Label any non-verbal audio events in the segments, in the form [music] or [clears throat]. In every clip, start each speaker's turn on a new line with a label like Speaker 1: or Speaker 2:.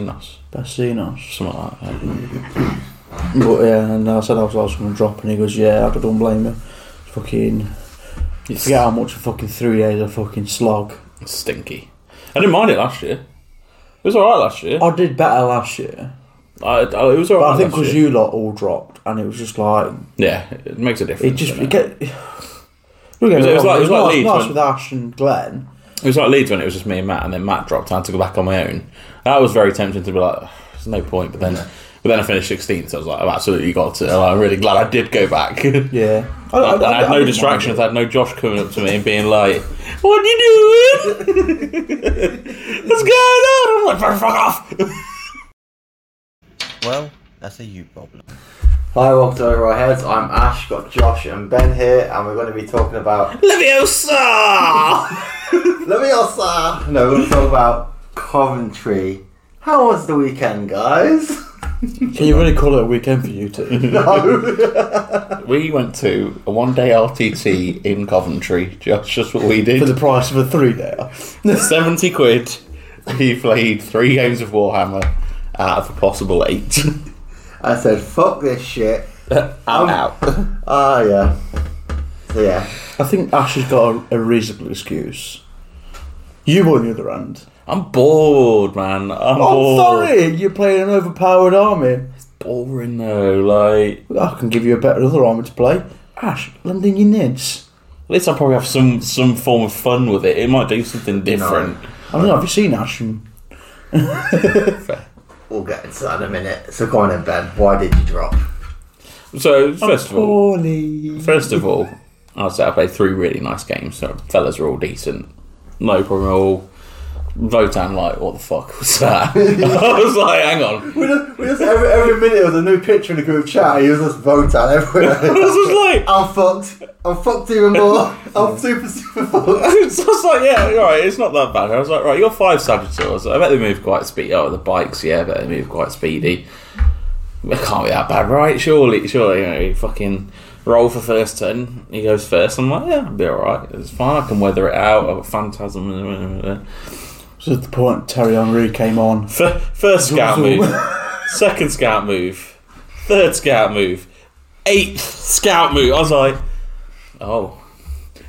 Speaker 1: Us,
Speaker 2: Best seen us.
Speaker 1: something like that.
Speaker 2: But yeah, and I said I was, I was going to drop, and he goes, "Yeah, I don't blame you." Fucking
Speaker 1: It's
Speaker 2: forget how much for fucking three days of fucking slog.
Speaker 1: stinky. I didn't mind it last year. It was alright last year.
Speaker 2: I did better last year,
Speaker 1: I, I, it was
Speaker 2: but I
Speaker 1: alright
Speaker 2: think
Speaker 1: last
Speaker 2: because
Speaker 1: year.
Speaker 2: you lot all dropped, and it was just like
Speaker 1: Yeah, it makes a difference.
Speaker 2: it just
Speaker 1: doesn't
Speaker 2: it get. [sighs] Don't get
Speaker 1: was-
Speaker 2: me
Speaker 1: it was
Speaker 2: wrong,
Speaker 1: like- it was like
Speaker 2: nice,
Speaker 1: Leeds
Speaker 2: nice
Speaker 1: when-
Speaker 2: with Ash and Glenn.
Speaker 1: It was like Leeds when it was just me and Matt, and then Matt dropped. I had to go back on my own. That was very tempting to be like, "Ugh, there's no point. But then, but then I finished 16th. So I was like, I've absolutely got to. And I'm really glad I did go back. [laughs] Yeah.
Speaker 2: Yeah,
Speaker 1: I, I had no
Speaker 2: didn't
Speaker 1: distractions. I
Speaker 2: mind
Speaker 1: had no Josh coming up to me and being like, "What are you doing? [laughs] What's going on?" I'm like, "Fuck off!"
Speaker 3: Well, that's a you problem.
Speaker 4: Hi, welcome to Overheads. I'm Ash, got Josh and Ben here, and we're going to be talking about
Speaker 1: Leviosa.
Speaker 4: Leviosa. No, we're going to talk about Coventry. How was the weekend, guys?
Speaker 2: it. Can you really call it a weekend for you two?
Speaker 1: we went to a one-day RTT in Coventry. [laughs] Josh, just what we did.
Speaker 2: for the price of a three day.
Speaker 1: [laughs] 70 quid. He played three games of Warhammer out of a possible eight. [laughs]
Speaker 4: I said, fuck this shit.
Speaker 1: I'm out. [laughs]
Speaker 4: Ah, yeah. So, yeah.
Speaker 2: I think Ash has got a, a reasonable excuse. You were on the other end.
Speaker 1: I'm bored, man. I'm
Speaker 2: I'm
Speaker 1: bored.
Speaker 2: Oh, sorry, you're playing an overpowered army.
Speaker 1: Boring though. Like, at
Speaker 2: I can give you a better other army to play. Ash, lending your nids.
Speaker 1: least I'll probably have some some form of fun with it. It might do something different.
Speaker 2: I don't know, have you seen Ash? And
Speaker 4: We'll get into that in a minute. So, go on then, Ben. Why did you drop?
Speaker 1: So first of all,
Speaker 2: Horny.
Speaker 1: first of all, I'd say I played three really nice games. So fellas are all decent. No problem at all. Votan, like, what the fuck was that? [laughs] I was like, hang on.
Speaker 4: We just, we just every, every minute there was a new picture in the group chat. He was just voting
Speaker 1: I
Speaker 4: everywhere.
Speaker 1: was just like, [laughs]
Speaker 4: [laughs] I'm fucked. I'm fucked even more. I'm super, super fucked.
Speaker 1: so I was like, yeah, all right, it's not that bad. I was like, right, you're five Sagittars. I bet they move quite speedy. Oh, the bikes, yeah, I bet they move quite speedy. It can't be that bad, right? Surely, surely, you know, you fucking roll for first turn. He goes first. I'm like, yeah, I'll be all right. It's fine. I can weather it out. I've got phantasm. [laughs] blah, blah, blah, blah.
Speaker 2: So at the point Terry Henry came on.
Speaker 1: Fir- First scout
Speaker 2: Zoom.
Speaker 1: move. Second scout move. Third scout move. Eighth scout move. I was like, oh.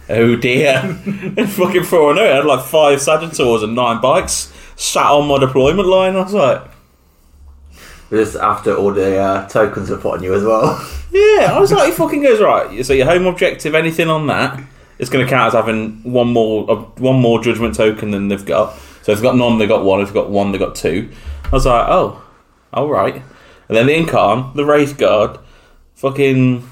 Speaker 1: Oh dear. [laughs] and fucking for I know it, I had like five Sagittars and nine bikes sat on my deployment line. I was like,
Speaker 4: This after all the uh, tokens were put on you as well. [laughs]
Speaker 1: yeah. I was like, he fucking goes, right, so your home objective, anything on that, it's going to count as having one more uh, one more judgment token than they've got. So if they've got none, they've got one. If they've got one, they've got two. I was like, oh, all right. And then the Incarn, the Wraith Guard, fucking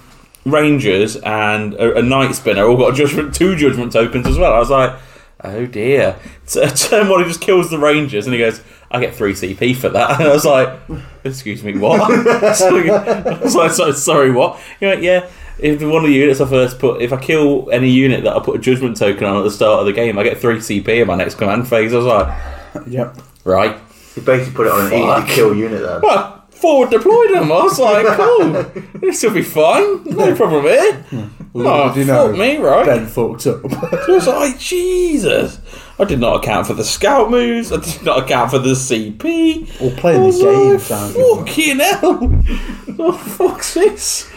Speaker 1: Rangers, and a, a Night Spinner all got judgment, two judgment tokens as well. I was like, oh dear. T- [laughs] turn one, he just kills the Rangers, and he goes, I get three CP for that. [laughs] And I was like, excuse me, what? [laughs] so, I was like, so, sorry, what? He went, yeah. If one of the units I first put, if I kill any unit that I put a judgment token on at the start of the game, I get three CP in my next command phase. I was like,
Speaker 2: [laughs] Yep.
Speaker 1: right,
Speaker 4: You basically put it on an
Speaker 1: Fuck.
Speaker 4: easy kill unit then.
Speaker 1: well, forward deployed them. I was like, cool, this will be fine. No problem here. Oh,
Speaker 2: do Hmm. you know,
Speaker 1: fuck me, right?
Speaker 2: Ben fucked up. [laughs]
Speaker 1: I was like, Jesus. I did not account for the scout moves. I did not account for the CP.
Speaker 2: Or playing
Speaker 1: I
Speaker 2: the
Speaker 1: was
Speaker 2: game
Speaker 1: like,
Speaker 2: sounds good.
Speaker 1: Fucking hell. [laughs] Oh, fuck's this?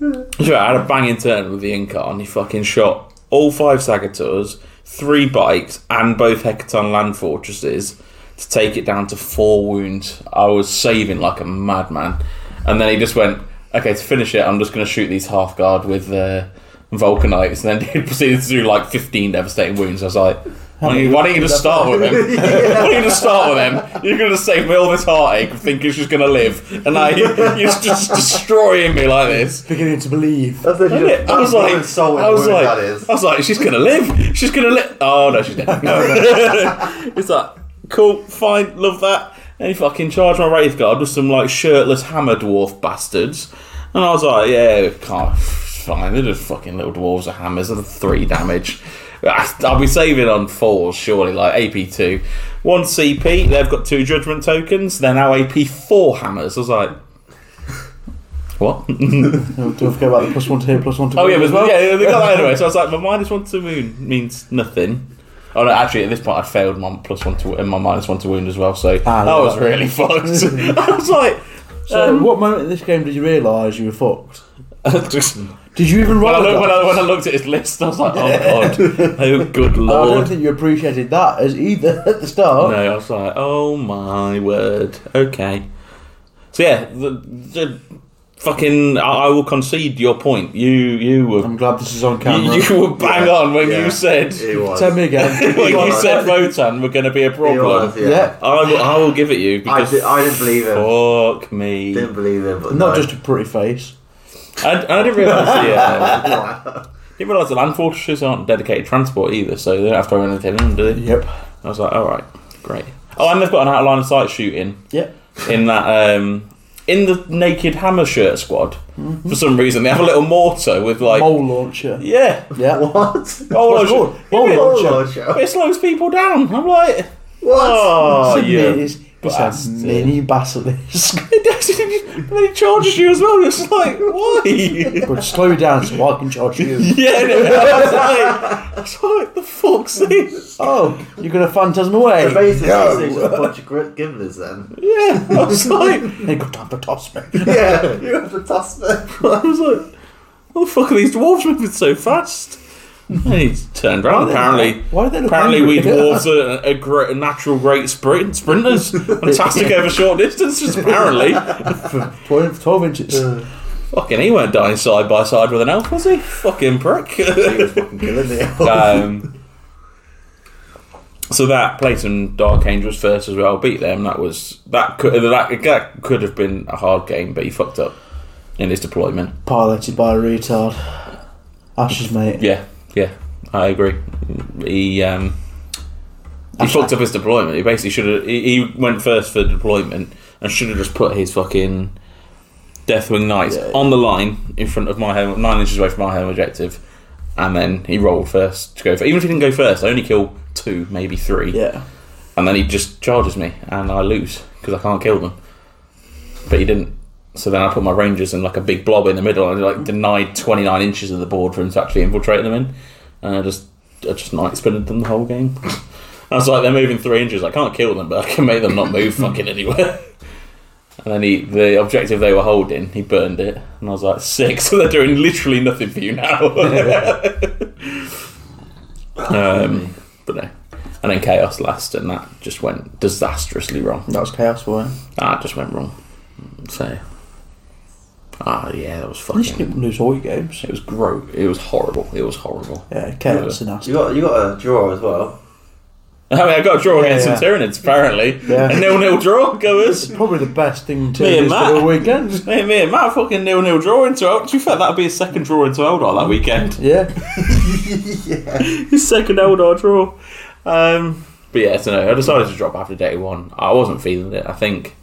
Speaker 1: So I had a banging turn with the Incarn. He fucking shot all five Sagators, three bikes, and both Hecaton land fortresses to take it down to four wounds. I was saving like a madman. And then he just went, okay, to finish it, I'm just going to shoot these half guard with uh, Vulcanites. And then [laughs] he proceeded to do like 15 devastating wounds. I was like, why don't you, why don't you just start with him? [laughs] Why don't you just start with him? You're going to save me all this heartache of thinking she's going to live. And now [laughs] you- you're just destroying me like this.
Speaker 2: Beginning to believe.
Speaker 4: That's literally
Speaker 1: Yeah,
Speaker 4: just
Speaker 1: I was
Speaker 4: one
Speaker 1: like,
Speaker 4: soul in
Speaker 1: I was
Speaker 4: the word
Speaker 1: like,
Speaker 4: that is.
Speaker 1: I was like, she's gonna live. She's gonna live. Oh no, she's dead. [laughs] it's like, cool, fine, love that. And he fucking charged my wraith guard with some like shirtless hammer dwarf bastards, and I was like, yeah, can't, fine. They're just fucking little dwarves or hammers. They're three damage. I- I'll be saving on fours surely, like AP two, one CP. They've got two judgment tokens. They're now AP four hammers. I was like, what? [laughs]
Speaker 2: Don't forget about the plus one to here, plus one to
Speaker 1: Oh yeah,
Speaker 2: here
Speaker 1: but yeah, they got that anyway. So I was like, my minus one to the moon means nothing. Oh no, actually, at this point, I failed my plus one to and my minus one to wound as well. So
Speaker 2: Ah,
Speaker 1: that
Speaker 2: no,
Speaker 1: was
Speaker 2: that-
Speaker 1: really [laughs] fucked. I was like, [laughs]
Speaker 2: So,
Speaker 1: um,
Speaker 2: what moment in this game did you realise you were fucked?
Speaker 1: just-
Speaker 2: Did you even
Speaker 1: when, I
Speaker 2: roll?
Speaker 1: look, when,
Speaker 2: that?
Speaker 1: I, when I looked at his list, I was like, oh god, oh good
Speaker 2: I don't
Speaker 1: lord.
Speaker 2: think you appreciated that as either [laughs] at the start.
Speaker 1: No, I was like, oh my word. Okay. So yeah, the, the fucking, I, I will concede your point. You you were
Speaker 2: I'm glad this is on camera.
Speaker 1: [laughs] you, you were bang
Speaker 4: Yeah,
Speaker 1: on when
Speaker 4: yeah,
Speaker 1: you said
Speaker 4: It was.
Speaker 2: Tell me
Speaker 1: [laughs]
Speaker 2: again.
Speaker 1: when you
Speaker 4: was.
Speaker 1: said Votan were going to be a
Speaker 4: It was,
Speaker 1: problem.
Speaker 4: yeah.
Speaker 2: Yeah.
Speaker 1: I will, I will give it you
Speaker 4: I,
Speaker 1: because
Speaker 4: did, I didn't believe him.
Speaker 1: fuck me.
Speaker 4: Didn't believe him. But
Speaker 2: Not
Speaker 4: no. [laughs]
Speaker 2: just a pretty face.
Speaker 1: And, and I didn't realise the, uh,
Speaker 4: Wow.
Speaker 1: didn't realise the land fortresses aren't dedicated transport either, so they don't have to own anything, do they?
Speaker 2: Yep.
Speaker 1: I was like, all right, great. Oh, and they've got an out of line of sight shooting
Speaker 2: Yep.
Speaker 1: in that um, in the naked hammer shirt squad. For some reason, they have a little mortar with like
Speaker 2: Mole launcher.
Speaker 1: yeah, Oh,
Speaker 2: Yeah.
Speaker 4: What?
Speaker 1: mole
Speaker 2: What's it
Speaker 1: launcher.
Speaker 2: called?
Speaker 1: Yeah,
Speaker 2: Mole
Speaker 1: it-
Speaker 2: launcher.
Speaker 4: Polo show.
Speaker 1: It slows people down. I'm like,
Speaker 4: What?
Speaker 1: oh,
Speaker 2: it's a,
Speaker 1: yeah. [laughs]
Speaker 2: mini, it's, it's a
Speaker 1: bastard.
Speaker 2: mini basilisk. [laughs]
Speaker 1: It does- and then he charges you as well. It's like, why?
Speaker 2: but slow down so I can charge you.
Speaker 1: [laughs] Yeah, no, I was like, I was like, the fuck's this?
Speaker 2: Oh, you're gonna phantasm away.
Speaker 1: [laughs]
Speaker 4: So basically,
Speaker 2: No.
Speaker 4: it's just a bunch of grit givers then.
Speaker 1: Yeah, I was like,
Speaker 2: [laughs] They got time for toss me.
Speaker 4: yeah, [laughs] you have to toss them.
Speaker 1: I was like, what the fuck are these dwarves moving so fast? And he turned around. Apparently,
Speaker 2: why do they look
Speaker 1: apparently we
Speaker 2: angry?
Speaker 1: dwarves are a, great, a natural great sprint sprinters, fantastic over short distances. Apparently,
Speaker 2: Twelve, twelve inches.
Speaker 1: fucking he weren't dying side by side with an elf, was he? Fucking prick.
Speaker 4: He was fucking killing
Speaker 1: [laughs]
Speaker 4: it.
Speaker 1: um, so that played some Dark Angels first as well. Beat them. That was that could that, that could have been a hard game, but he fucked up in his deployment.
Speaker 2: Piloted by a retard. Ashes, mate.
Speaker 1: Yeah, yeah, I agree. He um, he fucked up his deployment. He basically should have. He, he went first for deployment and should have just put his fucking Deathwing Knights
Speaker 2: Yeah.
Speaker 1: on the line in front of my home, nine inches away from my home objective, and then he rolled first to go for. Even if he didn't go first, I only kill two, maybe three,
Speaker 2: Yeah.
Speaker 1: and then he just charges me and I lose because I can't kill them. But he didn't. So then I put my rangers in like a big blob in the middle and like denied 29 inches of the board for him to actually infiltrate them in. And I just I just night spinning them the whole game. [laughs] I was like, they're moving three inches. I can't kill them, but I can make them not move fucking anywhere. [laughs] And then he, the objective they were holding, he burned it, and I was like, sick. [laughs] So they're doing literally nothing for you now. [laughs] um, but no, and then chaos last, and that just went disastrously wrong.
Speaker 2: That was chaos, wasn't
Speaker 1: Ah, it just went wrong. So, ah, yeah, that was
Speaker 2: it? You just
Speaker 1: fucking.
Speaker 2: didn't lose all your games.
Speaker 1: It was gross. It was horrible. It was horrible. [laughs]
Speaker 2: Yeah, chaos and
Speaker 4: [laughs] You
Speaker 2: ashes.
Speaker 4: got you got a draw as well.
Speaker 1: I mean, I got a draw
Speaker 2: Yeah,
Speaker 1: against
Speaker 2: yeah.
Speaker 1: some Tyranids, apparently.
Speaker 2: Yeah.
Speaker 1: A nil-nil draw, goers.
Speaker 2: Probably the best thing to
Speaker 1: Me and
Speaker 2: do for
Speaker 1: Matt.
Speaker 2: the weekend.
Speaker 1: [laughs] Hey, me and Matt fucking nil-nil draw into Eldar. You thought that'd be his second draw into Eldar that weekend?
Speaker 2: Yeah.
Speaker 4: yeah.
Speaker 1: [laughs] his second Eldar draw. Um, but yeah, so no, I decided to drop after day one. I wasn't feeling it. I think,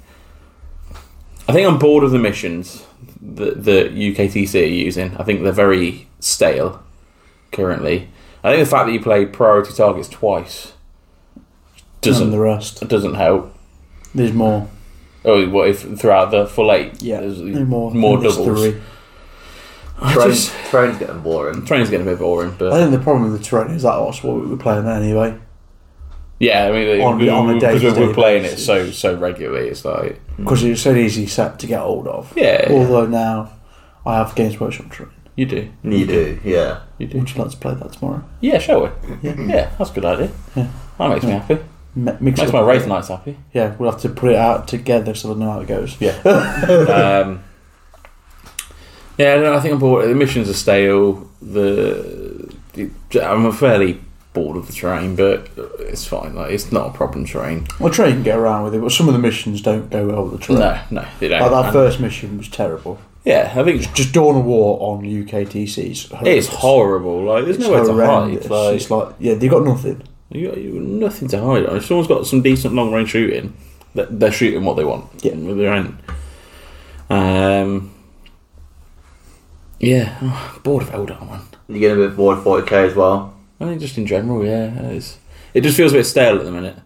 Speaker 1: I think I'm bored of the missions that the UKTC are using. I think they're very stale currently. I think the fact that you play priority targets twice
Speaker 2: Doesn't the
Speaker 1: doesn't
Speaker 2: rest.
Speaker 1: doesn't help.
Speaker 2: There's more.
Speaker 1: Oh, what if throughout the full eight?
Speaker 2: Yeah.
Speaker 1: there's
Speaker 2: There's more.
Speaker 1: more
Speaker 2: There's
Speaker 1: doubles.
Speaker 2: three.
Speaker 1: I
Speaker 4: Throne,
Speaker 1: just-
Speaker 4: Throne's getting boring.
Speaker 1: train's getting a bit boring, but
Speaker 2: I think the problem with the terrain is that was what we were playing anyway.
Speaker 1: yeah, I mean,
Speaker 2: On-
Speaker 1: because
Speaker 2: on a
Speaker 1: we're,
Speaker 2: day-to-day
Speaker 1: we're playing it
Speaker 2: basis.
Speaker 1: so so regularly, it's like
Speaker 2: Because it was so easy set to get hold of.
Speaker 1: Hmm. yeah, yeah,
Speaker 2: Although now I have Games Workshop terrain.
Speaker 1: you do.
Speaker 4: You do, yeah.
Speaker 1: You do.
Speaker 2: Would you like to play that tomorrow?
Speaker 1: Yeah, shall we? Yeah, that's a good idea.
Speaker 2: Yeah.
Speaker 1: That makes me happy.
Speaker 2: M- mix
Speaker 1: Makes
Speaker 2: it
Speaker 1: my
Speaker 2: up.
Speaker 1: race nights happy.
Speaker 2: Yeah, we'll have to put it out together so we know how it goes.
Speaker 1: Yeah. um, yeah, I, don't know, I think I'm bored. The missions are stale. The, the- I'm fairly bored of the terrain, but it's fine. Like it's not a problem terrain.
Speaker 2: Well, train can get around with it, but some of the missions don't go well with the train.
Speaker 1: No, no, they don't.
Speaker 2: Like that
Speaker 1: And-
Speaker 2: first mission was terrible.
Speaker 1: yeah, I think it's,
Speaker 2: Just Dawn of War on UKTC's.
Speaker 1: it's horrible. Like there's nowhere to hide. Like,
Speaker 2: It's like yeah, they got nothing.
Speaker 1: You got you got nothing to hide. If someone's got some decent long range shooting, th- they're shooting what they want.
Speaker 2: Yeah.
Speaker 1: with their own. Um. Yeah, oh, bored of Eldar, man.
Speaker 4: You're getting a bit bored 40k as well.
Speaker 1: I think just in general, yeah, it's, it just feels a bit stale at the minute.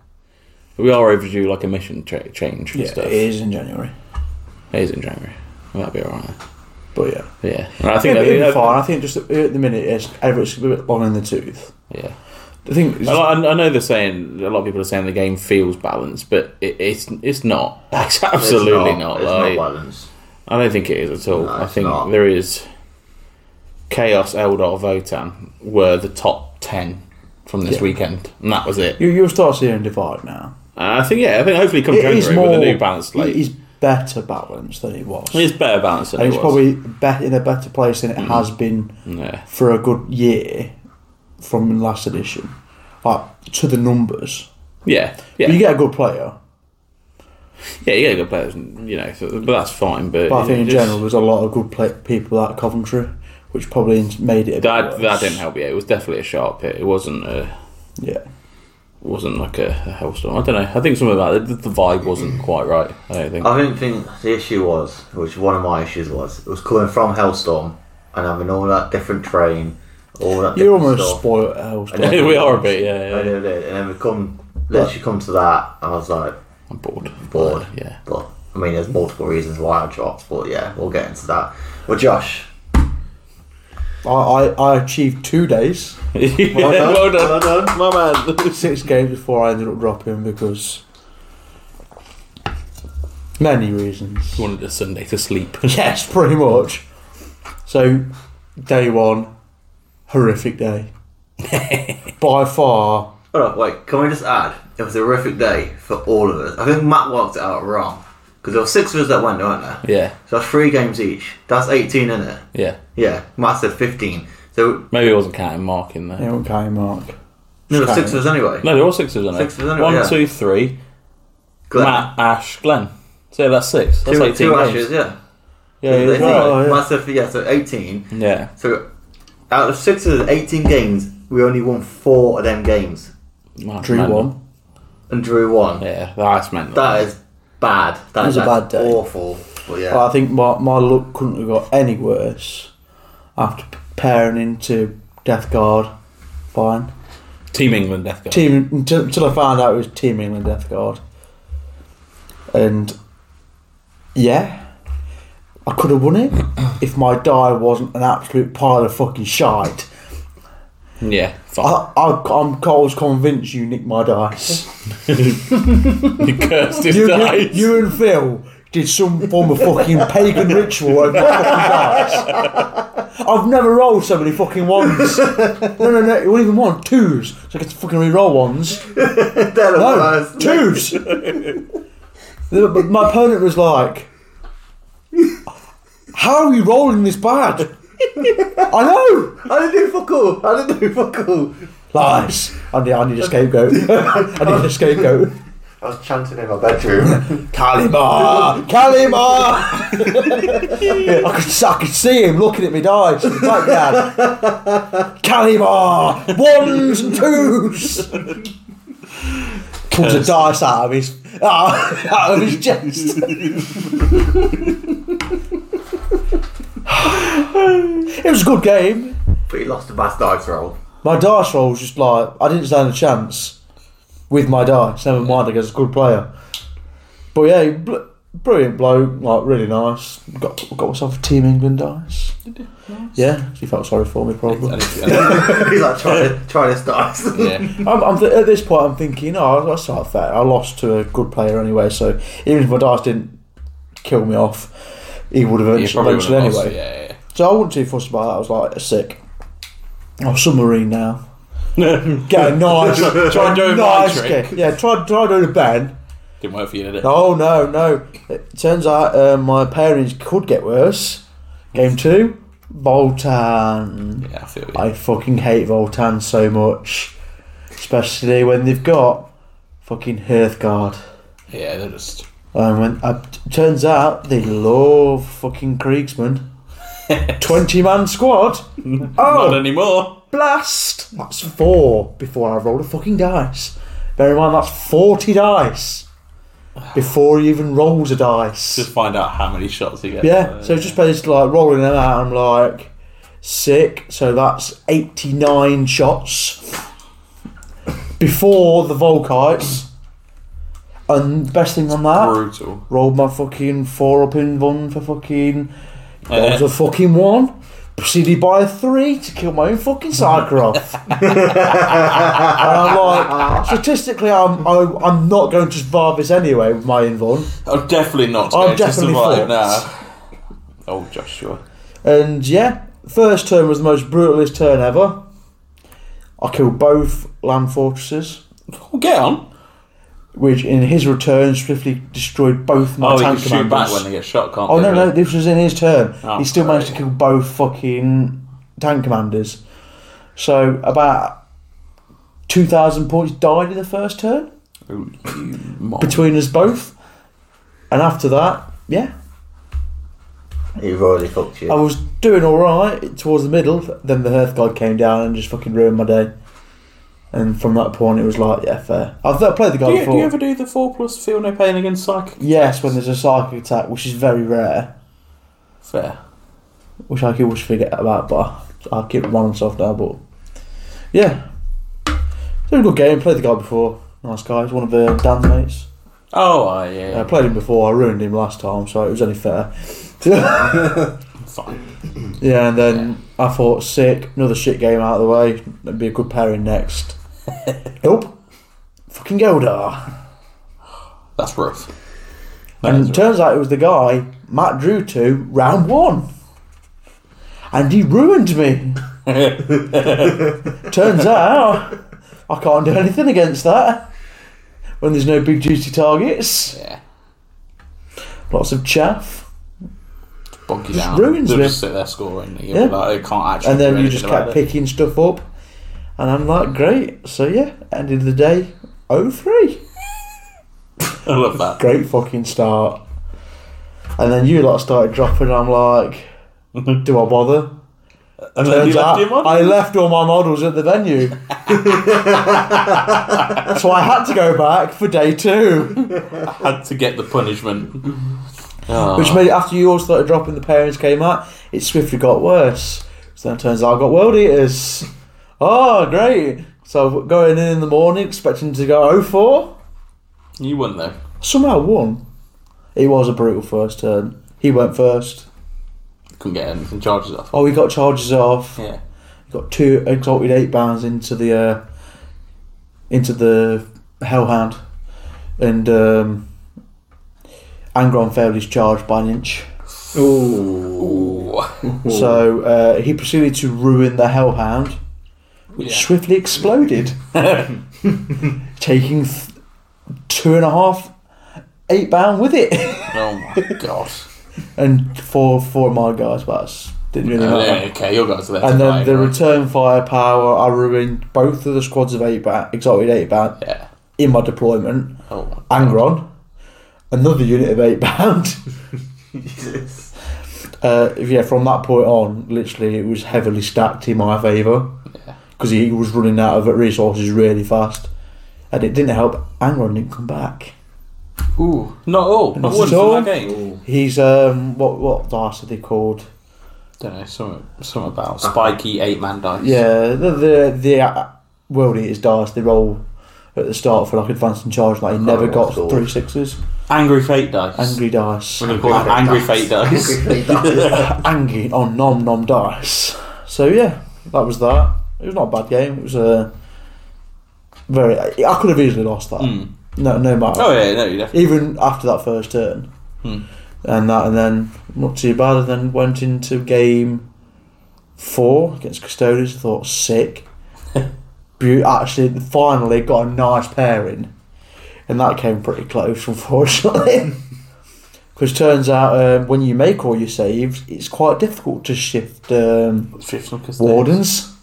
Speaker 1: We are overdue like a mission cha- change and
Speaker 2: Yeah,
Speaker 1: stuff.
Speaker 2: it is in January,
Speaker 1: It is in January. That'd be alright.
Speaker 2: but yeah,
Speaker 1: Yeah, And I
Speaker 2: I think
Speaker 1: think
Speaker 2: it'll
Speaker 1: I
Speaker 2: be
Speaker 1: think-
Speaker 2: fine. I think just at the minute it's it's a bit long in the tooth.
Speaker 1: Yeah,
Speaker 2: The thing is,
Speaker 1: I, I- I know they're saying a lot of people are saying the game feels balanced, but it, it's it's not. [laughs] It's absolutely
Speaker 4: it's
Speaker 1: not.
Speaker 4: It's
Speaker 1: like,
Speaker 4: not balanced.
Speaker 1: I don't think it is at all.
Speaker 4: No,
Speaker 1: I
Speaker 4: it's
Speaker 1: think
Speaker 4: not.
Speaker 1: there is Chaos, Eldar, Votan were the top ten from this
Speaker 2: Yeah.
Speaker 1: weekend, and that was it. Uh,
Speaker 2: you, you'll start seeing divide now.
Speaker 1: I think yeah, I think hopefully come
Speaker 2: It is
Speaker 1: January
Speaker 2: more
Speaker 1: with a new balance slate,
Speaker 2: It is better balanced than it was.
Speaker 1: it's better Mm. balanced. Than it
Speaker 2: and it's
Speaker 1: was.
Speaker 2: probably bet in a better place than it has been
Speaker 1: yeah.
Speaker 2: for a good year from last edition. Like, to the numbers.
Speaker 1: Yeah, yeah,
Speaker 2: But you get a good player.
Speaker 1: yeah. You get good players, and, you know, so, but that's fine. But,
Speaker 2: But I
Speaker 1: you
Speaker 2: think in
Speaker 1: know, just-
Speaker 2: general, there's a lot of good play- people at Coventry, which probably made it a bit
Speaker 1: that that
Speaker 2: worse.
Speaker 1: didn't help. Yeah, it was definitely a sharp hit. It wasn't a
Speaker 2: Yeah.
Speaker 1: wasn't like a, a hellstorm. I don't know. I think something about it, the, the vibe wasn't quite right. I don't [laughs] think.
Speaker 4: I don't think the issue was, which one of my issues was, it was coming from Hellstorm and having all that different train, all that.
Speaker 2: You're
Speaker 4: different
Speaker 2: almost
Speaker 4: stuff.
Speaker 2: spoiled else.
Speaker 4: I know.
Speaker 1: we are a bit. Yeah,
Speaker 4: I
Speaker 1: yeah.
Speaker 4: did it, and then we come, literally come to that, and I was like,
Speaker 1: I'm bored.
Speaker 4: bored.
Speaker 1: Yeah.
Speaker 4: But I mean, there's multiple reasons why I dropped, but yeah, we'll get into that. Well, Josh,
Speaker 2: I, I, I achieved two days,
Speaker 1: yeah.
Speaker 4: well
Speaker 1: Well
Speaker 4: done,
Speaker 1: done.
Speaker 4: well done.
Speaker 1: my man.
Speaker 2: six games before I ended up dropping because many reasons.
Speaker 1: You wanted a Sunday to sleep. [laughs]
Speaker 2: [laughs] Yes, pretty much. So, day one, horrific day. By far,
Speaker 4: Hold on, wait, can we just add? It was a horrific day for all of us. I think Matt worked it out wrong. Because there were six of us that went, weren't there?
Speaker 1: yeah,
Speaker 4: So that's three games each. That's 18, isn't it?
Speaker 1: yeah.
Speaker 4: Yeah, Matt said 15. So,
Speaker 1: Maybe it wasn't counting Mark in there.
Speaker 2: anyone came mark.
Speaker 4: no, there were
Speaker 2: Shame.
Speaker 4: six of us anyway.
Speaker 1: No, they're all six of us.
Speaker 4: Six of us, aren't
Speaker 1: aren't
Speaker 4: they?
Speaker 1: they? One, two,
Speaker 4: Yeah.
Speaker 1: three.
Speaker 4: Glenn,
Speaker 1: Matt, Ash, Glenn. So that's six. That's
Speaker 4: two,
Speaker 1: eighteen
Speaker 4: two
Speaker 1: games.
Speaker 4: ashes, yeah.
Speaker 1: Yeah, yeah,
Speaker 4: Anyway,
Speaker 1: yeah.
Speaker 2: right, yeah.
Speaker 4: [laughs] Matt said, yeah, so 18.
Speaker 1: yeah.
Speaker 4: So, out of six of us, 18 games, we only won four of them games
Speaker 1: Wow,
Speaker 2: Drew
Speaker 1: man.
Speaker 2: one.
Speaker 4: and drew one.
Speaker 1: Yeah, that's meant.
Speaker 4: That is bad. That
Speaker 2: was
Speaker 4: is
Speaker 2: a bad day.
Speaker 4: awful. But yeah.
Speaker 2: But I think my, my luck couldn't have got any worse after preparing into Death Guard. Fine.
Speaker 1: Team England Death Guard.
Speaker 2: Team until, until I found out it was Team England Death Guard. And yeah, I could have won it if my die wasn't an absolute pile of fucking shite.
Speaker 1: Yeah, fuck.
Speaker 2: I, I, I'm, I was convinced you nicked my dice.
Speaker 1: you [laughs] cursed his
Speaker 2: [laughs] You, you,
Speaker 1: dice.
Speaker 2: you and Phil did some form of fucking pagan ritual over my fucking dice. I've never rolled so many fucking ones. No, no, no, it wasn't even one, twos. So I get to fucking re-roll ones.
Speaker 4: [laughs] They're the
Speaker 2: No,
Speaker 4: worst.
Speaker 2: twos. [laughs] but my opponent was like, "How are you rolling this bad?" [laughs] I know
Speaker 4: I didn't do fuck all. I didn't do fuck all.
Speaker 2: lies. I need, I need a scapegoat. [laughs] I need a scapegoat.
Speaker 4: I was chanting in my bedroom. [laughs]
Speaker 2: Kalima! [laughs] Kalima! I, could, s- I could see him looking at me dice in the background. Kalima! Ones and twos! Pulls a dice out of his, [laughs] out of his chest. [laughs] it was a good game.
Speaker 4: but he lost the bad dice roll. [laughs]
Speaker 2: My dice roll was just like I didn't stand a chance with my dice. Never mind against a good player. But yeah, bl- brilliant bloke, like really nice. Got got myself a Team England dice. Yeah, she felt sorry for me
Speaker 1: [laughs]
Speaker 2: probably.
Speaker 1: And it's- and-
Speaker 4: He's like, try, try this dice. [laughs]
Speaker 1: yeah.
Speaker 2: I'm, I'm th- at this point, I'm thinking, oh, that's not fair. I lost to a good player anyway, so even if my dice didn't kill me off, he would have
Speaker 1: You
Speaker 2: eventually,
Speaker 1: probably
Speaker 2: eventually
Speaker 1: would've
Speaker 2: anyway.
Speaker 1: lost, yeah, yeah.
Speaker 2: So I wasn't too fussed about that. I was like, sick. I'm
Speaker 1: [laughs]
Speaker 2: submarine now. Get a nice,
Speaker 1: Try doing my
Speaker 2: nice
Speaker 1: trick.
Speaker 2: game. Yeah, try try doing a ban.
Speaker 1: Didn't work for you, did it?
Speaker 2: Oh no, no. It turns out uh, my parents could get worse. Game two, Voltan.
Speaker 1: Yeah, I feel you.
Speaker 2: I fucking hate Voltan so much, especially when they've got fucking Hearthguard.
Speaker 1: yeah, they're just.
Speaker 2: And when uh, t- turns out they love
Speaker 1: [laughs]
Speaker 2: fucking Kriegsman. Twenty man squad.
Speaker 1: Not
Speaker 2: Oh,
Speaker 1: anymore.
Speaker 2: blast! That's four before I roll a fucking dice. Bear in mind that's forty dice before he even rolls a
Speaker 1: Just
Speaker 2: dice.
Speaker 1: find out how many shots he gets.
Speaker 2: Yeah, so it's just basically like rolling them out. I'm like sick. So that's eighty nine shots before the Volkites. And the best thing on that,
Speaker 1: brutal.
Speaker 2: rolled my fucking four up in one for fucking.
Speaker 1: Yeah.
Speaker 2: That was a fucking one. proceeded by a three to kill my own fucking cycle
Speaker 1: [laughs]
Speaker 2: off. and I'm like, statistically, I'm I'm I'm not going to survive this anyway with my Invon.
Speaker 1: I'm definitely not.
Speaker 2: I'm
Speaker 1: going to
Speaker 2: definitely
Speaker 1: survive
Speaker 2: fucked.
Speaker 1: now. Oh, Joshua.
Speaker 2: And yeah, first turn was the most brutalist turn ever. I killed both land fortresses,
Speaker 1: Oh, get on.
Speaker 2: which in his return swiftly destroyed both my
Speaker 1: Oh, he can
Speaker 2: tank
Speaker 1: shoot back
Speaker 2: commanders.
Speaker 1: when they get shot, can't
Speaker 2: oh
Speaker 1: they?
Speaker 2: no, no, this was in his turn.
Speaker 1: Oh,
Speaker 2: he still managed to kill both fucking tank commanders. So about two thousand points died in the first turn
Speaker 1: really? Oh, you mon-
Speaker 2: between us both. And after that, yeah,
Speaker 4: You've already fucked you.
Speaker 2: I was doing all right towards the middle. Then the Hearth God came down and just fucking ruined my day. And from that point, it was like, yeah, fair. I've I've played the
Speaker 1: Do
Speaker 2: God
Speaker 1: you, do
Speaker 2: before.
Speaker 1: you ever do the 4 plus feel no pain against psychic?
Speaker 2: Yes, when there's a psychic attack, which is very rare,
Speaker 1: Fair.
Speaker 2: which I could wish forget about, but I, I keep reminding myself now. But yeah, it's a good game. Played the guy before. Nice guy. He's one of uh, Dan's mates.
Speaker 1: Oh, aye, yeah.
Speaker 2: I played him before. I ruined him last time, so it was only fair. [laughs]
Speaker 1: Fine.
Speaker 2: Yeah, and then I thought, sick, another shit game out of the way. That'd be a good pairing
Speaker 1: [laughs]
Speaker 2: next. nope. Fucking Geldar.
Speaker 1: That's rough. That
Speaker 2: And
Speaker 1: is
Speaker 2: it turns out it was the guy Matt drew to round one. And he ruined me. [laughs] turns out I can't do anything against that when there's no big duty targets.
Speaker 1: Yeah.
Speaker 2: Lots of chaff.
Speaker 1: Bog you
Speaker 2: Just
Speaker 1: down.
Speaker 2: ruins
Speaker 1: They'll
Speaker 2: me.
Speaker 1: just sit there scoring. You'll
Speaker 2: Yeah.
Speaker 1: be like, they can't actually.
Speaker 2: And
Speaker 1: do
Speaker 2: then you
Speaker 1: anything
Speaker 2: just
Speaker 1: about
Speaker 2: kept
Speaker 1: it.
Speaker 2: picking stuff up. And I'm like, great. So yeah, end of the day, 03.
Speaker 1: I love that.
Speaker 2: great fucking start. And then you lot started dropping, and
Speaker 1: [laughs]
Speaker 2: I'm like, do I bother?
Speaker 1: And then you
Speaker 2: Turns
Speaker 1: left
Speaker 2: out
Speaker 1: him on.
Speaker 2: I left all my models at the
Speaker 1: [laughs]
Speaker 2: venue. so I had to go back for day two.
Speaker 1: had to get the punishment. Ah.
Speaker 2: [laughs] Which made it after you all started dropping, the parents came out, it swiftly got worse. So then it turns out I got world eaters. Oh, great. So going in in the morning, expecting to go 04.
Speaker 1: you won though.
Speaker 2: Somehow won. It was a brutal first turn. He went first.
Speaker 1: Couldn't get anything charges off.
Speaker 2: Oh, he got charges off.
Speaker 1: Yeah.
Speaker 2: got two exalted eight bands into the uh, into the Hellhound, and um, Angron failed his charge by an inch. Oh.
Speaker 4: Ooh.
Speaker 1: Ooh. Oh,
Speaker 2: So uh, he proceeded to ruin the Hellhound, which
Speaker 1: Yeah.
Speaker 2: swiftly
Speaker 1: [laughs]
Speaker 2: exploded, taking th- two and a half eight bound with it, [laughs]
Speaker 1: Oh my god.
Speaker 2: and four four of my guys. But that's- didn't [laughs] really matter.
Speaker 1: Yeah, okay, your guys are there. to
Speaker 2: And
Speaker 1: play,
Speaker 2: then the
Speaker 1: right?
Speaker 2: return firepower, I ruined both of the squads of eight bat, exalted eight bat
Speaker 1: Yeah.
Speaker 2: in my deployment.
Speaker 1: Oh my god.
Speaker 2: Angron, another unit of eight bound.
Speaker 4: [laughs]
Speaker 2: [laughs]
Speaker 4: Jesus.
Speaker 2: Uh, yeah, from that point on, literally, it was heavily stacked in my favour
Speaker 1: Yeah.
Speaker 2: because he was running out of resources really fast, and it didn't help. Angron didn't come back.
Speaker 1: Ooh. Not all. Not
Speaker 2: Not
Speaker 1: once
Speaker 2: at all.
Speaker 1: in that game.
Speaker 2: He's um, what what dice are they called?
Speaker 1: Don't know. Some some about spiky eight man dice.
Speaker 2: Yeah, the the, the uh, world eaters dice they roll at the start for like advanced and charge. Like he
Speaker 4: can't
Speaker 2: never
Speaker 4: remember
Speaker 2: got
Speaker 4: what it's
Speaker 2: three sixes.
Speaker 1: Angry fate dice.
Speaker 2: Angry dice.
Speaker 1: We're gonna call them angry fate dice.
Speaker 4: Angry
Speaker 1: [laughs]
Speaker 4: fate dice.
Speaker 2: Angry on nom nom dice. So yeah, that was that. It was not a bad game. It was a very. I could have easily lost that.
Speaker 1: Hmm.
Speaker 2: No, no matter.
Speaker 1: Oh yeah, no, you definitely.
Speaker 2: Even after that first turn,
Speaker 1: Hmm.
Speaker 2: and that, and then not too bad. And then went into game four against Custodians. I
Speaker 1: [laughs]
Speaker 2: thought sick. Be- actually, finally got a nice pairing, and that came pretty close,
Speaker 1: [laughs]
Speaker 2: [laughs] unfortunately. Because turns out um, when you make all your saves, it's quite difficult to shift um,
Speaker 1: Fifth one, 'cause they-
Speaker 2: wardens.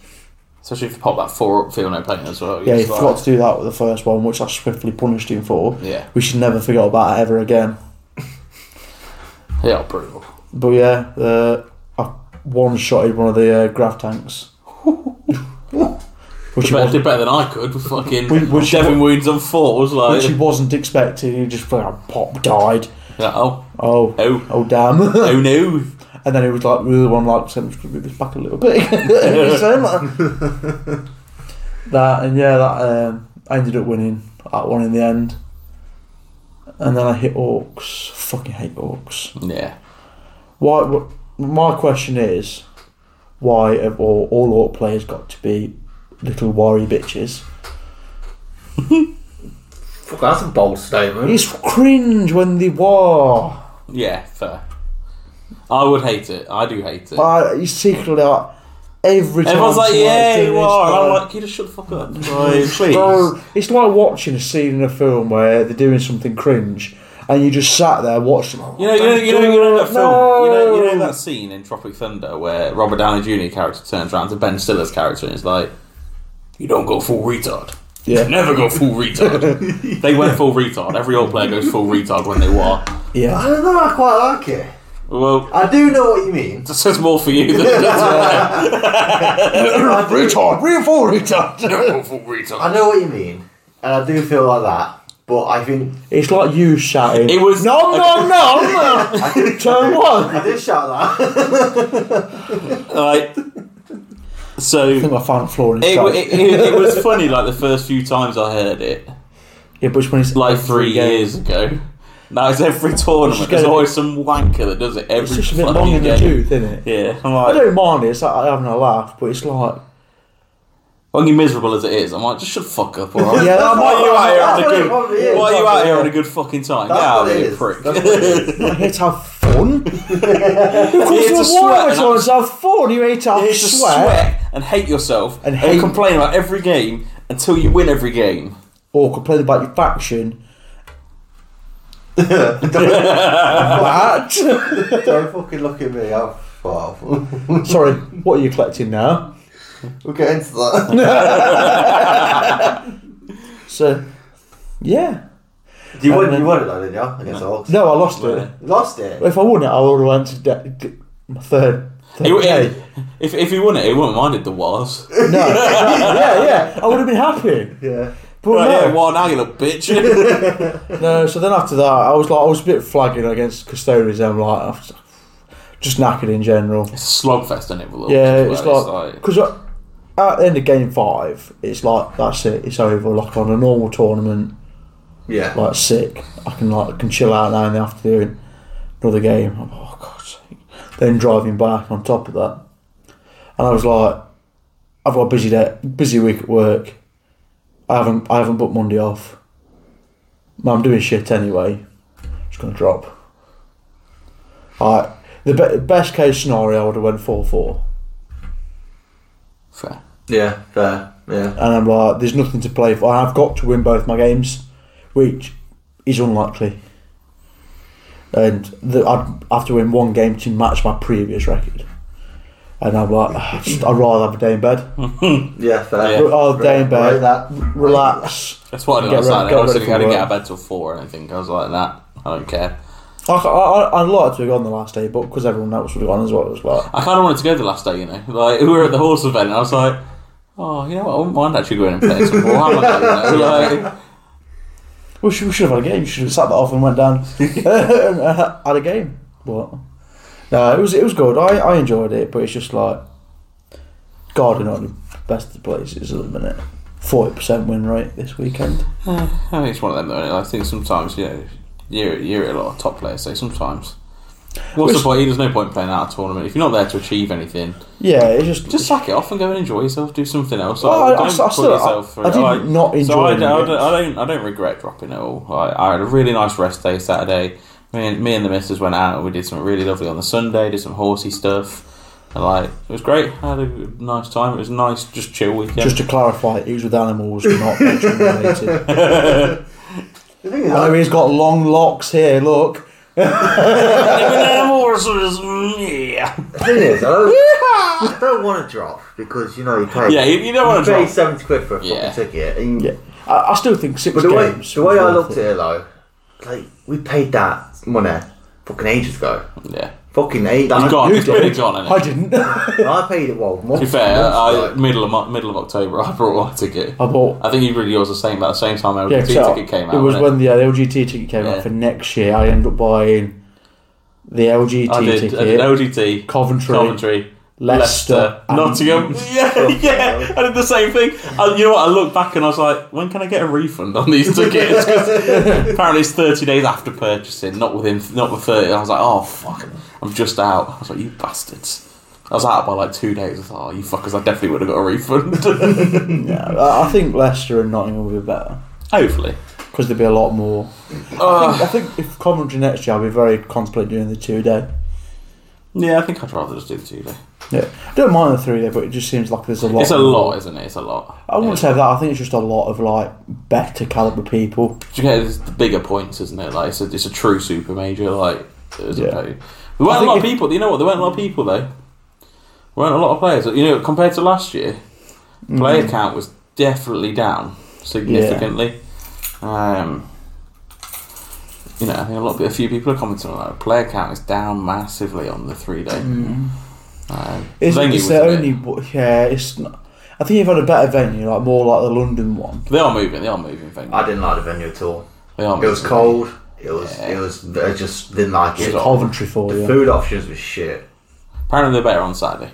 Speaker 1: Especially if you pop that four up field no pain as well.
Speaker 2: Yeah,
Speaker 1: It's
Speaker 2: he
Speaker 1: like-
Speaker 2: forgot to do that with the first one, which I swiftly punished him for.
Speaker 1: Yeah.
Speaker 2: We should never forget about it ever again.
Speaker 1: Yeah, brutal.
Speaker 2: But yeah, uh, I one shotted one of the uh, grav tanks. which,
Speaker 1: Did
Speaker 2: he
Speaker 1: better,
Speaker 2: wasn't,
Speaker 1: did better than I could. with Fucking
Speaker 2: Which- which-
Speaker 1: seven wounds on fours. Like,
Speaker 2: which he wasn't expecting, he just fucking pop died.
Speaker 1: oh,
Speaker 2: Oh,
Speaker 1: oh,
Speaker 2: oh damn.
Speaker 1: oh no.
Speaker 2: and then it was like, the other one like, said, just move this back a little bit. [laughs] So, like- that, and yeah, that um, I ended up winning that one in the end. And then I hit orcs. Fucking hate orcs.
Speaker 1: Yeah.
Speaker 2: Why? wh- My question is, why ev- or all Orc players got to be little worry bitches.
Speaker 4: Fuck, that's a bold statement.
Speaker 2: It's cringe when they war.
Speaker 1: Yeah, fair. I would hate it. I do hate it.
Speaker 2: But you secretly like every time.
Speaker 1: Everyone's like,
Speaker 2: somebody's
Speaker 1: "Yeah,
Speaker 2: doing
Speaker 1: you
Speaker 2: this,
Speaker 1: are," and I'm
Speaker 2: like,
Speaker 1: like, "Can you just shut the fuck up,
Speaker 2: [laughs] Like,
Speaker 1: please?"
Speaker 2: bro, it's like watching a scene in a film where they're doing something cringe, and you just sat there watching. Like,
Speaker 1: You know, you know, you know, you know that film. You know, you know
Speaker 2: No.
Speaker 1: that scene in Tropic Thunder where Robert Downey Jr. character turns around to Ben Stiller's character and is like, "You don't go full retard. You
Speaker 2: Yeah,
Speaker 1: never go full
Speaker 2: [laughs]
Speaker 1: retard." they went full retard. Every old player goes full retard when they war.
Speaker 2: yeah.
Speaker 4: I don't know, I quite like it.
Speaker 1: Well,
Speaker 4: I do know what you mean.
Speaker 1: that says more for you than it does
Speaker 4: I do-
Speaker 2: [laughs] Retard, real full
Speaker 1: for
Speaker 2: retard.
Speaker 1: them. Don't go full retard.
Speaker 4: I know what you mean, and I do feel like that. But I think
Speaker 2: It's like you shouting.
Speaker 1: It was-
Speaker 2: no,
Speaker 1: okay.
Speaker 2: no, no,
Speaker 4: I
Speaker 1: [laughs]
Speaker 4: did,
Speaker 2: Turn one.
Speaker 4: I did shout that. [laughs]
Speaker 1: Like, so
Speaker 2: I [laughs] think I found floor in
Speaker 1: It,
Speaker 2: it,
Speaker 1: wa- it, it, it was funny, like the first few times I heard it,
Speaker 2: Yeah, but when it's
Speaker 1: like
Speaker 2: every
Speaker 1: three
Speaker 2: game,
Speaker 1: years ago. Now it's every
Speaker 2: just
Speaker 1: tournament.
Speaker 2: gonna
Speaker 1: There's
Speaker 2: be-
Speaker 1: always some wanker that does it
Speaker 2: it's
Speaker 1: every
Speaker 2: just a bit
Speaker 1: fucking
Speaker 2: long in the
Speaker 1: game.
Speaker 2: tooth, isn't it?
Speaker 1: Yeah, I'm
Speaker 2: I
Speaker 1: like,
Speaker 2: don't mind it. It's like having a laugh, but it's like,
Speaker 1: fucking miserable as it is. I'm like, just shut the fuck up, alright?
Speaker 2: Yeah,
Speaker 1: why
Speaker 2: that's
Speaker 1: are you
Speaker 4: what-
Speaker 1: out here
Speaker 4: that's
Speaker 1: having a good?
Speaker 4: what it probably is.
Speaker 1: Why are you out
Speaker 4: That's
Speaker 1: here
Speaker 4: what
Speaker 1: having a good fucking time?
Speaker 4: That's
Speaker 1: Get out
Speaker 4: what
Speaker 1: of
Speaker 4: it
Speaker 1: here,
Speaker 4: is.
Speaker 1: prick.
Speaker 4: That's what it is.
Speaker 2: I'm here to have
Speaker 1: [laughs]
Speaker 2: fun. of course,
Speaker 1: Here to
Speaker 2: you're
Speaker 1: sweat
Speaker 2: wild.
Speaker 1: and
Speaker 2: You're to have fun. You're here to have
Speaker 1: You [laughs] just
Speaker 2: sweat.
Speaker 1: sweat and hate yourself
Speaker 2: And
Speaker 1: and,
Speaker 2: hate-
Speaker 1: complain about every game until you win every game.
Speaker 2: or complain about your
Speaker 1: [laughs]
Speaker 2: faction. But
Speaker 4: Don't fucking look at me. Oh, I'm well,
Speaker 2: sorry, what are you collecting now?
Speaker 4: [laughs] we'll get
Speaker 1: [laughs]
Speaker 4: into that.
Speaker 2: So, yeah,
Speaker 4: you won. You won it, though, didn't you? Against the Hawks.
Speaker 2: no, I lost it.
Speaker 1: Yeah.
Speaker 4: You Lost it.
Speaker 2: If I won it, I would have went to de- de- my third. third
Speaker 1: He- he-
Speaker 2: day.
Speaker 1: if, if he won it, he wouldn't minded the was.
Speaker 2: No,
Speaker 1: [laughs]
Speaker 2: no, yeah, yeah, I would have been happy.
Speaker 4: Yeah.
Speaker 2: But
Speaker 1: Right,
Speaker 2: no,
Speaker 1: yeah, well, now you little bitch. [laughs]
Speaker 2: No, Uh, so then after that, I was like, I was a bit flagging against custodians. I'm like, I was just knackered in general.
Speaker 1: It's a slogfest, isn't it? with all
Speaker 2: Yeah,
Speaker 1: sorts
Speaker 2: it's
Speaker 1: of words,
Speaker 2: like because at the end of game five, it's like that's it, it's over. Like on a normal tournament,
Speaker 4: Yeah.
Speaker 2: like sick, I can like I can chill out now in the afternoon. Another game, I'm, oh god's sake. Then driving back on top of that, and I was like, I've got a busy day, busy week at work. I haven't I haven't booked Monday off. Man, I'm doing shit anyway. Just gonna drop. Alright. The be- best case scenario, I would have went four four.
Speaker 1: fair.
Speaker 4: yeah. Fair. Yeah.
Speaker 2: and I'm like, there's nothing to play for. I've got to win both my games, which is unlikely. And the, I'd have to win one game to match my previous record. And I'm like, "Ah, just- I'd rather have a day in bed.
Speaker 4: Yeah. Fair.
Speaker 1: Yeah.
Speaker 2: Oh, day in
Speaker 4: Right,
Speaker 2: bed.
Speaker 4: that-
Speaker 2: Relax.
Speaker 1: That's what I did
Speaker 2: Get
Speaker 1: on
Speaker 2: rid-
Speaker 1: Saturday.
Speaker 2: get
Speaker 1: I was
Speaker 2: rid of
Speaker 1: thinking I didn't
Speaker 2: work.
Speaker 1: get out of bed till four or anything. I was like that. I don't care.
Speaker 2: I, I, I'd like to have gone the last day, but because everyone else would have gone as well, it was like,
Speaker 1: I kind of wanted to go the last day, you know. Like [laughs] we were at the horse event, and I was like, oh, you know what? I wouldn't mind actually going and playing some more. I'm like, you
Speaker 2: [laughs]
Speaker 1: know,
Speaker 2: we should, we should have had a game. We should have sat that off and went down [laughs] and had a game. But no, it was it was good. I, I enjoyed it, but it's just like God, we're not in the best of places at the minute. Forty percent win rate this weekend.
Speaker 1: like, I mean, it's one of them though. innit? I think sometimes you know you're you're a lot of top players, so sometimes. What's the
Speaker 2: Which-
Speaker 1: point? There's no point playing out a tournament if you're not there to achieve anything.
Speaker 2: Yeah, it's just
Speaker 1: Just sack it off and go and enjoy yourself. Do something else.
Speaker 2: Oh, I-
Speaker 1: Like,
Speaker 2: I
Speaker 1: don't
Speaker 2: s- I
Speaker 1: put
Speaker 2: still-
Speaker 1: yourself
Speaker 2: I-
Speaker 1: through
Speaker 2: I did
Speaker 1: like-
Speaker 2: not enjoy
Speaker 1: So I,
Speaker 2: the
Speaker 1: don't- I
Speaker 2: games.
Speaker 1: don't, I don't. I don't regret dropping it all. I, I had a really nice rest day Saturday. Me and me and the missus went out and we did something really lovely on the Sunday. Did some horsey stuff. And like it was great. I had a nice time. It was nice, just chill weekend. [laughs]
Speaker 2: just to clarify, he was with animals,
Speaker 4: [laughs]
Speaker 2: not vegetarian related.
Speaker 4: The thing is,
Speaker 2: I know he's got long locks here. Look,
Speaker 1: mm, yeah,
Speaker 4: the thing is, I
Speaker 1: [laughs]
Speaker 4: don't, I don't want to drop because you know you pay.
Speaker 1: yeah. You, you don't want to
Speaker 4: you pay
Speaker 1: drop.
Speaker 4: seventy quid for a fucking
Speaker 1: Yeah.
Speaker 4: ticket. And
Speaker 2: yeah, I, I still think six
Speaker 4: But the way,
Speaker 2: games.
Speaker 4: the
Speaker 2: was
Speaker 4: way I
Speaker 2: worth
Speaker 4: looked
Speaker 2: it.
Speaker 4: at it though, like we paid that money fucking ages ago.
Speaker 1: Yeah,
Speaker 4: Fucking eight.
Speaker 1: it's gone.
Speaker 2: you
Speaker 1: It's pretty
Speaker 2: did.
Speaker 1: gone.
Speaker 2: I
Speaker 1: Isn't it?
Speaker 2: didn't. [laughs] I
Speaker 4: [laughs] I paid it well.
Speaker 1: To be fair, I, middle of Mo- middle of October, [laughs] I brought my ticket.
Speaker 2: bought
Speaker 1: I think you really yours the same about the same time
Speaker 2: Yeah,
Speaker 1: LGT
Speaker 2: so
Speaker 1: ticket came out.
Speaker 2: It was
Speaker 1: wasn't
Speaker 2: when the, uh, the LGT ticket came
Speaker 1: Yeah.
Speaker 2: out for next year. I ended up buying the LGT
Speaker 1: I did,
Speaker 2: ticket,
Speaker 1: I did LGT,
Speaker 2: Coventry,
Speaker 1: Coventry,
Speaker 2: Leicester,
Speaker 1: Leicester,
Speaker 2: and- [laughs]
Speaker 1: Nottingham. [laughs] Yeah, yeah. I did the same thing. And you know what? I looked back and I was like, when can I get a refund on
Speaker 2: [laughs]
Speaker 1: these tickets? 'Cause apparently it's thirty days after purchasing, not within, not the thirty. I was like, oh fuck, I'm just out. I was like, you bastards. I was out by like two days. I thought, oh, you fuckers, I definitely would have got a refund. [laughs]
Speaker 2: Yeah, I I think Leicester and Nottingham will be better
Speaker 1: Hopefully.
Speaker 2: because there'll be a lot more.
Speaker 1: Uh,
Speaker 2: I think if Coventry next year, I'll be very contemplating doing the two day.
Speaker 1: yeah, I think I'd rather just do the two day.
Speaker 2: Yeah, I don't mind the three day, but it just seems like there's a lot.
Speaker 1: It's a lot, isn't it? It's a lot.
Speaker 2: I wouldn't say that. I think it's just a lot of like better caliber people.
Speaker 1: Do you get it's the bigger points, isn't it? Like it's a, it's a true super major. Like as
Speaker 2: Yeah.
Speaker 1: opposed- there weren't a
Speaker 2: think
Speaker 1: lot of
Speaker 2: if-
Speaker 1: people. You know what? There weren't a lot of people though. There weren't a lot of players. You know, compared to last year,
Speaker 2: Mm-hmm.
Speaker 1: player count was definitely down significantly. Um, you know, I think a lot. Of, a few people are commenting on that. Player count is down massively on the three day. Um,
Speaker 2: Is
Speaker 1: venue
Speaker 2: Mm-hmm. it? It's
Speaker 1: was
Speaker 2: the
Speaker 1: a bit-
Speaker 2: only. but Yeah, it's. Not, I think you've had a better venue, like more like the London one.
Speaker 1: They are moving. They are moving. Venue.
Speaker 4: I didn't like the venue at all.
Speaker 1: They are.
Speaker 4: It was
Speaker 1: moving.
Speaker 4: cold. It was.
Speaker 1: Yeah.
Speaker 4: It was. I just didn't like it.
Speaker 1: Shit.
Speaker 2: Coventry for
Speaker 4: The
Speaker 2: you.
Speaker 4: food options was shit.
Speaker 1: Apparently, they're better on Saturday.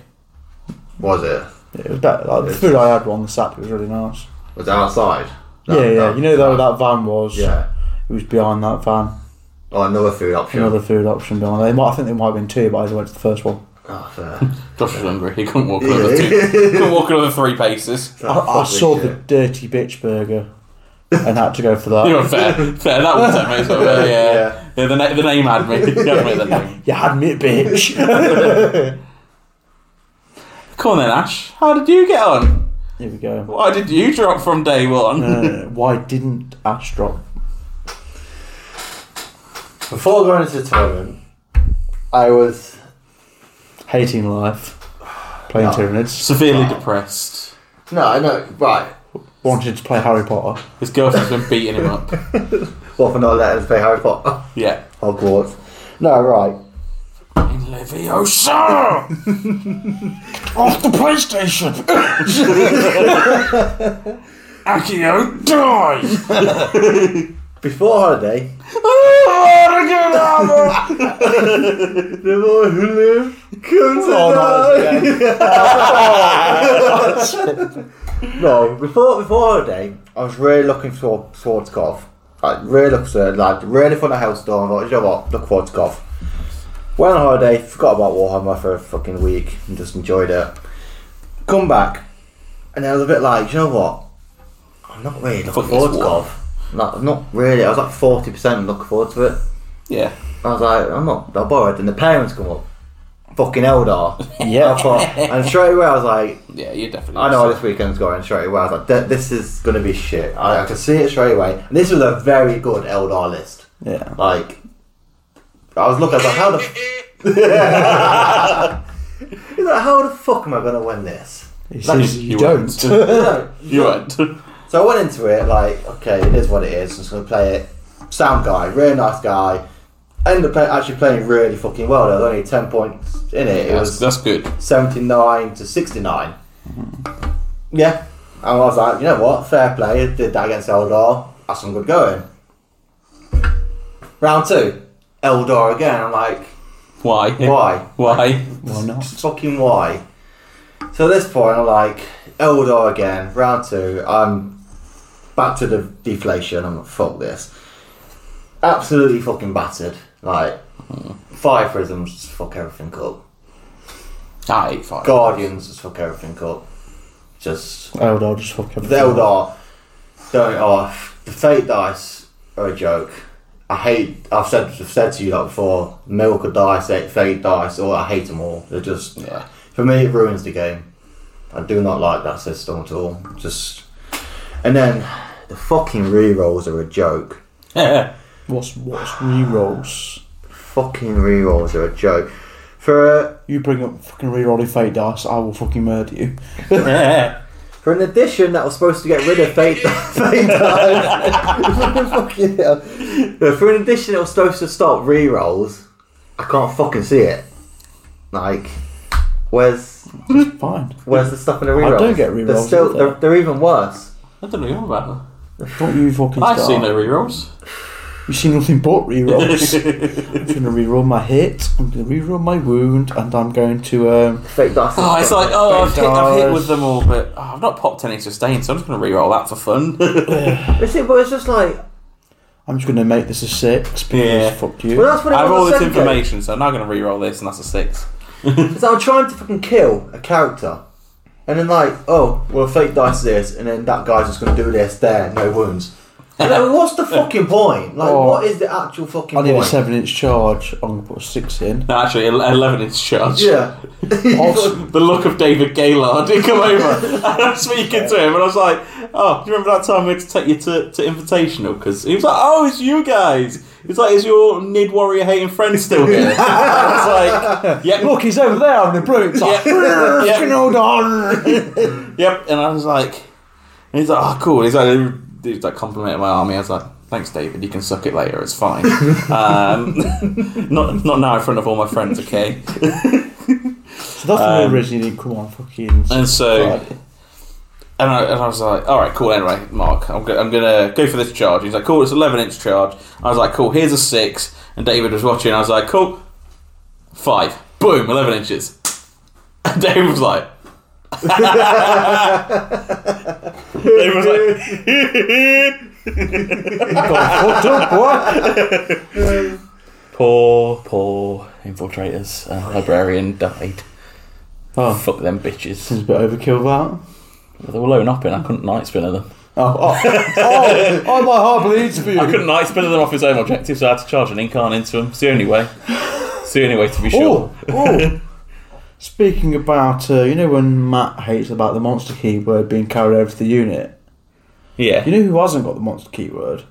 Speaker 4: Was it?
Speaker 2: It was better. Like, the food I had on the Saturday was really nice.
Speaker 4: Was it outside? That-
Speaker 2: yeah, yeah.
Speaker 4: that-
Speaker 2: you know that, that van was.
Speaker 4: Yeah.
Speaker 2: It was behind that van.
Speaker 4: Oh, another food option.
Speaker 2: Another food option behind. They might. I think they might have been two, but I only went to the first one.
Speaker 4: Oh,
Speaker 2: [laughs]
Speaker 4: fair.
Speaker 1: Josh was hungry. He couldn't walk another two. couldn't walk another three
Speaker 4: [laughs]
Speaker 1: paces.
Speaker 2: I, I
Speaker 4: Fuck this
Speaker 2: saw the
Speaker 4: shit.
Speaker 2: dirty bitch burger, and had to go for [laughs]
Speaker 1: You know,
Speaker 2: that.
Speaker 1: fair, fair. That was that mate. So, uh, yeah.
Speaker 4: Yeah.
Speaker 1: yeah. the, na- the name had me. You had me the name.
Speaker 2: you had me, [laughs] bitch.
Speaker 1: Come on then, Ash. How did you get on?
Speaker 2: Here we go.
Speaker 1: Why did you drop from day one?
Speaker 2: Uh, why didn't Ash drop?
Speaker 4: Before going into the tournament, I was
Speaker 2: Hating life, playing
Speaker 4: No.
Speaker 2: Tyranids,
Speaker 1: Severely depressed.
Speaker 4: no, no, right.
Speaker 2: wanted to play Harry Potter.
Speaker 1: His girlfriend's been beating him up.
Speaker 4: What for not letting us play Harry Potter? [laughs]
Speaker 1: Yeah.
Speaker 4: Hogwarts. No, right.
Speaker 1: In Leviosa!
Speaker 2: Off the PlayStation.
Speaker 1: Accio, die!
Speaker 4: Before holiday, the boy who lives comes
Speaker 2: Oh, no,
Speaker 4: alive. [laughs] No, before before holiday, I was really looking for towards golf. Like really looking for like really for the house door. I thought, you know what, look towards golf. Went on holiday, forgot about Warhammer for a fucking week, and just enjoyed it. Come back, and I was a bit like, you know what, I'm not really looking
Speaker 1: Fuck
Speaker 4: forward to
Speaker 1: this
Speaker 4: golf. Not not really. I was like forty percent looking forward to it.
Speaker 1: [laughs] Yeah.
Speaker 4: I was like, I'm not that bothered. And the parents come up, fucking Eldar.
Speaker 2: [laughs] Yeah.
Speaker 4: I thought, and straight away I was like.
Speaker 1: Yeah, you're definitely.
Speaker 4: I know this weekend's going straight away. I was like, "Th- this is going to be shit. I, I can see it straight away. And this was a very good Eldar list.
Speaker 2: Yeah.
Speaker 4: Like, I was looking, I was like, how the. [laughs] It's like, how the fuck am I going to win this?
Speaker 2: He
Speaker 1: You,
Speaker 2: says you,
Speaker 1: you
Speaker 2: don't.
Speaker 1: won't.
Speaker 2: [laughs]
Speaker 4: No.
Speaker 1: [laughs] you won't.
Speaker 4: [laughs] So I went into it like, okay, it is what it is. I'm just going to play it. Sound guy, really nice guy. Ended up play, actually playing really fucking well. There was only 10 points in it. It
Speaker 1: That's,
Speaker 4: was
Speaker 1: that's good.
Speaker 4: 79 to 69.
Speaker 1: Mm-hmm.
Speaker 4: Yeah. And I was like, you know what? Fair play. Did that against Eldar. That's some good going. Round two. Eldar again. I'm like,
Speaker 1: Why?
Speaker 4: why?
Speaker 1: Why?
Speaker 2: Why not?
Speaker 4: Fucking why? So at this point, I'm like, Eldar again. Round two. I'm back to the deflation. I'm like, fuck this. Absolutely fucking battered. Like, fire prisms just fuck everything up.
Speaker 1: I hate fire.
Speaker 4: Guardians just fuck everything up. Just
Speaker 2: Eldar just fuck everything.
Speaker 4: Zeldar don't off. The fate dice are a joke. I hate. I've said I've said to you like before. Milk or dice, eh, fate dice, or I hate them all. They're just
Speaker 1: Yeah.
Speaker 4: for me. It ruins the game. I do not like that system at all. Just and then the fucking rerolls are a joke.
Speaker 1: [laughs] Yeah. [laughs]
Speaker 2: What's what's rerolls?
Speaker 4: Fucking rerolls are a joke. For a,
Speaker 2: You bring up fucking rerolling fate dice, I will fucking murder you.
Speaker 4: For an addition that was supposed to get rid of Fate, [laughs] fate Dive. [laughs] fucking hell. No, for an addition that was supposed to stop re-rolls, I can't fucking see it. Like, where's
Speaker 2: It's fine.
Speaker 4: where's the stuff in the re-rolls?
Speaker 2: don't get
Speaker 4: They're
Speaker 2: re-rolls,
Speaker 4: still
Speaker 2: do they?
Speaker 4: they're, they're even worse.
Speaker 1: I don't know about that.
Speaker 2: Don't you fucking
Speaker 1: I've
Speaker 2: start.
Speaker 1: seen no rerolls.
Speaker 2: You see nothing but
Speaker 1: [laughs]
Speaker 2: rerolls. I'm gonna reroll my hit. I'm gonna reroll my wound, and I'm going to. Um,
Speaker 4: Fate Dice.
Speaker 1: Oh, it's like oh, I've hit, I've hit
Speaker 2: Dice.
Speaker 1: with them all, but oh, I've not popped any sustained, so I'm just going to reroll that for fun. [laughs]
Speaker 4: It's it, but it's just like
Speaker 2: I'm just gonna make this a six because
Speaker 1: Yeah.
Speaker 2: fuck
Speaker 4: well,
Speaker 2: you.
Speaker 4: that's what it
Speaker 1: I have all
Speaker 4: was
Speaker 1: this
Speaker 4: the second game.
Speaker 1: information, so I'm now going to reroll this, and that's a six.
Speaker 4: Because I'm trying to fucking kill a character, and then like, oh, well, fake dice is this, and then that guy's just gonna do this there, no wounds. And I mean, what's the fucking point? Like,
Speaker 2: Oh.
Speaker 4: what is the actual fucking
Speaker 2: I need a
Speaker 4: point?
Speaker 2: seven inch charge. I'm gonna put a six in.
Speaker 1: No, actually, ele- 11 inch charge. [laughs]
Speaker 4: Yeah.
Speaker 2: Awesome.
Speaker 1: The look of David [laughs] Gaylord did come over and I was speaking to him, and I was like, Oh, do you remember that time we had to take you to, to Invitational? Because he was like, Oh, it's you guys. He's like, Is your Nid Warrior hating friend still here? [laughs] And I was like, Yep,
Speaker 2: Look, he's over there on the brute. It's like,
Speaker 1: Yeah.
Speaker 2: [laughs] fucking hold on.
Speaker 1: yep. And I was like, And he's like, Oh, cool. He's like, He's like complimenting my army. I was like, Thanks, David. You can suck it later. It's fine. um, [laughs] not, not now in front of all my friends, okay? [laughs]
Speaker 2: So that's um, the originally need. Come
Speaker 1: [laughs]
Speaker 2: on, fucking.
Speaker 1: And so,
Speaker 2: Friday.
Speaker 1: and I, and I was like, all right, cool. Anyway, Mark, I'm, go- I'm gonna go for this charge. He's like, cool. It's 11 inch charge. I was like, cool. Here's a six. And David was watching. I was like, cool. Five. Boom. 11 inches. [laughs] And David was like. David was like,
Speaker 2: Got fucked up, boy.
Speaker 1: [laughs] poor, poor infiltrators. A librarian died.
Speaker 2: Oh.
Speaker 1: [laughs] Fuck them bitches.
Speaker 2: Seems a bit overkill, that.
Speaker 1: They were loading up in. I couldn't night spinner them.
Speaker 2: Oh,
Speaker 1: [laughs]
Speaker 2: oh, oh, oh, my heart bleeds for
Speaker 1: I
Speaker 2: you.
Speaker 1: couldn't night spinner them off his own objective, so I had to charge an incarn into him. It's the only way. It's the only way to be sure.
Speaker 2: Oh, oh. [laughs] Speaking about, uh, you know, when Matt hates about the monster keyword being carried over to the unit,
Speaker 1: Yeah.
Speaker 2: you know who hasn't got the monster keyword?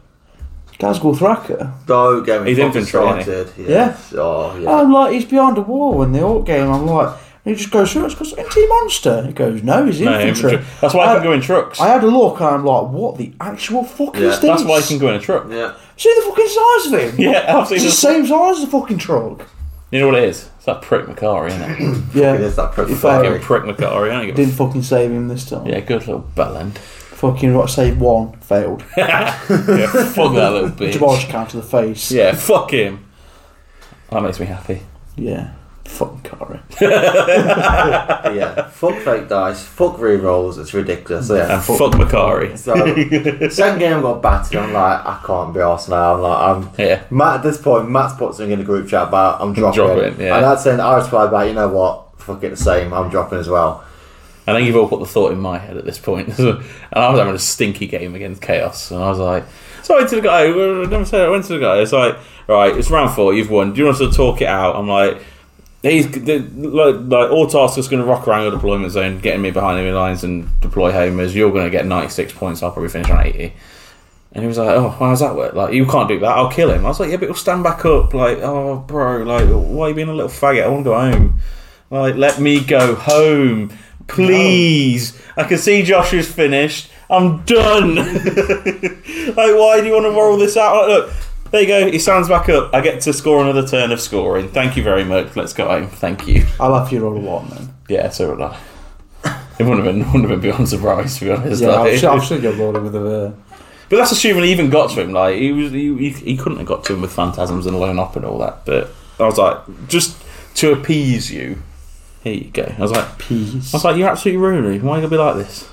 Speaker 2: Gazgul Thracker.
Speaker 4: Don't get me
Speaker 1: He's
Speaker 4: fucking
Speaker 1: infantry, ain't he?
Speaker 4: started.
Speaker 2: Yeah.
Speaker 4: Oh, yeah.
Speaker 2: I'm like, he's behind a wall in the orc game. I'm like, and he just goes through, it's because anti monster. He goes, no, he's
Speaker 1: No,
Speaker 2: infantry.
Speaker 1: infantry. That's why I, can go in trucks.
Speaker 2: I had a look and I'm like, what the actual fuck
Speaker 4: Yeah,
Speaker 2: is this?
Speaker 1: That's why I can go in a truck.
Speaker 4: yeah.
Speaker 2: See the fucking size of him?
Speaker 1: [laughs] Yeah,
Speaker 2: It's
Speaker 1: absolutely.
Speaker 2: the same size as the fucking truck.
Speaker 1: You know what it is? It's that prick Macari,
Speaker 2: [clears throat]
Speaker 1: isn't it?
Speaker 2: Yeah.
Speaker 4: There's that pretty
Speaker 2: Fucking
Speaker 1: Fucking prick Macari. I don't give a
Speaker 2: Didn't fucking save him this time.
Speaker 1: Yeah, good little
Speaker 2: [laughs]
Speaker 1: bellend.
Speaker 2: Fucking right, save one, failed.
Speaker 1: Yeah, fuck that little [laughs] bitch.
Speaker 2: Jabal's count to the face.
Speaker 1: Yeah, fuck him. That makes me happy.
Speaker 2: Yeah. Fucking Kara.
Speaker 4: yeah. Fuck fake dice. Fuck rerolls. It's ridiculous. So, yeah.
Speaker 1: And fuck Macari.
Speaker 4: So, second game I got battered. I'm like, I can't be arsed now. I'm like, I'm.
Speaker 1: Yeah.
Speaker 4: Matt, at this point, Matt's put something in the group chat about I'm dropping.
Speaker 1: Dropping, yeah.
Speaker 4: And I'd said, I replied back, you know what? Fuck it, the same. I'm dropping as well.
Speaker 1: I think you've all put the thought in my head at this point. [laughs] and I was having a stinky game against Chaos, and I was like, so I went to the guy. I never said it. I went to the guy. It's like, right, it's round four. You've won. Do you want us to talk it out? I'm like, he's the, like, like all taskers going to rock around your deployment zone, getting me behind enemy lines and deploy homers. You're going to get 96 points. I'll probably finish on 80. And he was like, "Oh, how's that work? Like, you can't do that. I'll kill him." I was like, "Yeah, but he'll stand back up." Like, "Oh, bro, like, why are you being a little faggot? I want to go home." Like, let me go home, please. I can see Josh is finished. I'm done. [laughs] like, why do you want to roll this out? Like, look, there you go. He stands back up. I get to score another turn of scoring. Thank you very much. Let's go home. Thank you.
Speaker 2: I'll have you roll a one [laughs] then.
Speaker 1: Yeah, so would I. It wouldn't have been wouldn't have been beyond surprise to be honest.
Speaker 2: Yeah,
Speaker 1: Like,
Speaker 2: I'll, sh- I'll show you rolling with a. uh,
Speaker 1: but that's assuming he even got to him. Like he was, he, he, he couldn't have got to him with phantasms and lone up and all that. But I was like, just to appease you, here you go. I was like, I
Speaker 2: Peas.
Speaker 1: was like, you're absolutely ruining. me. Why are you gonna be like this?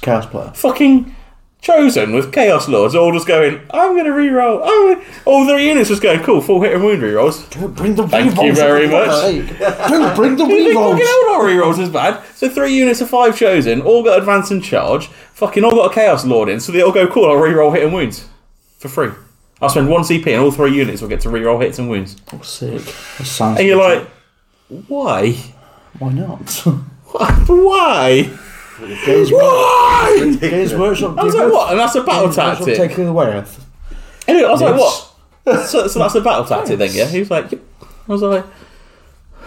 Speaker 2: Chaos player.
Speaker 1: Fucking chosen with chaos lords, all just going. I'm gonna reroll. I'm gonna-" all the units just going cool. Full hit and wound rerolls.
Speaker 2: Don't bring the
Speaker 1: Thank
Speaker 2: rerolls
Speaker 1: you
Speaker 2: in,
Speaker 1: very
Speaker 2: for fuck's
Speaker 1: much. [laughs]
Speaker 2: sake. Don't bring the
Speaker 1: Fucking
Speaker 2: rerolls.
Speaker 1: hell, not rerolls is bad. So three units of five chosen, all got advance and charge. Fucking all got a chaos lord in, so they all go cool. I'll reroll hit and wounds for free. I'll spend one CP and all three units will get to reroll hits and wounds.
Speaker 2: Oh, sick. That sounds
Speaker 1: And you're
Speaker 2: good.
Speaker 1: like, why? [laughs]
Speaker 2: why not?
Speaker 1: Why?
Speaker 2: Games,
Speaker 1: Why?
Speaker 2: Games Workshop.
Speaker 1: I was like, what? And that's a battle tactic.
Speaker 2: Take the Wereth.
Speaker 1: Anyway, I was like,
Speaker 2: Yes.
Speaker 1: what? So, so that's a battle tactic then, yeah? He was like, yep. I was like, [laughs]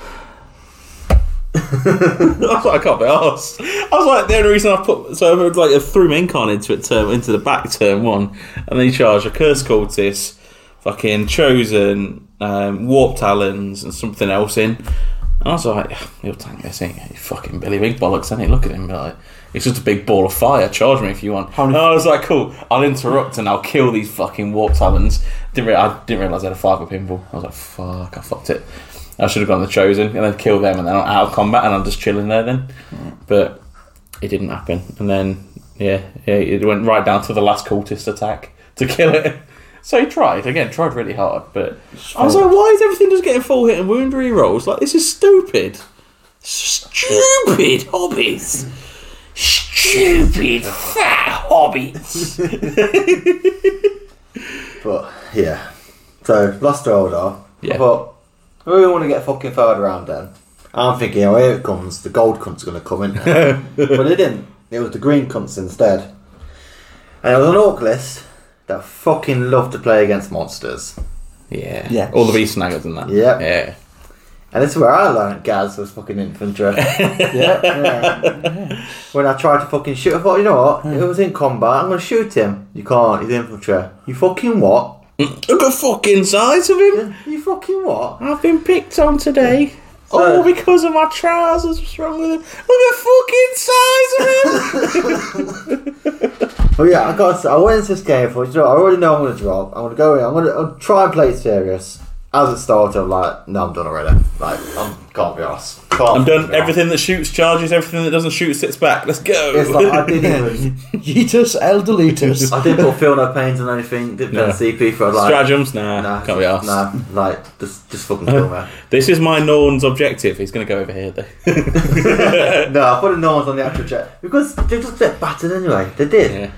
Speaker 1: I was like, I can't be asked. I was like, the only reason I put so I like I threw my incarn into it term into the back turn one, and then he charged a curse cultist, fucking chosen, um, warp talons, and something else in. And I was like, he'll tank this, ain't he? You fucking Billy Big Bollocks, ain't he? Look at him, like, he's just a big ball of fire. Charge me if you want.
Speaker 2: many-
Speaker 1: and I was like, cool, I'll interrupt and I'll kill these fucking warp talons. Didn't re- I didn't realise I had a five up pinball. I was like, fuck, I fucked it. I should have gone the chosen and then kill them and then I'm out of combat and I'm just chilling there then. But it didn't happen. And then, yeah, yeah, it [laughs] went right down to the last cultist attack to kill it. So he tried again, tried really hard, but I was like, why is everything just getting full hit and wound re-rolls? Like this is stupid, stupid hobbies, stupid fat hobbies.
Speaker 4: But yeah. So lost to Eldar.
Speaker 1: Yeah.
Speaker 4: But we really want to get fucking third round then. I'm thinking, oh here it comes, the gold cunt's
Speaker 1: [laughs]
Speaker 4: gonna come in now. but it didn't. It was the green cunts instead. And it was an orc list that fucking loved to play against monsters.
Speaker 1: Yeah,
Speaker 2: Yeah.
Speaker 1: All the beast snaggers and that.
Speaker 4: Yep.
Speaker 1: yeah.
Speaker 4: And this is where I learned Gaz was fucking infantry.
Speaker 1: [laughs]
Speaker 2: Yeah.
Speaker 4: Yeah. When I tried to fucking shoot, I thought, you know what? It was in combat. I'm gonna shoot him. You can't. He's infantry. You fucking what?
Speaker 1: Look at fucking size of him.
Speaker 4: You fucking what?
Speaker 1: I've been picked on today.
Speaker 4: So-
Speaker 1: All because of my trousers. What's wrong with them? Look at fucking
Speaker 4: [laughs]
Speaker 1: size of them.
Speaker 4: Oh yeah, I got. I went into this game for you know. I already know I'm gonna drop. I'm gonna go in. I'm gonna I'll try and play it serious. As a starter, I'm like, no, I'm done already. Like, I can't be arsed. Can't
Speaker 1: I'm
Speaker 4: be
Speaker 1: done.
Speaker 4: arsed.
Speaker 1: Everything that shoots charges. Everything that doesn't shoot sits back. Let's go. [laughs]
Speaker 4: It's like I didn't even.
Speaker 2: Yeetus el deletus.
Speaker 4: I didn't put feel no pains on anything. Didn't
Speaker 1: No.
Speaker 4: no. CP for like.
Speaker 1: Stratagems? Nah,
Speaker 4: Nah,
Speaker 1: can't be asked.
Speaker 4: Nah, like just
Speaker 1: [laughs]
Speaker 4: just fucking kill me.
Speaker 1: This is my Norn's objective. He's going to go over here, though.
Speaker 4: No, I put a nose on the actual jet because they just get battered anyway. They
Speaker 1: [laughs]
Speaker 4: did.
Speaker 1: yeah.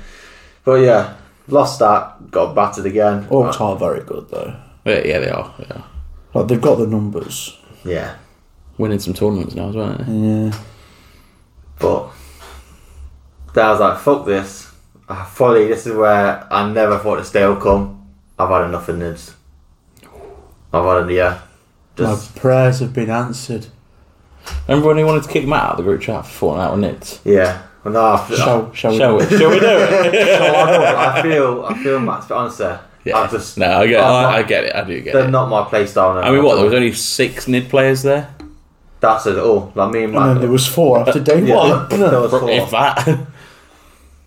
Speaker 4: But yeah, lost that, got battered again. Uh,
Speaker 2: Orcs are Oh, very good though.
Speaker 1: Yeah, yeah, they are. They are.
Speaker 2: Like they've got the numbers.
Speaker 4: yeah,
Speaker 1: Winning some tournaments now as well, aren't they?
Speaker 2: Yeah.
Speaker 4: but then I was like, fuck this. I fully, this is where I never thought this day would come. I've had enough of nibs. I've had enough, yeah. Just,
Speaker 2: My prayers have been answered.
Speaker 1: Remember when he wanted to kick Matt out of the group chat for falling out on it?
Speaker 4: yeah. Well, no, I feel,
Speaker 2: Shall shall we?
Speaker 1: Shall we? Shall we do it?
Speaker 4: [laughs] I feel, I feel Max, but honestly,
Speaker 1: Yeah.
Speaker 4: I just,
Speaker 1: no, I get,
Speaker 4: I'm
Speaker 1: I,
Speaker 4: not-
Speaker 1: I get it. I do get
Speaker 4: they're
Speaker 1: it.
Speaker 4: not my playstyle.
Speaker 1: I mean, what? There was only six NID players there.
Speaker 4: That's it all. Like me and Matt.
Speaker 2: And then there
Speaker 4: [coughs]
Speaker 2: was four after day
Speaker 1: [laughs]
Speaker 4: yeah,
Speaker 2: one.
Speaker 4: there was four.
Speaker 1: If that. [laughs]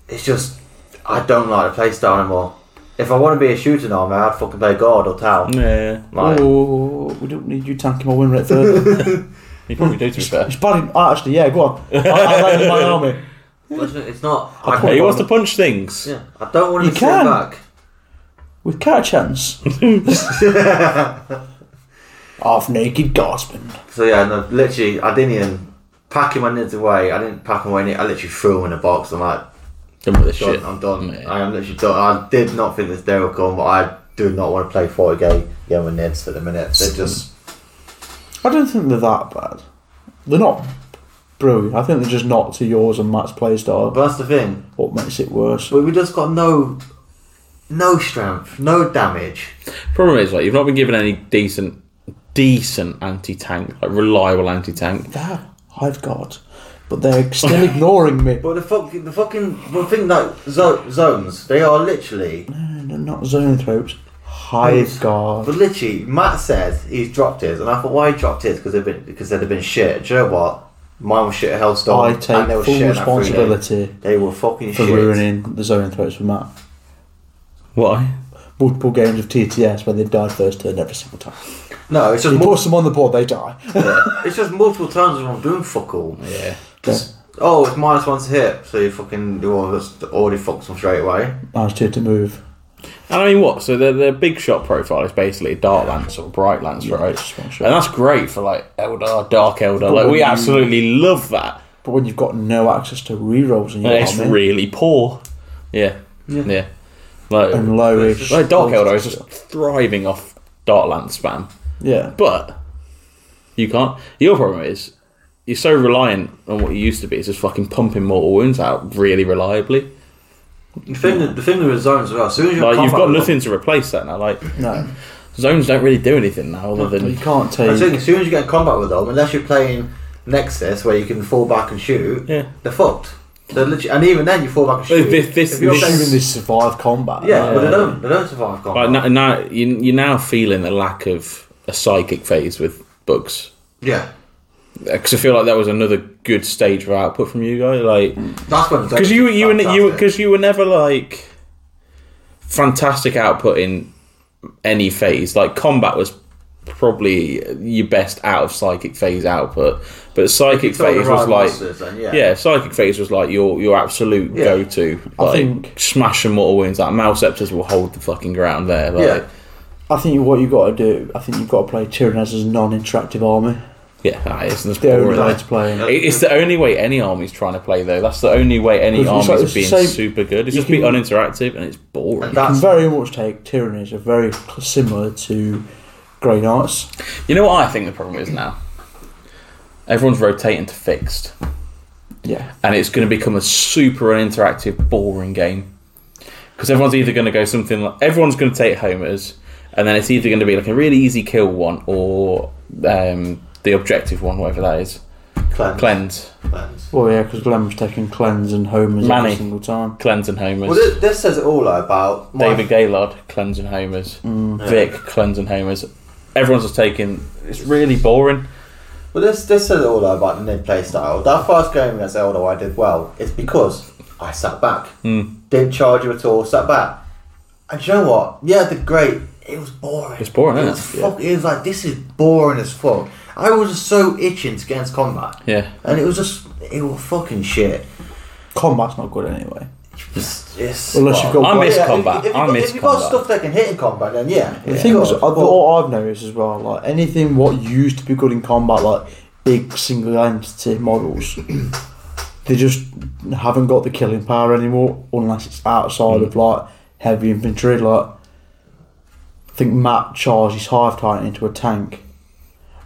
Speaker 4: it's just I don't like the playstyle anymore. If I want to be a shooting army, I'd fucking play guard or Tal.
Speaker 1: yeah.
Speaker 4: Like,
Speaker 2: Oh, we don't need you tanking my win rate further.
Speaker 1: You probably do, to be fair.
Speaker 4: [laughs]
Speaker 2: it's bad. in- ah, actually, yeah, go on. I, I like my army.
Speaker 4: listen, it's not. I,
Speaker 1: Yeah,
Speaker 4: don't
Speaker 1: he wants
Speaker 4: want
Speaker 1: to punch things.
Speaker 4: yeah, I don't want to
Speaker 2: You
Speaker 4: be
Speaker 2: can.
Speaker 4: sitting back.
Speaker 2: We got a chance. Half naked gasping.
Speaker 4: So yeah, no, literally, I didn't even pack him my nibs away. I didn't pack him away. I literally threw him in a box. I'm like,
Speaker 1: Done with this
Speaker 4: done,
Speaker 1: shit.
Speaker 4: I'm done.
Speaker 1: Yeah.
Speaker 4: I am literally done. I did not think this day would come, but I do not want to play 40k game with nibs at the minute. They're just
Speaker 2: I don't think they're that bad. They're not brilliant. I think they're just not to yours and Matt's playstyle.
Speaker 4: but that's the thing.
Speaker 2: What makes it worse?
Speaker 4: But we just got no, no strength, no damage.
Speaker 1: Problem is, like, you've not been given any decent, decent anti-tank, like reliable anti-tank.
Speaker 2: That I've got, but they're still ignoring me.
Speaker 4: But the fuck, the fucking the thing like zo- zones, they are literally.
Speaker 2: No, not zone throats. Hive guard.
Speaker 4: But literally, Matt said he's dropped his, and I thought why he dropped his because they've been because they'd have been shit. Do you know what? Mine was shit at Hellstorm.
Speaker 2: I take
Speaker 4: and they were
Speaker 2: full
Speaker 4: shit at that three day.
Speaker 2: responsibility
Speaker 4: They were fucking
Speaker 2: for
Speaker 4: shit.
Speaker 2: ruining the zone throats for Matt.
Speaker 1: Why?
Speaker 2: Multiple games of TTS where they've died first turn every single time.
Speaker 4: No, it's just
Speaker 2: You
Speaker 4: mul-
Speaker 2: push them on the board,
Speaker 1: [laughs]
Speaker 2: they die.
Speaker 4: yeah. it's just multiple times when I'm doing fuck all.
Speaker 1: Yeah.
Speaker 2: Just
Speaker 4: Oh, it's minus one to hit, so you fucking you all just already fucks them straight away.
Speaker 2: minus two to move.
Speaker 1: And I mean, what? So their, their big shot profile is basically a Dark Lance or Bright Lance, right?
Speaker 2: it's one shot.
Speaker 1: And that's great for like Eldar, Dark Eldar. Like we
Speaker 2: when you-
Speaker 1: absolutely love that.
Speaker 2: But when you've got no access to rerolls in your
Speaker 1: And it's
Speaker 2: army,
Speaker 1: really poor. Yeah.
Speaker 4: Yeah.
Speaker 1: Yeah. Like,
Speaker 2: and lowish.
Speaker 1: like Dark Eldar is just thriving off Dark Lance spam.
Speaker 2: yeah.
Speaker 1: But you can't. Your problem is you're so reliant on what you used to be. It's just fucking pumping mortal wounds out really reliably.
Speaker 4: The thing, the thing with zones as well. As soon as you're
Speaker 1: Like
Speaker 4: in
Speaker 1: you've
Speaker 4: combat
Speaker 1: got
Speaker 4: with them-
Speaker 1: nothing to replace that now. Like
Speaker 2: No,
Speaker 1: zones don't really do anything now other
Speaker 2: you
Speaker 1: than
Speaker 2: can't
Speaker 4: I think
Speaker 2: take.
Speaker 4: as soon as you get in combat with them, unless you're playing Nexus where you can fall back and shoot,
Speaker 1: Yeah.
Speaker 4: they're fucked. They're literally, and even then you fall back and shoot.
Speaker 1: This- this-
Speaker 4: If you're
Speaker 1: this-
Speaker 4: playing-
Speaker 2: Assuming they survive combat.
Speaker 4: yeah, but they
Speaker 1: Yeah.
Speaker 4: don't. They don't survive combat.
Speaker 1: But now, now you, you're now feeling the lack of a psychic phase with bugs
Speaker 4: yeah,
Speaker 1: because I feel like that was another good stage of output from you guys. Like
Speaker 4: that's when
Speaker 1: because you you were you because you were never like fantastic output in any phase. Like combat was probably your best out of psychic phase output. But psychic
Speaker 4: It's all the
Speaker 1: phase was like
Speaker 4: right monsters then, yeah.
Speaker 1: yeah, psychic phase was like your your absolute
Speaker 4: Yeah.
Speaker 1: go to.
Speaker 2: I
Speaker 1: Like
Speaker 2: think-
Speaker 1: smashing mortal wounds. Like Malceptors will hold the fucking ground there. Like,
Speaker 4: Yeah.
Speaker 1: yeah,
Speaker 2: I think what you've got to do, I think you've got to play Tyranaz as a non-interactive army.
Speaker 1: ah, it's, it's,
Speaker 2: The only
Speaker 1: boring.
Speaker 2: way to play. him.
Speaker 1: It- it's the only way any army's trying to play though. That's the only way any
Speaker 2: It's-
Speaker 1: army's
Speaker 2: it's like- it's
Speaker 1: being
Speaker 2: the same-
Speaker 1: super good. It's
Speaker 2: you
Speaker 1: just be
Speaker 2: can-
Speaker 1: uninteractive and it's boring.
Speaker 4: And
Speaker 2: You can
Speaker 4: That's-
Speaker 2: very much take Tyranaz are very cl- similar to Grey Knights.
Speaker 1: You know what I think the problem is now? Everyone's rotating to fixed,
Speaker 2: Yeah.
Speaker 1: and it's going to become a super uninteractive, boring game. Because everyone's either going to go something like everyone's going to take homers, and then it's either going to be like a really easy kill one or um, the objective one, whatever that is.
Speaker 4: Cleanse.
Speaker 1: Cleanse,
Speaker 4: Cleanse.
Speaker 2: Well, yeah, because Glenn was taking Cleanse and Homers
Speaker 1: Manny.
Speaker 2: every single time.
Speaker 1: cleanse, and homers.
Speaker 4: Well, this, this says it all though, about my-
Speaker 1: David Gaylord, cleanse and homers.
Speaker 4: Yeah.
Speaker 1: Vic, cleanse and homers. Everyone's just taking. It's really boring.
Speaker 4: But this this says it all though about the mid play style. That first game against Eldo I did well. It's because I sat back,
Speaker 2: Hmm.
Speaker 4: didn't charge you at all, sat back. And do you know what? Yeah, I did great. It was boring.
Speaker 1: It's boring,
Speaker 4: It
Speaker 1: isn't
Speaker 4: was
Speaker 1: it?
Speaker 4: fuck. It was like this is boring as fuck. I was just so itching to get into combat,
Speaker 1: Yeah.
Speaker 4: and it was just it was fucking shit.
Speaker 2: Combat's not good anyway.
Speaker 4: It's, it's-
Speaker 2: Unless you've got I
Speaker 1: miss
Speaker 4: if-
Speaker 1: combat.
Speaker 4: If, you've
Speaker 1: I
Speaker 4: got-
Speaker 1: miss
Speaker 4: if you've got
Speaker 1: combat.
Speaker 4: stuff that can hit in combat, then yeah.
Speaker 2: The
Speaker 4: yeah.
Speaker 2: thing was,
Speaker 4: But-
Speaker 2: I- what I've noticed as well, like anything what used to be good in combat, like big single entity models, [clears throat] they just haven't got the killing power anymore unless it's outside
Speaker 4: Mm.
Speaker 2: of like heavy infantry. Like, I think Matt charged his Hive Titan into a tank.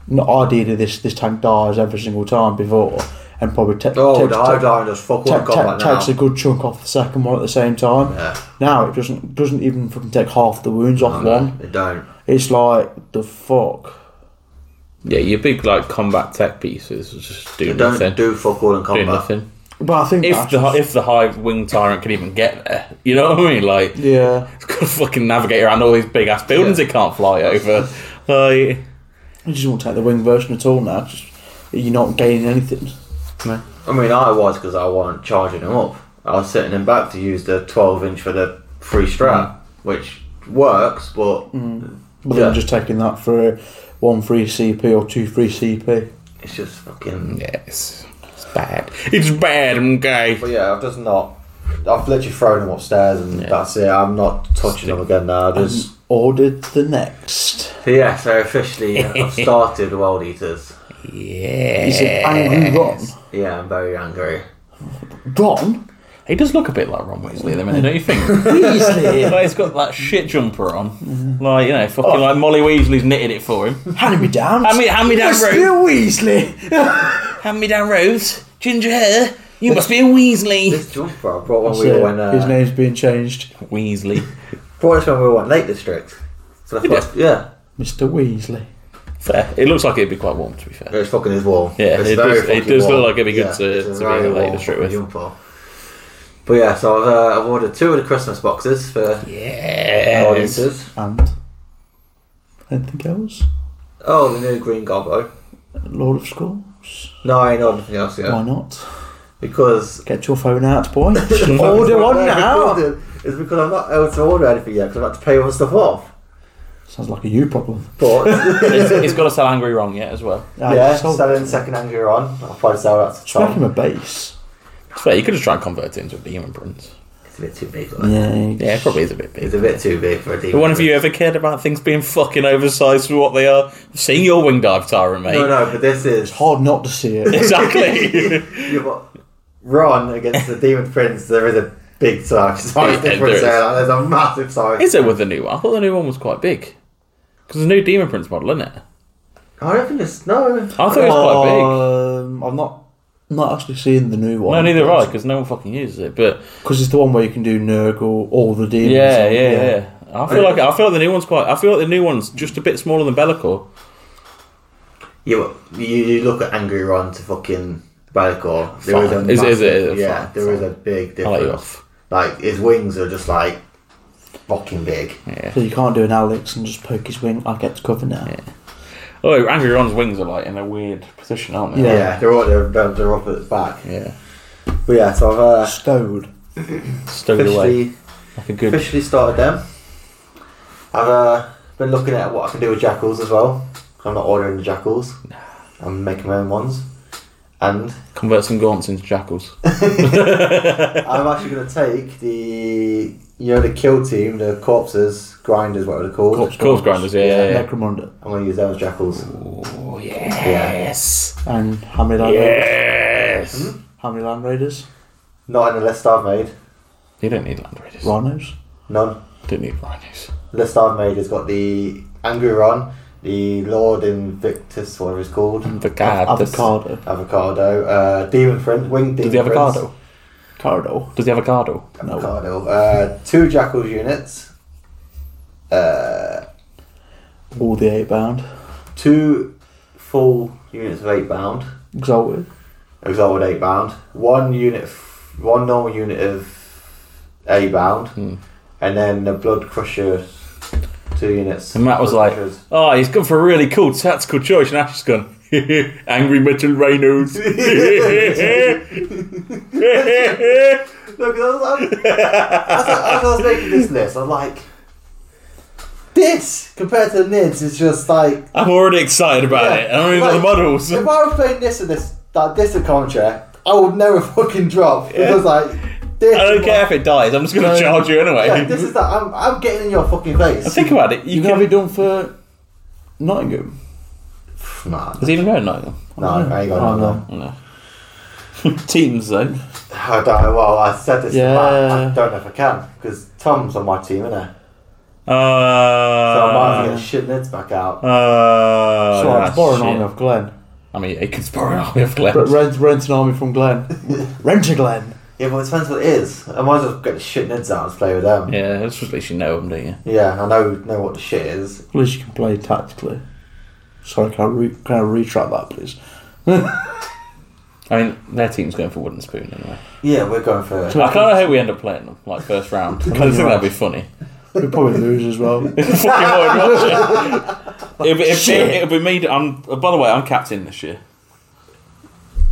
Speaker 2: Not ideally, this this tank dies every single time before, and probably ta-
Speaker 4: oh,
Speaker 2: takes-
Speaker 4: the high down does fuck all in
Speaker 2: ta- ta-
Speaker 4: combat now.
Speaker 2: takes a good chunk off the second one at the same time.
Speaker 4: Yeah.
Speaker 2: Now it doesn't doesn't even fucking take half the wounds off
Speaker 4: No,
Speaker 2: one.
Speaker 4: They don't.
Speaker 2: It's like the fuck.
Speaker 1: Yeah, your big like combat tech pieces just do
Speaker 4: They
Speaker 1: nothing.
Speaker 4: don't do fuck all in
Speaker 1: do
Speaker 4: combat.
Speaker 1: nothing.
Speaker 2: But I think
Speaker 1: If
Speaker 2: that's
Speaker 1: the
Speaker 2: just-
Speaker 1: if the hive wing tyrant can even get there, you know what I mean? Like, [laughs]
Speaker 2: yeah,
Speaker 1: it's got to fucking navigate around all these big ass buildings it can't fly over. Like,
Speaker 2: you just won't take the wing version at all now. Just, you're not gaining anything.
Speaker 4: I mean, I was because I wasn't charging him up. I was sitting him back to use the 12 inch for the free strap, which works, but
Speaker 2: Mm. But
Speaker 4: Yeah.
Speaker 2: then just taking that for one free CP or two free CP.
Speaker 4: it's just fucking.
Speaker 1: yes, it's bad. It's bad. Okay.
Speaker 4: But yeah, I've just not. I've literally thrown him upstairs and that's it. I'm not touching him again now. I Just,
Speaker 2: Ordered the next.
Speaker 4: So yeah, so
Speaker 2: [laughs]
Speaker 4: officially I've started World Eaters.
Speaker 1: Yeah.
Speaker 2: Is it angry Ron?
Speaker 4: Yeah, I'm very angry.
Speaker 2: Ron
Speaker 1: He does look a bit like Ron Weasley at the minute, don't you [laughs] think?
Speaker 2: Weasley,
Speaker 1: like, he's got that shit jumper on. Like, you know, fucking like Molly Weasley's knitted it for him.
Speaker 2: hand me down.
Speaker 1: Hand me- hand me down,
Speaker 2: Mr. Weasley.
Speaker 1: [laughs] Hand me down rose, ginger hair. You must be a Weasley.
Speaker 4: This jumper I brought when
Speaker 2: So,
Speaker 4: we went.
Speaker 2: his
Speaker 4: Uh,
Speaker 2: name's being changed,
Speaker 1: Weasley.
Speaker 4: brought this when we went Lake District. So the first, yeah,
Speaker 2: Mr. Weasley.
Speaker 1: Fair. It looks like it'd be quite warm, to be fair.
Speaker 4: it's fucking his wall.
Speaker 1: Yeah,
Speaker 4: it's
Speaker 1: it does- it
Speaker 4: fucking
Speaker 1: does look
Speaker 4: warm.
Speaker 1: like it'd be good
Speaker 4: Yeah,
Speaker 1: to-
Speaker 4: it's a
Speaker 1: to be
Speaker 4: very
Speaker 1: in Lake
Speaker 4: warm
Speaker 1: District with.
Speaker 4: jumper. But yeah, so I've, uh, I've ordered two of the Christmas boxes for
Speaker 1: Yes.
Speaker 4: audiences.
Speaker 2: And anything else?
Speaker 4: Oh, the new Green Goblin.
Speaker 2: Lord of Schools.
Speaker 4: No, I ain't ordered anything else yet.
Speaker 2: Why not?
Speaker 4: Because
Speaker 2: Get your phone out, boy.
Speaker 4: [laughs]
Speaker 2: Order
Speaker 4: That's
Speaker 2: one
Speaker 4: why I
Speaker 2: now.
Speaker 4: ordered, Is because I'm not able to order anything yet because I've got to pay all the stuff off.
Speaker 2: Sounds like a you problem.
Speaker 1: [laughs]
Speaker 4: But [laughs]
Speaker 1: It's, it's got to sell Angry Wrong yet as well.
Speaker 2: Ah,
Speaker 4: yeah,
Speaker 2: you sold
Speaker 4: selling
Speaker 2: it.
Speaker 4: second hand gear on. I'll probably sell that to
Speaker 2: Just make him
Speaker 4: Tom.
Speaker 2: a base.
Speaker 1: It's fair, you could just try and convert it into a demon prince.
Speaker 4: It's a bit too big. Like.
Speaker 2: Yeah,
Speaker 1: Yeah, it probably is a bit
Speaker 4: It's
Speaker 1: big.
Speaker 4: a bit too big for a demon.
Speaker 1: But one of you
Speaker 4: prince.
Speaker 1: ever cared about things being fucking oversized for what they are? I've seen your wing dive tyrant, mate.
Speaker 4: No, no, but this is
Speaker 2: It's hard not to see
Speaker 1: [laughs]
Speaker 2: it.
Speaker 1: Exactly.
Speaker 4: You've got Ron against the Demon Prince. There is a big size,
Speaker 1: [laughs]
Speaker 4: size
Speaker 1: Yeah, there
Speaker 4: difference
Speaker 1: is.
Speaker 4: there. Like, there's a massive size.
Speaker 1: is it with the new one? I thought the new one was quite big. Because there's a new demon prince model, isn't it?
Speaker 4: I don't think it's no.
Speaker 1: I thought it was quite big.
Speaker 2: Um, I'm not not actually seeing the new
Speaker 1: No,
Speaker 2: one.
Speaker 1: neither have I, because no one fucking uses it. But
Speaker 2: Because it's the one where you can do Nurgle, all the demons.
Speaker 1: yeah,
Speaker 2: and-
Speaker 1: yeah, yeah, I feel like I feel like the new one's quite. I feel like the new one's just a bit smaller than Bellacore.
Speaker 4: You, you you look at Angry Ron to fucking Bellicor. There
Speaker 1: Fine.
Speaker 4: is
Speaker 1: Is it- is it-
Speaker 4: a massive-
Speaker 1: is it-
Speaker 4: yeah,
Speaker 1: fine,
Speaker 4: there is a big
Speaker 1: I like you
Speaker 4: difference.
Speaker 1: off.
Speaker 4: Like his wings are just like fucking big.
Speaker 1: Yeah.
Speaker 2: So you can't do an Alex and just poke his wing. I get to cover now.
Speaker 1: Oh, Angry Ron's wings are like in a weird position, aren't they?
Speaker 4: Yeah,
Speaker 2: Yeah.
Speaker 4: they're, all, they're they're they're up at the back.
Speaker 1: Yeah.
Speaker 4: But yeah, so I've uh,
Speaker 2: Stowed.
Speaker 1: Stowed away
Speaker 4: officially
Speaker 1: like a good.
Speaker 4: officially started them. I've uh, Been looking at what I can do with jackals as well. I'm not ordering the jackals. I'm making my own ones.
Speaker 1: [laughs]
Speaker 4: And
Speaker 1: Convert some gaunts into jackals.
Speaker 4: I'm actually going to take the you know the kill team, the corpses, grinders, whatever they're called.
Speaker 1: Corpse, corpse grinders, yeah, yeah, yeah.
Speaker 2: Necromunda
Speaker 4: I'm going to use those jackals.
Speaker 1: Oh, yes.
Speaker 2: and Hamilan Raiders.
Speaker 1: Yes.
Speaker 2: Hamilan Raiders,
Speaker 4: Not in the list I've made.
Speaker 1: You don't need land raiders.
Speaker 2: Rhinos.
Speaker 4: None.
Speaker 1: Don't need rhinos.
Speaker 4: The list I've made has got the Angry Ron, the Lord Invictus, whatever it's called,
Speaker 1: Mm. Avocados.
Speaker 2: Avocado.
Speaker 4: Avocado, uh, Demon Friend, Winged Demon
Speaker 1: Does the
Speaker 4: Prince.
Speaker 1: avocado?
Speaker 2: Corridor.
Speaker 1: Does the avocado?
Speaker 2: No.
Speaker 4: Avocado. Uh, two Jackals units. Uh,
Speaker 2: All the eight bound.
Speaker 4: two full units of eight bound,
Speaker 2: Exalted.
Speaker 4: exalted eight bound. One unit, f- one normal unit of eight bound,
Speaker 1: Hmm.
Speaker 4: and then the Blood Crusher. Two units.
Speaker 1: And Matt was
Speaker 4: Blood
Speaker 1: like,
Speaker 4: Crushers.
Speaker 1: "Oh, he's gone for a really cool tactical choice." And Ash has gone, [laughs] "Angry Metal Rhinos." [laughs]
Speaker 4: Look, I was [laughs] like, as, I, as I was making this list, I'm like, this compared to the Nids is just like.
Speaker 1: I'm already excited about it. I don't even know the
Speaker 4: like,
Speaker 1: models.
Speaker 4: If I was playing this and this, like this and Contra, I would never [laughs] fucking drop. It was like, this.
Speaker 1: I don't
Speaker 4: is
Speaker 1: care
Speaker 4: what-
Speaker 1: if it dies. I'm just going to
Speaker 2: No.
Speaker 1: charge you anyway.
Speaker 4: Yeah, this is that. I'm, I'm getting in your fucking face.
Speaker 1: I think about it.
Speaker 2: You,
Speaker 1: You
Speaker 2: can have
Speaker 1: can.
Speaker 2: it done for Nottingham.
Speaker 4: Nah,
Speaker 1: Is he even going Nottingham?
Speaker 4: no, I ain't got
Speaker 2: Oh, no.
Speaker 4: no.
Speaker 1: No. Teams though.
Speaker 4: I don't know. Well, I said this
Speaker 2: Yeah.
Speaker 4: to Matt. I don't know if I can because Tom's on my team, innit? So I might have to
Speaker 1: Uh,
Speaker 4: get shit Nids back out.
Speaker 1: uh,
Speaker 2: so I
Speaker 1: that's
Speaker 2: was borrowing
Speaker 1: shit.
Speaker 2: army
Speaker 1: [laughs]
Speaker 2: off Glenn.
Speaker 1: I mean, it could borrow an army of Glenn.
Speaker 2: But rent, rent an army from [laughs] Glenn. rent a Glenn.
Speaker 4: Yeah, but it depends what it is. I might as well get the shit Nids out and play with them.
Speaker 1: yeah, that's just at least you know them, don't you?
Speaker 4: Yeah, I know know what the shit is.
Speaker 2: At least you can play tactically. Sorry, can I, re- can I retract that, please?
Speaker 1: I mean, their team's going for wooden spoon
Speaker 2: [laughs]
Speaker 1: anyway.
Speaker 4: Yeah, we're going for
Speaker 1: I kind of hope we end up playing them like first round.
Speaker 2: [laughs]
Speaker 1: I don't think that'd be funny. [laughs]
Speaker 2: We'll probably lose as well.
Speaker 1: Fucking would, watch it. It'll be, it'll, be,
Speaker 2: Shit.
Speaker 1: it'll be me. I'm. By the way, I'm captain this year.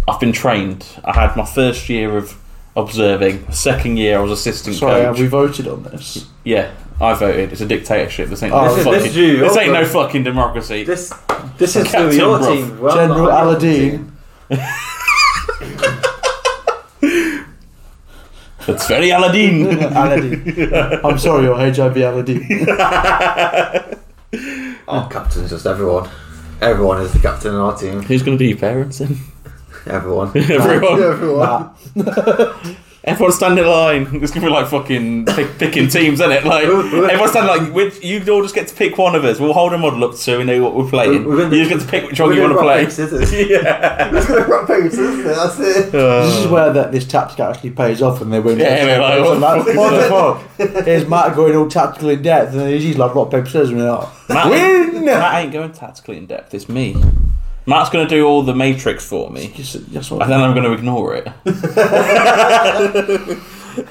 Speaker 1: I've been trained. I had my first year of observing. my Second year, I was assistant
Speaker 2: Sorry,
Speaker 1: coach.
Speaker 2: have we voted
Speaker 1: [laughs]
Speaker 2: on this?
Speaker 1: yeah, I voted. It's a dictatorship. This ain't
Speaker 2: Oh,
Speaker 1: no
Speaker 2: this is-
Speaker 1: fucking.
Speaker 4: this is you.
Speaker 1: this ain't no
Speaker 4: Okay.
Speaker 1: fucking democracy.
Speaker 4: this. This
Speaker 1: is Captain your Bruff. team,
Speaker 4: Well,
Speaker 2: General Aladdin.
Speaker 1: It's very Aladdin.
Speaker 2: [laughs] Aladdin. [laughs] I'm sorry, your HIV
Speaker 1: [laughs]
Speaker 2: Aladdin.
Speaker 4: Our captain's Oh, just everyone. Everyone is the captain in our team.
Speaker 1: Who's going to do your parents then? [laughs]
Speaker 4: Everyone.
Speaker 1: Everyone.
Speaker 4: everyone.
Speaker 1: Everyone stand in line. It's gonna be like fucking pick, picking teams, isn't it? Like everyone stand like which you all just get to pick one of us. We'll hold a model up so we know what we're playing.
Speaker 4: We're- we're gonna-
Speaker 1: you just get to pick which one
Speaker 4: we're
Speaker 1: you want
Speaker 4: gonna
Speaker 1: to
Speaker 4: rock,
Speaker 1: play.
Speaker 4: paper, scissors.
Speaker 1: [laughs] yeah.
Speaker 4: It's gonna rock paper scissors. That's it.
Speaker 2: this is where that this tactic actually pays off and they win.
Speaker 1: Yeah, they're like, what the
Speaker 2: That's-
Speaker 1: fuck
Speaker 2: what
Speaker 1: is
Speaker 2: the fuck? Here's Matt going all tactical in depth and then he's like rock, paper, scissors and they're like, "Oh,
Speaker 1: Matt, Matt ain't going tactically in depth. It's me. Matt's gonna do all the matrix for me,
Speaker 2: "Yes, yes, what
Speaker 1: and then I'm gonna ignore it.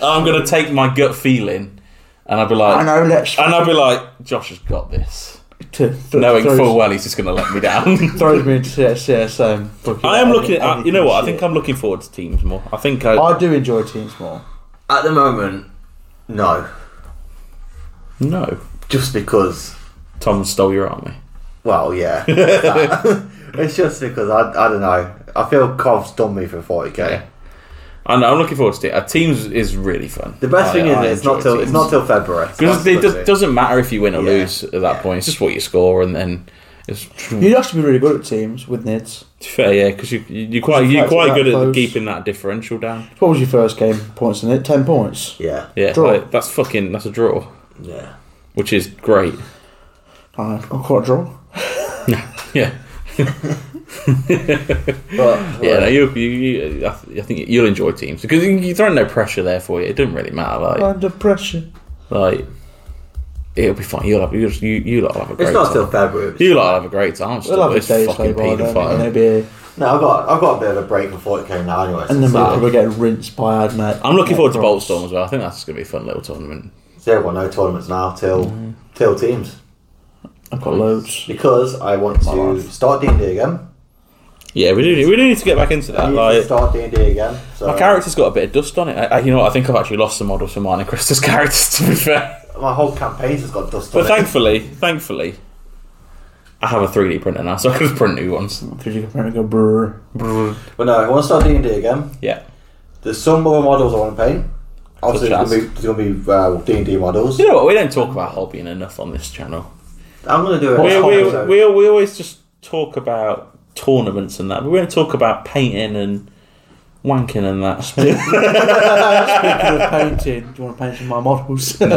Speaker 1: I'm gonna take my gut feeling, and I'll be like,
Speaker 2: I know, let's
Speaker 1: and I'll be like, Josh has got this,
Speaker 2: to th-
Speaker 1: knowing
Speaker 2: throws,
Speaker 1: full well he's just gonna let me down.
Speaker 2: throws me into CSM. fucking
Speaker 1: I am looking at.
Speaker 2: everything
Speaker 1: you know what? I think
Speaker 2: shit.
Speaker 1: I'm looking forward to teams more. I think I.
Speaker 2: I do enjoy teams more.
Speaker 4: At the moment, no.
Speaker 1: no,
Speaker 4: Just because.
Speaker 1: Tom stole your army. [laughs]
Speaker 4: Well, yeah. [laughs] it's just because I, I don't know. I feel Cov's done me for 40k.
Speaker 1: Yeah. And I'm looking forward to it. Uh, teams is really fun.
Speaker 4: The best
Speaker 1: I-
Speaker 4: thing
Speaker 1: Oh, I
Speaker 4: is it's not
Speaker 1: enjoy
Speaker 4: till it's not
Speaker 1: teams.
Speaker 4: till February.
Speaker 1: because it does, doesn't matter if you win or
Speaker 4: Yeah.
Speaker 1: lose at that
Speaker 4: Yeah.
Speaker 1: point. It's just what you score, and then it's
Speaker 2: You'd actually be really good at teams with Nids.
Speaker 1: [laughs] fair. Yeah, because you you're quite
Speaker 2: It's
Speaker 1: you're
Speaker 2: actually
Speaker 1: quite
Speaker 2: that
Speaker 1: good at
Speaker 2: close.
Speaker 1: keeping that differential down.
Speaker 2: What was your first game points in it? Ten points.
Speaker 4: Yeah,
Speaker 1: Yeah,
Speaker 2: Draw.
Speaker 1: like, that's fucking that's a draw,
Speaker 4: yeah.
Speaker 1: which is great. [laughs]
Speaker 2: I I caught a draw.
Speaker 1: Yeah,
Speaker 4: But
Speaker 1: yeah. No, you, you, you, I th- I think you'll enjoy teams because you- you're throwing no pressure there for you. It doesn't really matter. Like
Speaker 2: Under pressure.
Speaker 1: Like, it'll be fine. You'll have you'll, you you lot will have a great
Speaker 4: it's not
Speaker 1: time.
Speaker 4: till February.
Speaker 1: you lot will have a great time.
Speaker 2: We'll
Speaker 1: Still,
Speaker 2: have a
Speaker 1: it's
Speaker 2: day's play
Speaker 1: fucking
Speaker 2: by then, and
Speaker 1: paedophile.
Speaker 2: they'll be,
Speaker 4: No, I've got I've got a bit of a break from 40k now anyway.
Speaker 2: and
Speaker 4: so
Speaker 2: then we'll
Speaker 4: so-
Speaker 2: probably get rinsed by Admet.
Speaker 1: I'm looking forward to
Speaker 2: Bolts.
Speaker 1: Boltstorm as well. I think that's going to be a fun little tournament.
Speaker 4: so I've got no tournaments now till till teams
Speaker 2: I've got loads.
Speaker 4: because I want to
Speaker 2: life.
Speaker 4: start D and D again.
Speaker 1: Yeah, we do. We do need to get back into that.
Speaker 4: you
Speaker 1: Uh, Like,
Speaker 4: can start D and D again. So.
Speaker 1: my character's got a bit of dust on it. I, I, you know, what, I think I've actually lost some models for mine and Krista's [laughs] characters. To be fair,
Speaker 4: my whole campaign has got dust
Speaker 1: but
Speaker 4: on it.
Speaker 1: thankfully, thankfully, I have a 3D printer now, so I can just print new ones.
Speaker 2: Because you can probably
Speaker 1: [laughs]
Speaker 2: go brr.
Speaker 4: But no, I want to start D and D again.
Speaker 1: Yeah.
Speaker 4: There's some other models I want to paint. Obviously,
Speaker 1: Such
Speaker 4: there's gonna be there's gonna be uh, D and D models.
Speaker 1: You know what? We don't talk about hobbying enough on this channel.
Speaker 4: I'm gonna do it.
Speaker 1: We, we, we, we always just talk about tournaments and that. but We don't talk about painting and wanking and that.
Speaker 4: [laughs]
Speaker 2: Speaking of painting, do you want to paint some of
Speaker 1: [laughs]
Speaker 2: my models?
Speaker 1: no,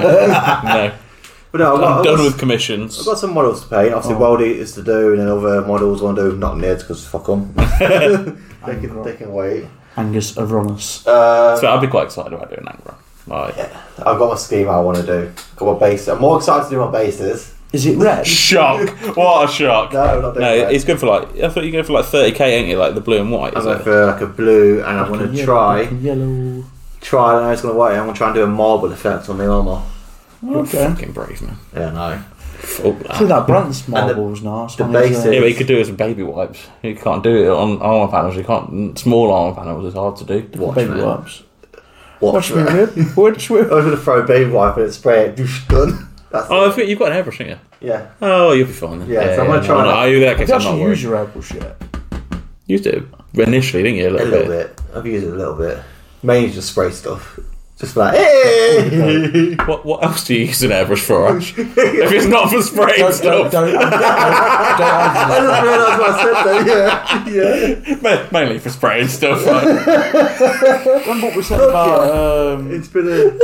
Speaker 4: but no, I've got,
Speaker 1: I'm done
Speaker 4: I've, got,
Speaker 1: with
Speaker 4: I've
Speaker 1: commissions.
Speaker 4: got some models to paint. Obviously, Wild Eaters to do, and then other models I want to do. Not Nerds because fuck them. [laughs] they can they can wait.
Speaker 2: Angus Avronus.
Speaker 4: Uh,
Speaker 1: So I'd be quite excited about doing Angron. Like,
Speaker 4: I've got my scheme I want to do. Got my base. I'm more excited to do my bases.
Speaker 2: Is it red?
Speaker 1: shock! What a shock!
Speaker 4: No, I'm not doing
Speaker 1: No,
Speaker 4: that.
Speaker 1: it's good for like. I thought you go for like thirty k, ain't you? Like the blue and white.
Speaker 4: I'm
Speaker 1: Is
Speaker 4: going
Speaker 1: it?
Speaker 4: for like a blue, and I'm going to
Speaker 2: Yellow,
Speaker 4: try,
Speaker 2: Yellow.
Speaker 4: try. I don't know it's going to work. I'm going to try and do a marble effect on the armor.
Speaker 2: Okay.
Speaker 1: Fucking brave man.
Speaker 4: Yeah, no.
Speaker 1: Fuck
Speaker 2: I think
Speaker 1: that.
Speaker 2: that Brant's marble was nice.
Speaker 4: the
Speaker 2: I think
Speaker 4: basic-
Speaker 1: Yeah, but you could do it as baby wipes. You can't do it on armor panels. You can't small armor panels. It's hard to do.
Speaker 2: uh,
Speaker 4: Watch
Speaker 2: Baby
Speaker 4: me.
Speaker 2: wipes.
Speaker 4: Watch
Speaker 2: Watch
Speaker 4: me.
Speaker 2: me,
Speaker 4: I
Speaker 2: rib. Watch me.
Speaker 4: was going to throw a baby wipe and it spray it. Doosh, done. [laughs] That's
Speaker 1: Oh,
Speaker 4: it.
Speaker 1: I've got- you've got an airbrush, haven't you?
Speaker 4: Yeah.
Speaker 1: Oh, you'll be fine then.
Speaker 4: Yeah, so I'm gonna
Speaker 1: no,
Speaker 4: try
Speaker 1: No,
Speaker 4: that.
Speaker 1: are you there?
Speaker 2: Have
Speaker 1: Case
Speaker 2: you
Speaker 1: I'm not
Speaker 2: actually
Speaker 1: worried.
Speaker 2: used your airbrush yet?
Speaker 1: Used it initially, didn't you? A
Speaker 4: A
Speaker 1: little,
Speaker 4: little
Speaker 1: bit.
Speaker 4: bit. I've used it a little bit. Mainly just spray stuff. Just like, hey!
Speaker 1: What What else do you use an airbrush for? [laughs] Ash? if it's not for spraying
Speaker 2: don't,
Speaker 1: stuff,
Speaker 2: don't, don't, don't
Speaker 4: I just realised what I said then, yeah. Yeah.
Speaker 1: Ma- mainly for spraying stuff. Right?
Speaker 2: Remember what we said about. Um,
Speaker 4: [laughs] It's been a.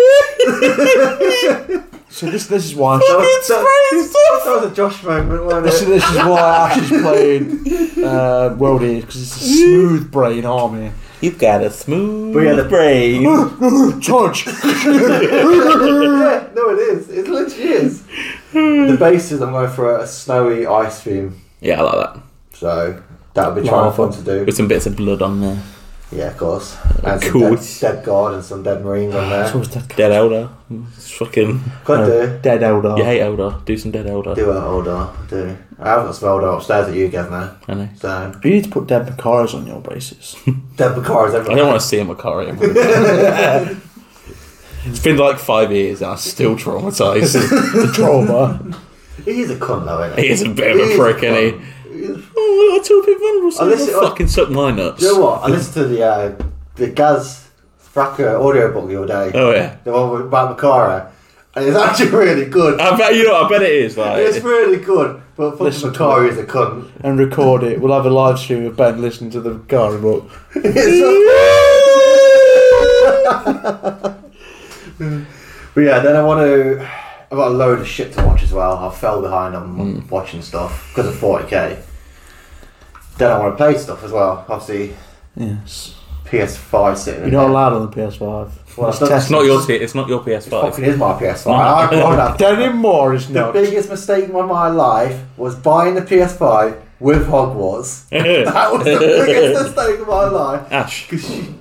Speaker 2: so this this is why.
Speaker 4: That was,
Speaker 1: It's spraying
Speaker 4: that, that was a Josh moment, wasn't
Speaker 2: This, [laughs]
Speaker 4: it?
Speaker 2: this is why Ash is playing uh, World Eaters because it's a smooth brain army.
Speaker 1: [laughs] You've got a smooth
Speaker 4: We had a- [laughs]
Speaker 1: brain.
Speaker 2: Charge!
Speaker 4: yeah, no, it is. It literally is. the bases, I'm going for a snowy ice theme.
Speaker 1: yeah, I like that.
Speaker 4: So that would be
Speaker 2: Wow.
Speaker 4: trying fun to do.
Speaker 1: With some bits of blood on there.
Speaker 4: Yeah, of course. And some
Speaker 1: Cool.
Speaker 4: dead, dead guard and some dead marines on
Speaker 2: It's
Speaker 4: there.
Speaker 2: always dead.
Speaker 1: Dead Elder. It's fucking.
Speaker 4: Could
Speaker 1: um,
Speaker 4: do.
Speaker 2: Dead Elder.
Speaker 1: You hate Elder. Do some Dead Elder.
Speaker 4: Do it, older. Do. I have got some older upstairs that you give now.
Speaker 1: I know.
Speaker 4: So
Speaker 2: You need to put dead Macaros on your bases.
Speaker 4: dead Bakar is
Speaker 1: I
Speaker 4: everywhere.
Speaker 1: don't want to see him a car anymore. [laughs] it's been like five years and I'm still traumatised. [laughs]
Speaker 2: the trauma.
Speaker 4: He's a cunt though, isn't
Speaker 1: he
Speaker 4: he?
Speaker 1: is a bit of
Speaker 4: He
Speaker 1: a
Speaker 4: is
Speaker 1: prick, isn't
Speaker 4: cunt.
Speaker 1: he?
Speaker 4: He's a-
Speaker 1: Oh, look, I told people vulnerable, so
Speaker 4: Unless
Speaker 1: they'll
Speaker 4: it-
Speaker 1: fucking suck my nuts.
Speaker 4: You know what? I listened to the uh, the Gaz Fracker audiobook the other day.
Speaker 1: Oh, yeah.
Speaker 4: The one with about Makara. And it's actually really good.
Speaker 1: I bet you know. I bet it is. Like,
Speaker 4: It's really good, but fucking
Speaker 2: Listen to
Speaker 4: Makara
Speaker 2: it.
Speaker 4: is a cunt.
Speaker 2: And record it. We'll have a live stream of Ben listening to the Macara book.
Speaker 4: [laughs] But yeah, then I want to. I've got a load of shit to watch as well. I fell behind on
Speaker 2: Hmm.
Speaker 4: watching stuff because of 40k. Then I want to play stuff as well. Obviously,
Speaker 2: Yes.
Speaker 4: PS5 sitting.
Speaker 2: You're
Speaker 4: in
Speaker 2: not
Speaker 4: there.
Speaker 2: allowed on the PS5.
Speaker 4: Well,
Speaker 2: It's
Speaker 4: it's not-
Speaker 1: it's not
Speaker 2: tested.
Speaker 1: your. T- it's not your PS5.
Speaker 4: Fucking is my PS5. I, I,
Speaker 2: [laughs]
Speaker 4: I,
Speaker 2: Don't anymore, it's
Speaker 4: the
Speaker 2: not.
Speaker 4: biggest mistake of my life was buying the PS5
Speaker 2: [laughs]
Speaker 4: with Hogwarts.
Speaker 1: [laughs]
Speaker 4: that was the biggest mistake of my life.
Speaker 1: Ash,
Speaker 4: 'Cause she-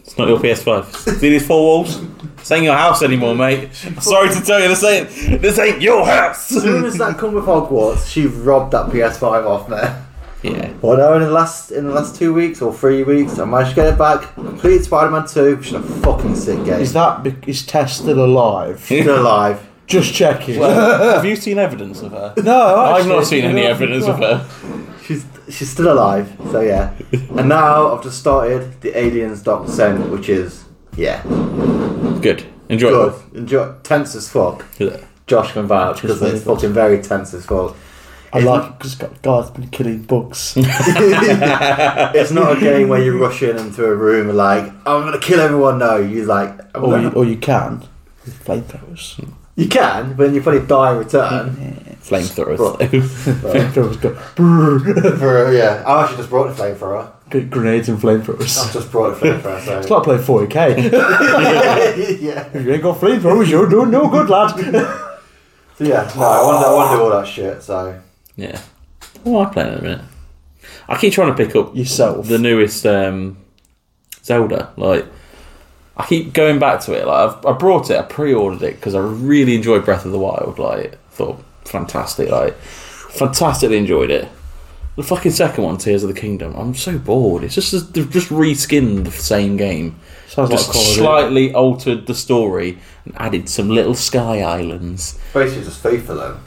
Speaker 1: it's not your PS5. See these four walls? This ain't your house anymore, mate. Sorry to tell you, this ain't. This ain't your house.
Speaker 4: as soon as that come with Hogwarts, she robbed that PS5 off me.
Speaker 1: yeah.
Speaker 4: Well, no, in the last in the last two weeks or three weeks, I managed to get it back. Complete Spider-Man Two, which is a fucking sick game.
Speaker 2: Is that be- is Tess still alive?
Speaker 4: Still alive.
Speaker 2: Just checking.
Speaker 1: Have you seen evidence of her?
Speaker 2: [laughs] no,
Speaker 1: I've
Speaker 2: actually,
Speaker 1: not seen any
Speaker 2: no,
Speaker 1: evidence of her.
Speaker 4: She's she's still alive. So yeah. And now I've just started the Aliens Dark Descent, which is yeah
Speaker 1: Good. Enjoy.
Speaker 4: good. Enjoy. Tense as fuck.
Speaker 1: Yeah.
Speaker 4: Josh can vouch because
Speaker 2: very
Speaker 4: it's fucking very tense as fuck.
Speaker 2: I like it because Garth's been
Speaker 1: [laughs]
Speaker 2: killing bugs.
Speaker 4: It's not a game where you rush in into a room and like I'm gonna kill everyone. No, you like I'm
Speaker 2: or, Oh, you,
Speaker 4: gonna,
Speaker 2: or you can with flamethrowers.
Speaker 4: you can, but then you probably die in return.
Speaker 2: [laughs]
Speaker 1: Flamethrowers.
Speaker 2: Flamethrowers go brrr.
Speaker 4: For, yeah, I actually just brought the flamethrower.
Speaker 2: Get grenades and flamethrowers.
Speaker 4: I've just brought
Speaker 1: [laughs]
Speaker 4: the flamethrower. So. [laughs]
Speaker 2: It's like playing 40k.
Speaker 4: yeah.
Speaker 2: if [laughs] you ain't got flamethrowers, you're doing no
Speaker 1: [laughs]
Speaker 2: good, lad.
Speaker 4: So yeah, no, I want, to, I want to do all that shit. So
Speaker 1: [laughs] yeah. What am I playing at the minute? I keep trying to pick up
Speaker 2: Yourself.
Speaker 1: the newest um, Zelda. Like, I keep going back to it. Like, I've, I brought it, I pre-ordered it because I really enjoyed Breath of the Wild. Like, thought fantastic. Like, fantastically enjoyed it. The fucking second one, Tears of the Kingdom. I'm so bored. It's just they've just reskinned the same game,
Speaker 2: Sounds
Speaker 1: just
Speaker 2: like Call of Duty.
Speaker 1: slightly altered the story and added some little sky islands.
Speaker 4: Basically, just FIFA though.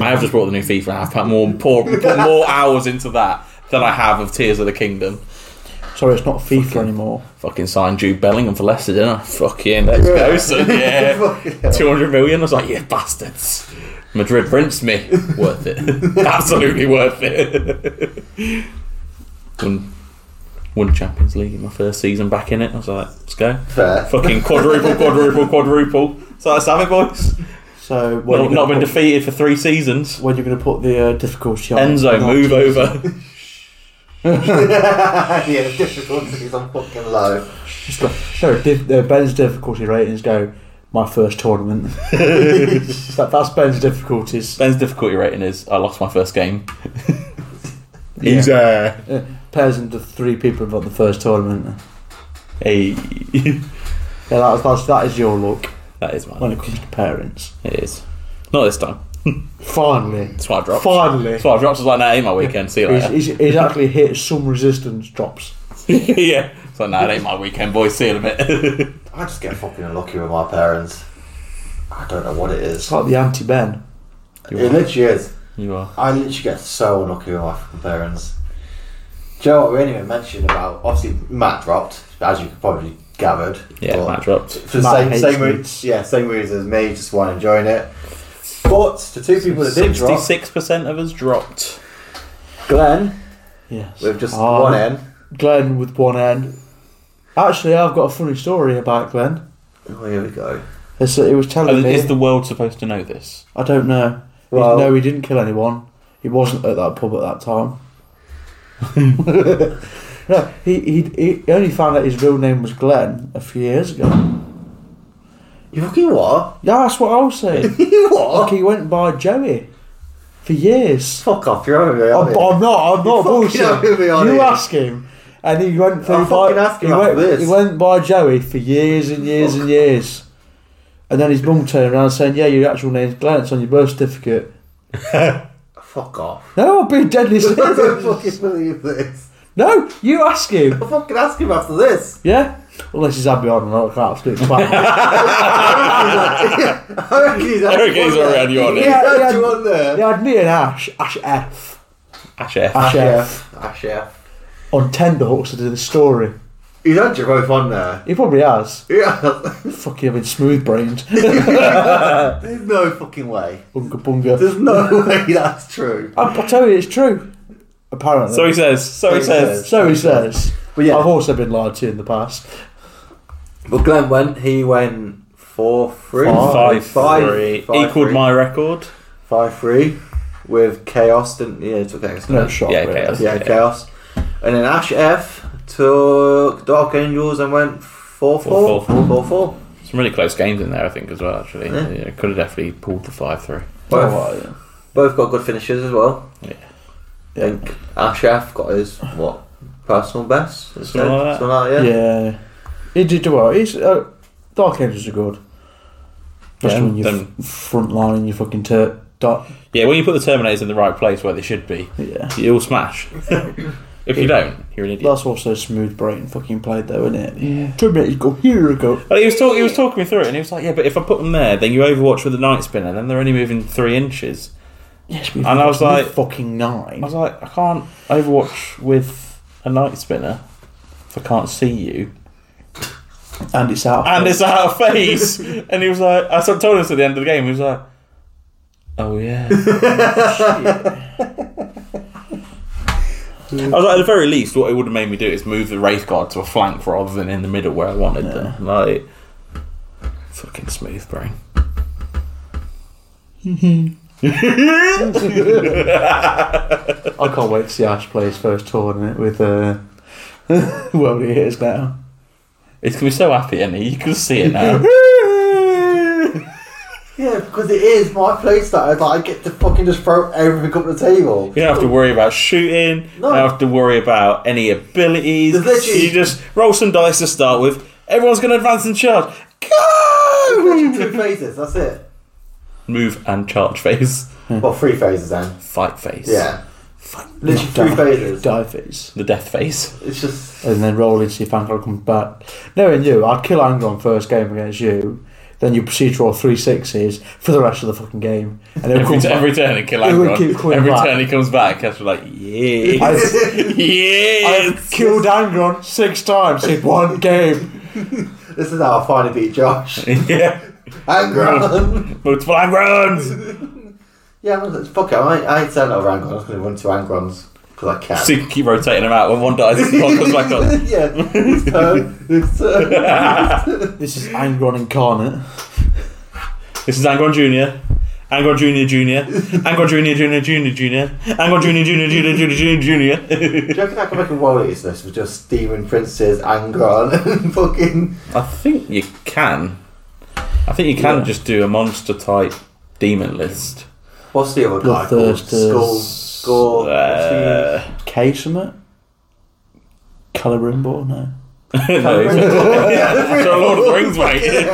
Speaker 1: I have just brought the new FIFA and I've put more pour, put more hours into that than I have of Tears of the Kingdom.
Speaker 2: Sorry, it's not FIFA anymore.
Speaker 1: Fucking signed Jude Bellingham for Leicester, didn't I? Fucking let's go, son.
Speaker 2: [laughs]
Speaker 1: Yeah,
Speaker 4: Fucking hell.
Speaker 1: two hundred million. I was like, yeah, bastards. Madrid rinsed me. worth
Speaker 2: [laughs]
Speaker 1: it. Absolutely worth it. won, won Champions League in my first season back in it. I was like, let's go.
Speaker 4: [laughs] Fair.
Speaker 1: Fucking quadruple, quadruple, quadruple. So let's have it, boys.
Speaker 2: So when
Speaker 1: Not,
Speaker 2: you
Speaker 1: not
Speaker 2: gonna
Speaker 1: been
Speaker 2: put,
Speaker 1: defeated for three seasons.
Speaker 2: when you going to put the uh, difficulty on?
Speaker 1: Enzo,
Speaker 2: Not-
Speaker 1: move over.
Speaker 4: [laughs] yeah, difficulties on fucking low.
Speaker 2: Just go- no, diff, uh, Ben's difficulty ratings go. My first
Speaker 1: [laughs]
Speaker 2: tournament. that, that's Ben's difficulties.
Speaker 1: Ben's difficulty rating is I lost my first game.
Speaker 2: Yeah.
Speaker 1: there.
Speaker 2: Pairs into three people who've got the first tournament. uh,
Speaker 1: Hey,
Speaker 2: Yeah, that was, that's, that is your look
Speaker 1: that is mine.
Speaker 2: when it comes to parents.
Speaker 1: It is. Not this time.
Speaker 2: Finally.
Speaker 1: That's why I dropped.
Speaker 2: Finally.
Speaker 1: That's why I dropped. I was like, nah, it ain't my weekend. See you
Speaker 2: He's,
Speaker 1: later.
Speaker 2: he's, he's actually hit some resistance drops.
Speaker 1: [laughs] yeah. It's like, nah, it ain't my weekend, boys. See you in a bit. [laughs]
Speaker 4: I just get fucking unlucky with my parents. I don't know what it is.
Speaker 2: It's like the anti Ben.
Speaker 4: It literally is.
Speaker 1: you are.
Speaker 4: I literally get so unlucky with my fucking parents. Do you know what we didn't even mention about? Obviously, Matt dropped, as you probably gathered.
Speaker 1: Yeah,
Speaker 4: but
Speaker 1: Matt dropped.
Speaker 4: For the
Speaker 2: Matt
Speaker 4: same,
Speaker 2: hates
Speaker 4: same
Speaker 2: me.
Speaker 4: reasons, yeah, same reasons as me, just weren't enjoying it. But to two people that did drop,
Speaker 1: Sixty-six percent of us dropped.
Speaker 4: Glenn
Speaker 2: Yes.
Speaker 4: with just
Speaker 2: Ah,
Speaker 4: one end.
Speaker 2: Glenn with one end. Actually, I've got a funny story about Glenn.
Speaker 4: Oh, here we go.
Speaker 2: It's, it was telling
Speaker 1: Is,
Speaker 2: me.
Speaker 1: is the world supposed to know this?
Speaker 2: I don't know. He-
Speaker 4: Well-
Speaker 2: no, he didn't kill anyone. He wasn't at that pub at that
Speaker 4: [laughs]
Speaker 2: time. no, he, he he only found out his real name was Glenn a few years ago.
Speaker 4: You fucking what? [laughs]
Speaker 2: Yeah, that's what I was saying.
Speaker 4: you what?
Speaker 2: like he went by Joey for years.
Speaker 4: Fuck off, you're over
Speaker 2: I'm, I'm not. I'm
Speaker 4: You're
Speaker 2: not
Speaker 4: fucking
Speaker 2: bullshit.
Speaker 4: having me on
Speaker 2: You
Speaker 4: here.
Speaker 2: ask him, and he went for
Speaker 4: I'll
Speaker 2: by,
Speaker 4: fucking ask him
Speaker 2: he,
Speaker 4: after
Speaker 2: went,
Speaker 4: this.
Speaker 2: he went by Joey for years and years and years, and then his mum turned around saying, "Yeah, your actual name's Glenn. It's on your birth certificate."
Speaker 4: Fuck off. [laughs]
Speaker 2: No, I'll be deadly
Speaker 4: I don't
Speaker 2: serious.
Speaker 4: fucking believe this.
Speaker 2: no, you ask him.
Speaker 4: I'll fucking ask him after this. [laughs]
Speaker 2: Yeah, unless he's had me on and I can't absolutely clap.
Speaker 4: I reckon he's
Speaker 1: I reckon he's already had you on
Speaker 4: He's
Speaker 1: there.
Speaker 4: had
Speaker 2: Yeah,
Speaker 4: you
Speaker 2: yeah.
Speaker 4: on there.
Speaker 2: they had me and Ash, Ash F,
Speaker 1: Ash F.
Speaker 2: Ash F,
Speaker 4: Chef. Ah, chef.
Speaker 2: on Tenderhooks to do the story.
Speaker 4: He's had you both on there. [laughs]
Speaker 2: He probably has.
Speaker 4: Yeah.
Speaker 2: Fucking having smooth brained.
Speaker 4: There's no fucking way.
Speaker 2: bunga bunga.
Speaker 4: There's no [laughs] way that's true.
Speaker 2: I, I tell you, it's true. Apparently.
Speaker 1: So he says. So he
Speaker 4: So he
Speaker 1: says.
Speaker 4: says.
Speaker 2: So he says.
Speaker 4: But yeah.
Speaker 2: I've also been lied to in the past.
Speaker 4: But Glenn went. He went four three.
Speaker 1: Five,
Speaker 4: Five,
Speaker 1: three.
Speaker 4: five,
Speaker 1: Equaled
Speaker 4: three.
Speaker 1: my record.
Speaker 4: five three with chaos. Didn't yeah? Took chaos.
Speaker 2: No shot.
Speaker 1: yeah,
Speaker 2: really.
Speaker 1: chaos.
Speaker 4: Yeah,
Speaker 1: Yeah.
Speaker 4: chaos. And then Ash F took Dark Angels and went four four
Speaker 1: Four,
Speaker 4: four
Speaker 1: four,
Speaker 4: four.
Speaker 1: Some really close games in there, I think, as well. Actually,
Speaker 4: Yeah.
Speaker 1: yeah. could have definitely pulled the five-three.
Speaker 2: Oh,
Speaker 4: Both,
Speaker 2: well, yeah.
Speaker 4: both got good finishes as well.
Speaker 1: Yeah.
Speaker 4: I think Ash F got his what personal best.
Speaker 1: Something like that.
Speaker 4: Something like that, yeah.
Speaker 2: Yeah. He did do well. He's, uh, Dark Angels are good. Especially
Speaker 1: Yeah,
Speaker 2: when you're
Speaker 1: them-
Speaker 2: f- front line and you fucking turn. Dark.
Speaker 1: Yeah, when you put the Terminators in the right place where they should be,
Speaker 2: Yeah.
Speaker 1: you'll smash. [laughs] if you don't, you're an idiot.
Speaker 2: That's also smooth brain fucking played though, isn't it? Yeah. Two minutes go here you go.
Speaker 1: But he was talking. He was talking me through it, and he was like, "Yeah, but if I put them there, then you overwatch with the night spinner, then they're only moving three inches."
Speaker 2: Yes, we.
Speaker 1: And I
Speaker 2: [laughs]
Speaker 1: was like-
Speaker 2: fucking nine.
Speaker 1: I was like, "I can't overwatch with a night spinner if I can't see you,
Speaker 2: and it's out.
Speaker 1: and it's out of phase." and he was like, "I sort of told him this at the end of the game." He was like, "Oh yeah." I was like, at the very least, what it would have made me do is move the race guard to a flank rather than in the middle where I wanted them. Like, fucking smooth brain.
Speaker 2: [laughs] I can't wait to see Ash play his first tournament with uh, [laughs] world he is now.
Speaker 1: It's gonna be so happy, and you can see it now.
Speaker 4: Yeah, because it is my playstyle. It's Like I get to fucking just throw everything up the table.
Speaker 1: You don't have to worry about shooting.
Speaker 4: No.
Speaker 1: You don't have to worry about any abilities.
Speaker 4: There's literally-
Speaker 1: You just roll some dice to start with. Everyone's going to advance and charge. Go!
Speaker 2: [laughs]
Speaker 4: Two phases. That's it.
Speaker 1: Move and charge phase. Hmm.
Speaker 4: Well, three phases then.
Speaker 1: Fight phase.
Speaker 4: Yeah.
Speaker 1: Fuck.
Speaker 4: Literally three phases.
Speaker 2: Die face.
Speaker 1: The death face.
Speaker 4: It's just
Speaker 2: and then roll in see if Angron comes back. Knowing you, I'd kill Angron first game against you. Then you proceed to roll three sixes for the rest of the fucking game, and then
Speaker 1: Every,
Speaker 2: come
Speaker 1: t-
Speaker 2: back.
Speaker 1: every turn it kill
Speaker 2: It would
Speaker 1: Angron.
Speaker 2: keep coming
Speaker 1: Every
Speaker 2: back.
Speaker 1: turn he comes back, Cash
Speaker 2: [laughs]
Speaker 1: like, yeah,
Speaker 2: I've- I've
Speaker 1: yes.
Speaker 2: killed Angron six times in one game.
Speaker 4: this is how I finally beat Josh.
Speaker 1: yeah.
Speaker 4: Angron.
Speaker 1: Multiple Angrons.
Speaker 4: yeah, I was like, fuck it. I, ain't- I ain't turning over Angron. I'm just gonna run to Angrons because I can. [laughs]
Speaker 1: So you keep rotating them out. When one dies, one comes back on.
Speaker 4: yeah, uh, this turn, this turn.
Speaker 2: This is Angron incarnate.
Speaker 1: This is Angron Junior. Angron Junior Junior. Angron Junior Junior Junior Junior. Angron Junior Junior Junior Junior Junior
Speaker 4: Do
Speaker 1: Junior.
Speaker 4: you reckon I can make a wallet is this with just Demon Princes, Angron, [laughs] and fucking
Speaker 1: I think you can. I think you can
Speaker 2: Yeah.
Speaker 1: just do a monster type demon list. [laughs]
Speaker 4: what's the other guy called?
Speaker 2: Bloodthirsters.
Speaker 4: Skull, Skull.
Speaker 1: Uh,
Speaker 4: [laughs]
Speaker 2: Case from it. Coloring ball, no.
Speaker 1: no, [laughs] it's a Lord of the Rings, [laughs] mate.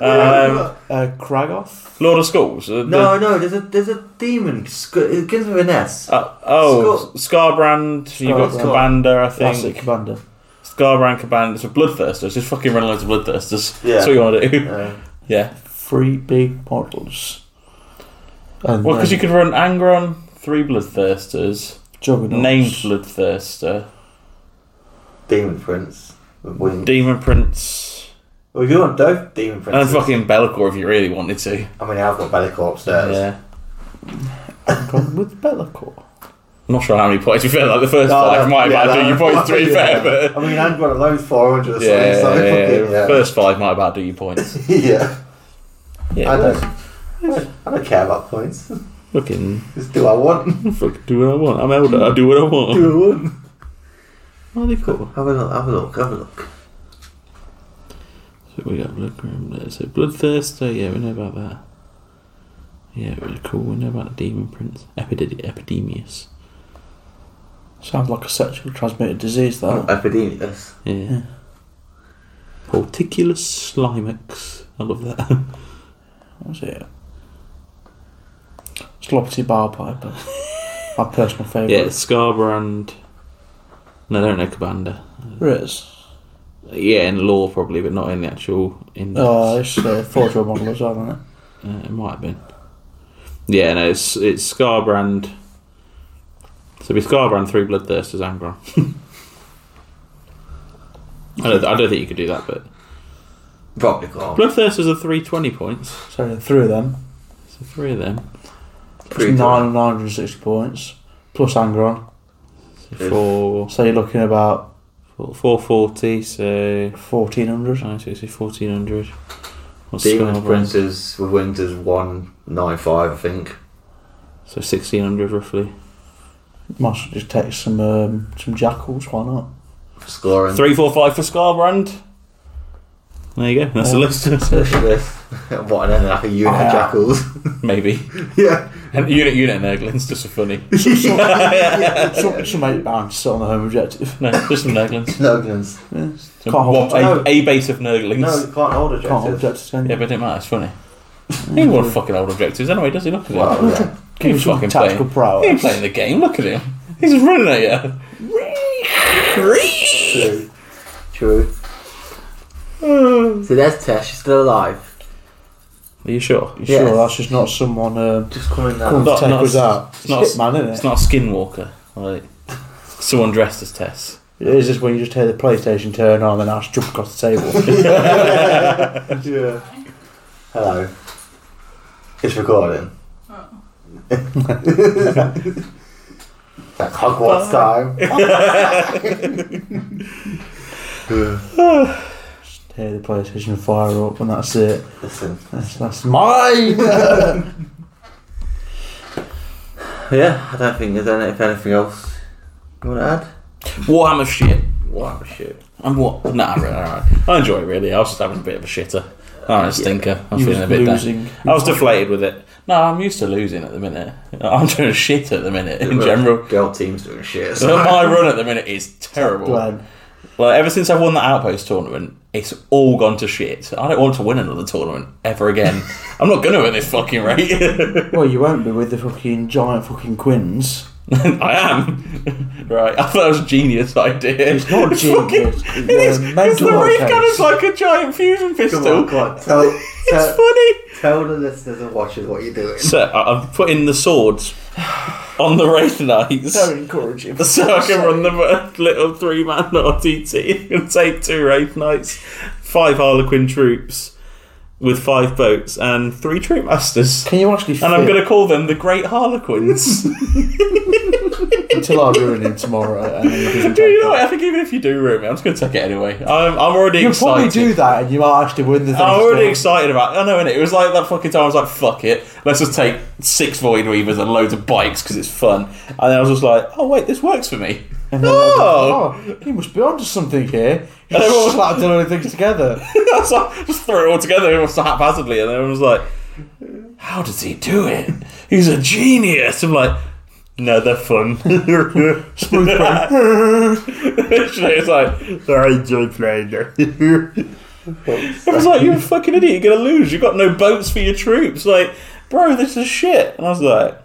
Speaker 1: Um,
Speaker 2: Uh, Kragoff.
Speaker 1: Lord of Schools. uh, the-
Speaker 4: no, no, there's a there's a demon. Sk- It gives me an S.
Speaker 1: Uh, oh, Scarbrand. You've got
Speaker 2: Scarbrand.
Speaker 1: Commander, I think.
Speaker 2: That's it, Commander.
Speaker 1: Scarbrand, Commander. So Bloodthirsters. Just fucking run loads of Bloodthirsters.
Speaker 4: Yeah.
Speaker 1: That's what you want to do. [laughs]
Speaker 4: Uh,
Speaker 1: Yeah.
Speaker 2: Three big models. And
Speaker 1: Well, because
Speaker 2: then
Speaker 1: you could run Angron, three Bloodthirsters,
Speaker 2: Juggernauts.
Speaker 1: named Bloodthirster,
Speaker 4: demon Prince. with wings.
Speaker 1: Demon Prince,
Speaker 4: well, if you want both Demon
Speaker 1: and
Speaker 4: Princes,
Speaker 1: fucking Belcor if you really wanted to.
Speaker 4: I mean, I've got Bellicor upstairs.
Speaker 1: Yeah.
Speaker 2: Angron with Bellicor.
Speaker 1: I'm not sure how many points you feel like the first
Speaker 4: No,
Speaker 1: five
Speaker 4: no,
Speaker 1: might have
Speaker 4: yeah,
Speaker 1: had
Speaker 4: no,
Speaker 1: you
Speaker 4: [laughs]
Speaker 1: points to be
Speaker 4: yeah.
Speaker 1: fair, but.
Speaker 4: I mean, Angron alone 400 or something.
Speaker 1: Yeah,
Speaker 4: so
Speaker 1: yeah, yeah.
Speaker 4: fucking, yeah.
Speaker 1: First five might about do you points.
Speaker 4: [laughs] yeah.
Speaker 1: Yeah,
Speaker 4: I don't, I don't care about points.
Speaker 1: Looking,
Speaker 4: Just do what I want. [laughs]
Speaker 1: fuck, do what I want. I'm elder. I do what I want.
Speaker 4: do what I want.
Speaker 1: Are they cool?
Speaker 4: Have a look, have a look, have a look.
Speaker 1: So we got Bloodgrim there. So Bloodthirster, yeah, we know about that. Yeah, it was cool. We know about the Demon Prince. Epidid- Epidemius.
Speaker 2: Sounds like a sexually transmitted disease, that.
Speaker 1: Uh,
Speaker 4: Epidemius.
Speaker 1: Yeah. Porticulus Slimex. I love that.
Speaker 2: What's it? Sloppity Barpiper. My personal favourite.
Speaker 1: yeah, Scarbrand. No, I don't know Commander.
Speaker 2: Ritz.
Speaker 1: Yeah, in law probably, but not in the actual index.
Speaker 2: Oh, it's uh, four to a model as well, isn't it?
Speaker 1: Uh, it might have been. Yeah, no, it's it's Scarbrand. So it'd be Scarbrand, three Bloodthirsters, Angron. [laughs] I don't, I don't think you could do that, but
Speaker 4: Probably got
Speaker 1: Bloodthirsters are three twenty points.
Speaker 2: So the three of them.
Speaker 1: So three of them.
Speaker 2: It's nine and 960 points. Plus Angron.
Speaker 1: So four,
Speaker 2: So you're looking about
Speaker 1: four, four forty. So
Speaker 2: 1400.
Speaker 1: I see, so fourteen hundred. What's
Speaker 4: Demon
Speaker 1: Scarbrand?
Speaker 4: Princes with wings is 195, I think.
Speaker 1: So sixteen hundred roughly.
Speaker 2: Might as well just take some um, some jackals, why
Speaker 1: [laughs]
Speaker 2: not?
Speaker 4: For scoring.
Speaker 1: Three, four, five for Scarbrand. There you go. That's the
Speaker 2: Yeah.
Speaker 1: list. [laughs]
Speaker 4: Look at this. [laughs] what, and then like a unit
Speaker 1: Ah.
Speaker 2: Yeah.
Speaker 4: of jackals. [laughs]
Speaker 1: Maybe.
Speaker 4: yeah.
Speaker 1: And unit, unit, Nerglins just for funny.
Speaker 2: Some, some eight bands sit on the home objective. [laughs]
Speaker 1: No, just some Nerglins.
Speaker 4: Nerglins.
Speaker 2: Yes.
Speaker 1: So
Speaker 2: Can't hold,
Speaker 1: one-
Speaker 4: no.
Speaker 1: a, a base of
Speaker 4: No,
Speaker 1: Nerglings.
Speaker 4: you
Speaker 2: can't
Speaker 4: can't hold
Speaker 2: hold
Speaker 4: objectives.
Speaker 2: objectives, can you?
Speaker 1: Yeah, but it don't matter. It's
Speaker 4: [laughs]
Speaker 1: funny. He ain't one fucking old objectives anyway, does he? Look at him.
Speaker 4: Well, yeah.
Speaker 2: Give me
Speaker 1: He's
Speaker 2: some
Speaker 1: fucking
Speaker 2: tactical
Speaker 1: playing.
Speaker 2: prowess.
Speaker 1: He ain't playing the game. Look at him. He's just running at you.
Speaker 4: True. True. So there's Tess, she's still alive.
Speaker 1: Are you sure?
Speaker 2: You
Speaker 4: Yes.
Speaker 2: Sure, that's just not someone um,
Speaker 4: Just coming
Speaker 2: come
Speaker 4: down.
Speaker 1: Not-
Speaker 2: to take
Speaker 1: not-
Speaker 2: us out. It's
Speaker 1: not-
Speaker 2: Hitman, isn't it?
Speaker 1: It's not a skinwalker. Like someone dressed as Tess.
Speaker 2: Is this when you just hear the PlayStation turn on and I just jump across
Speaker 1: [laughs]
Speaker 2: the table? [laughs]
Speaker 4: [laughs] Yeah. Hello. It's recording. like Hogwarts time.
Speaker 1: [laughs]
Speaker 2: just hear the PlayStation fire up and that's it.
Speaker 4: [laughs] Listen.
Speaker 2: That's, that's mine!
Speaker 4: Yeah, I don't think there's any, if anything else you want to add.
Speaker 1: Warhammer shit.
Speaker 4: Wow, shit.
Speaker 1: I'm what? Nah, right, alright. I enjoy it really. I was just having a bit of a shitter. I'm a stinker. I'm
Speaker 2: You
Speaker 1: feeling
Speaker 2: was
Speaker 1: a bit down.
Speaker 2: losing. Oh,
Speaker 1: I was deflated with it. No, I'm used to losing at the minute. I'm doing shit at the minute in
Speaker 2: [laughs]
Speaker 1: general.
Speaker 4: girl team's doing
Speaker 1: [laughs]
Speaker 4: shit.
Speaker 1: So
Speaker 4: [laughs]
Speaker 1: my run at the minute is terrible.
Speaker 2: Glenn.
Speaker 1: Like ever since I won that outpost tournament, it's all gone to shit. I don't want to win another tournament ever
Speaker 2: [laughs]
Speaker 1: again. I'm not gonna win this fucking rate.
Speaker 2: Well, you won't be with the fucking giant fucking quins.
Speaker 1: [laughs] I am. right. I thought that was a genius idea.
Speaker 2: It's not genius,
Speaker 1: Fucking,
Speaker 2: it's
Speaker 1: it is. Because
Speaker 2: a
Speaker 1: the
Speaker 2: mental
Speaker 1: reef gun
Speaker 2: case.
Speaker 1: is like a giant fusion pistol.
Speaker 4: Come on,
Speaker 1: [laughs]
Speaker 4: come on. Tell,
Speaker 1: It's
Speaker 4: tell,
Speaker 1: funny.
Speaker 4: tell the listeners and watchers what you're doing.
Speaker 1: So I- I've put in the swords on the race nights.
Speaker 2: Don't encourage him.
Speaker 1: So I can run the little three man RTT and take two raid knights, five Harlequin troops with five boats and three troop masters.
Speaker 2: Can you actually?
Speaker 1: And I'm
Speaker 2: fit
Speaker 1: going to call them the Great
Speaker 4: [laughs]
Speaker 1: Harlequins. [laughs]
Speaker 2: until I ruin him tomorrow. And then he doesn't
Speaker 1: do you
Speaker 2: take
Speaker 1: know
Speaker 2: it.
Speaker 1: what? I think even if you do ruin me, I'm just going to take it anyway. I'm, I'm already
Speaker 2: You'll
Speaker 1: excited.
Speaker 2: probably do that, and you might actually win the thing.
Speaker 1: I'm already
Speaker 2: still.
Speaker 1: excited about. I know, innit? It was like that fucking time. I was like, "Fuck it, let's just take six Void Weavers and loads of bikes because it's fun." And then I was just like, "Oh wait, this works for me."
Speaker 2: And then they'll
Speaker 1: Oh.
Speaker 2: go, oh, he must be onto something here. [laughs] And everyone was like doing things together.
Speaker 1: So [laughs] I just throw it all together almost haphazardly, and everyone was like, "How does he do it? He's a genius." I'm like, "No, they're fun." [laughs]
Speaker 2: Smooth brain.
Speaker 1: It's like, "I enjoy playing there." I was like, "You're a fucking idiot. You're gonna lose. You've got no boats for your troops." Like, bro, this is shit. And I was like,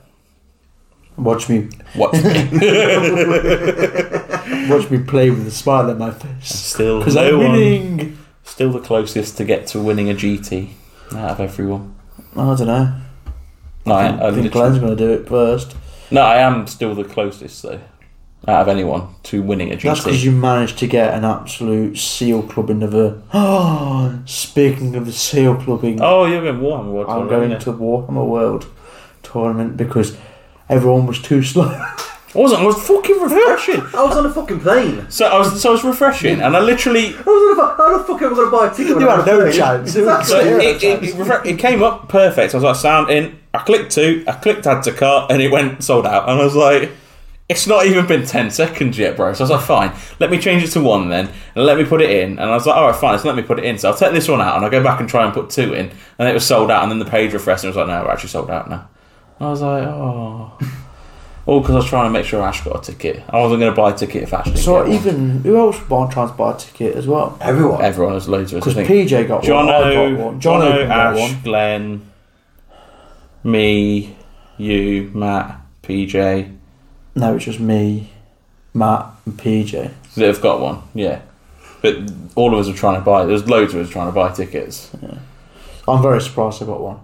Speaker 2: Watch me, [laughs]
Speaker 1: "What?"
Speaker 2: watch me play with a smile on my face.
Speaker 1: Still,
Speaker 2: Because
Speaker 1: no
Speaker 2: I'm
Speaker 1: one.
Speaker 2: winning.
Speaker 1: Still the closest to get to winning a GT out of everyone.
Speaker 2: I don't know.
Speaker 1: No, I, I
Speaker 2: I think
Speaker 1: literally-
Speaker 2: Glenn's going to do it first.
Speaker 1: no, I am still the closest though, out of anyone to winning a GT.
Speaker 2: That's because you managed to get an absolute seal clubbing of a. [gasps] Oh, speaking of the seal clubbing,
Speaker 1: Oh, you're going Warhammer World
Speaker 2: I'm
Speaker 1: Tour,
Speaker 2: going
Speaker 1: aren't you?
Speaker 2: to Warhammer World tournament because everyone was too slow. [laughs]
Speaker 1: I wasn't. I was fucking refreshing.
Speaker 4: I was on a fucking plane.
Speaker 1: [laughs] so I was. So I was refreshing, and I literally.
Speaker 4: I was on a, fu- how the fuck am I going to buy a ticket? when
Speaker 2: You
Speaker 4: I'm
Speaker 2: had
Speaker 4: on a
Speaker 2: no
Speaker 4: plane?
Speaker 2: chance.
Speaker 1: So
Speaker 4: Exactly.
Speaker 2: Yeah,
Speaker 1: it, it, it, refre- it came up perfect. I was like, sound in. I clicked two. I clicked add to cart, and it went sold out. And I was like, it's not even been ten seconds yet, bro. So I was like, fine, let me change it to one then, and let me put it in. And I was like, all right, fine, so let me put it in. So I'll take this one out, and I will go back and try and put two in, and it was sold out. And then the page refreshed, and it was like, no, we're actually sold out now. And I was like, oh. [laughs] All because I was trying to make sure Ash got a ticket. I wasn't going to buy a ticket if Ash didn't
Speaker 2: So
Speaker 1: get one.
Speaker 2: even who else bought trying to buy a ticket as well?
Speaker 4: Everyone.
Speaker 1: Everyone was loads of us. I
Speaker 2: Because
Speaker 1: think.
Speaker 2: PJ got
Speaker 1: John
Speaker 2: one, I
Speaker 1: O,
Speaker 2: got one,
Speaker 1: John
Speaker 2: John
Speaker 1: O,
Speaker 2: Ogan got
Speaker 1: Ash,
Speaker 2: one.
Speaker 1: Glenn, me, you, Matt, PJ.
Speaker 2: No, it's just me, Matt, and PJ.
Speaker 1: They've got one, yeah. But all of us were trying to buy. There's loads of us trying to buy tickets.
Speaker 2: I'm very surprised I got one.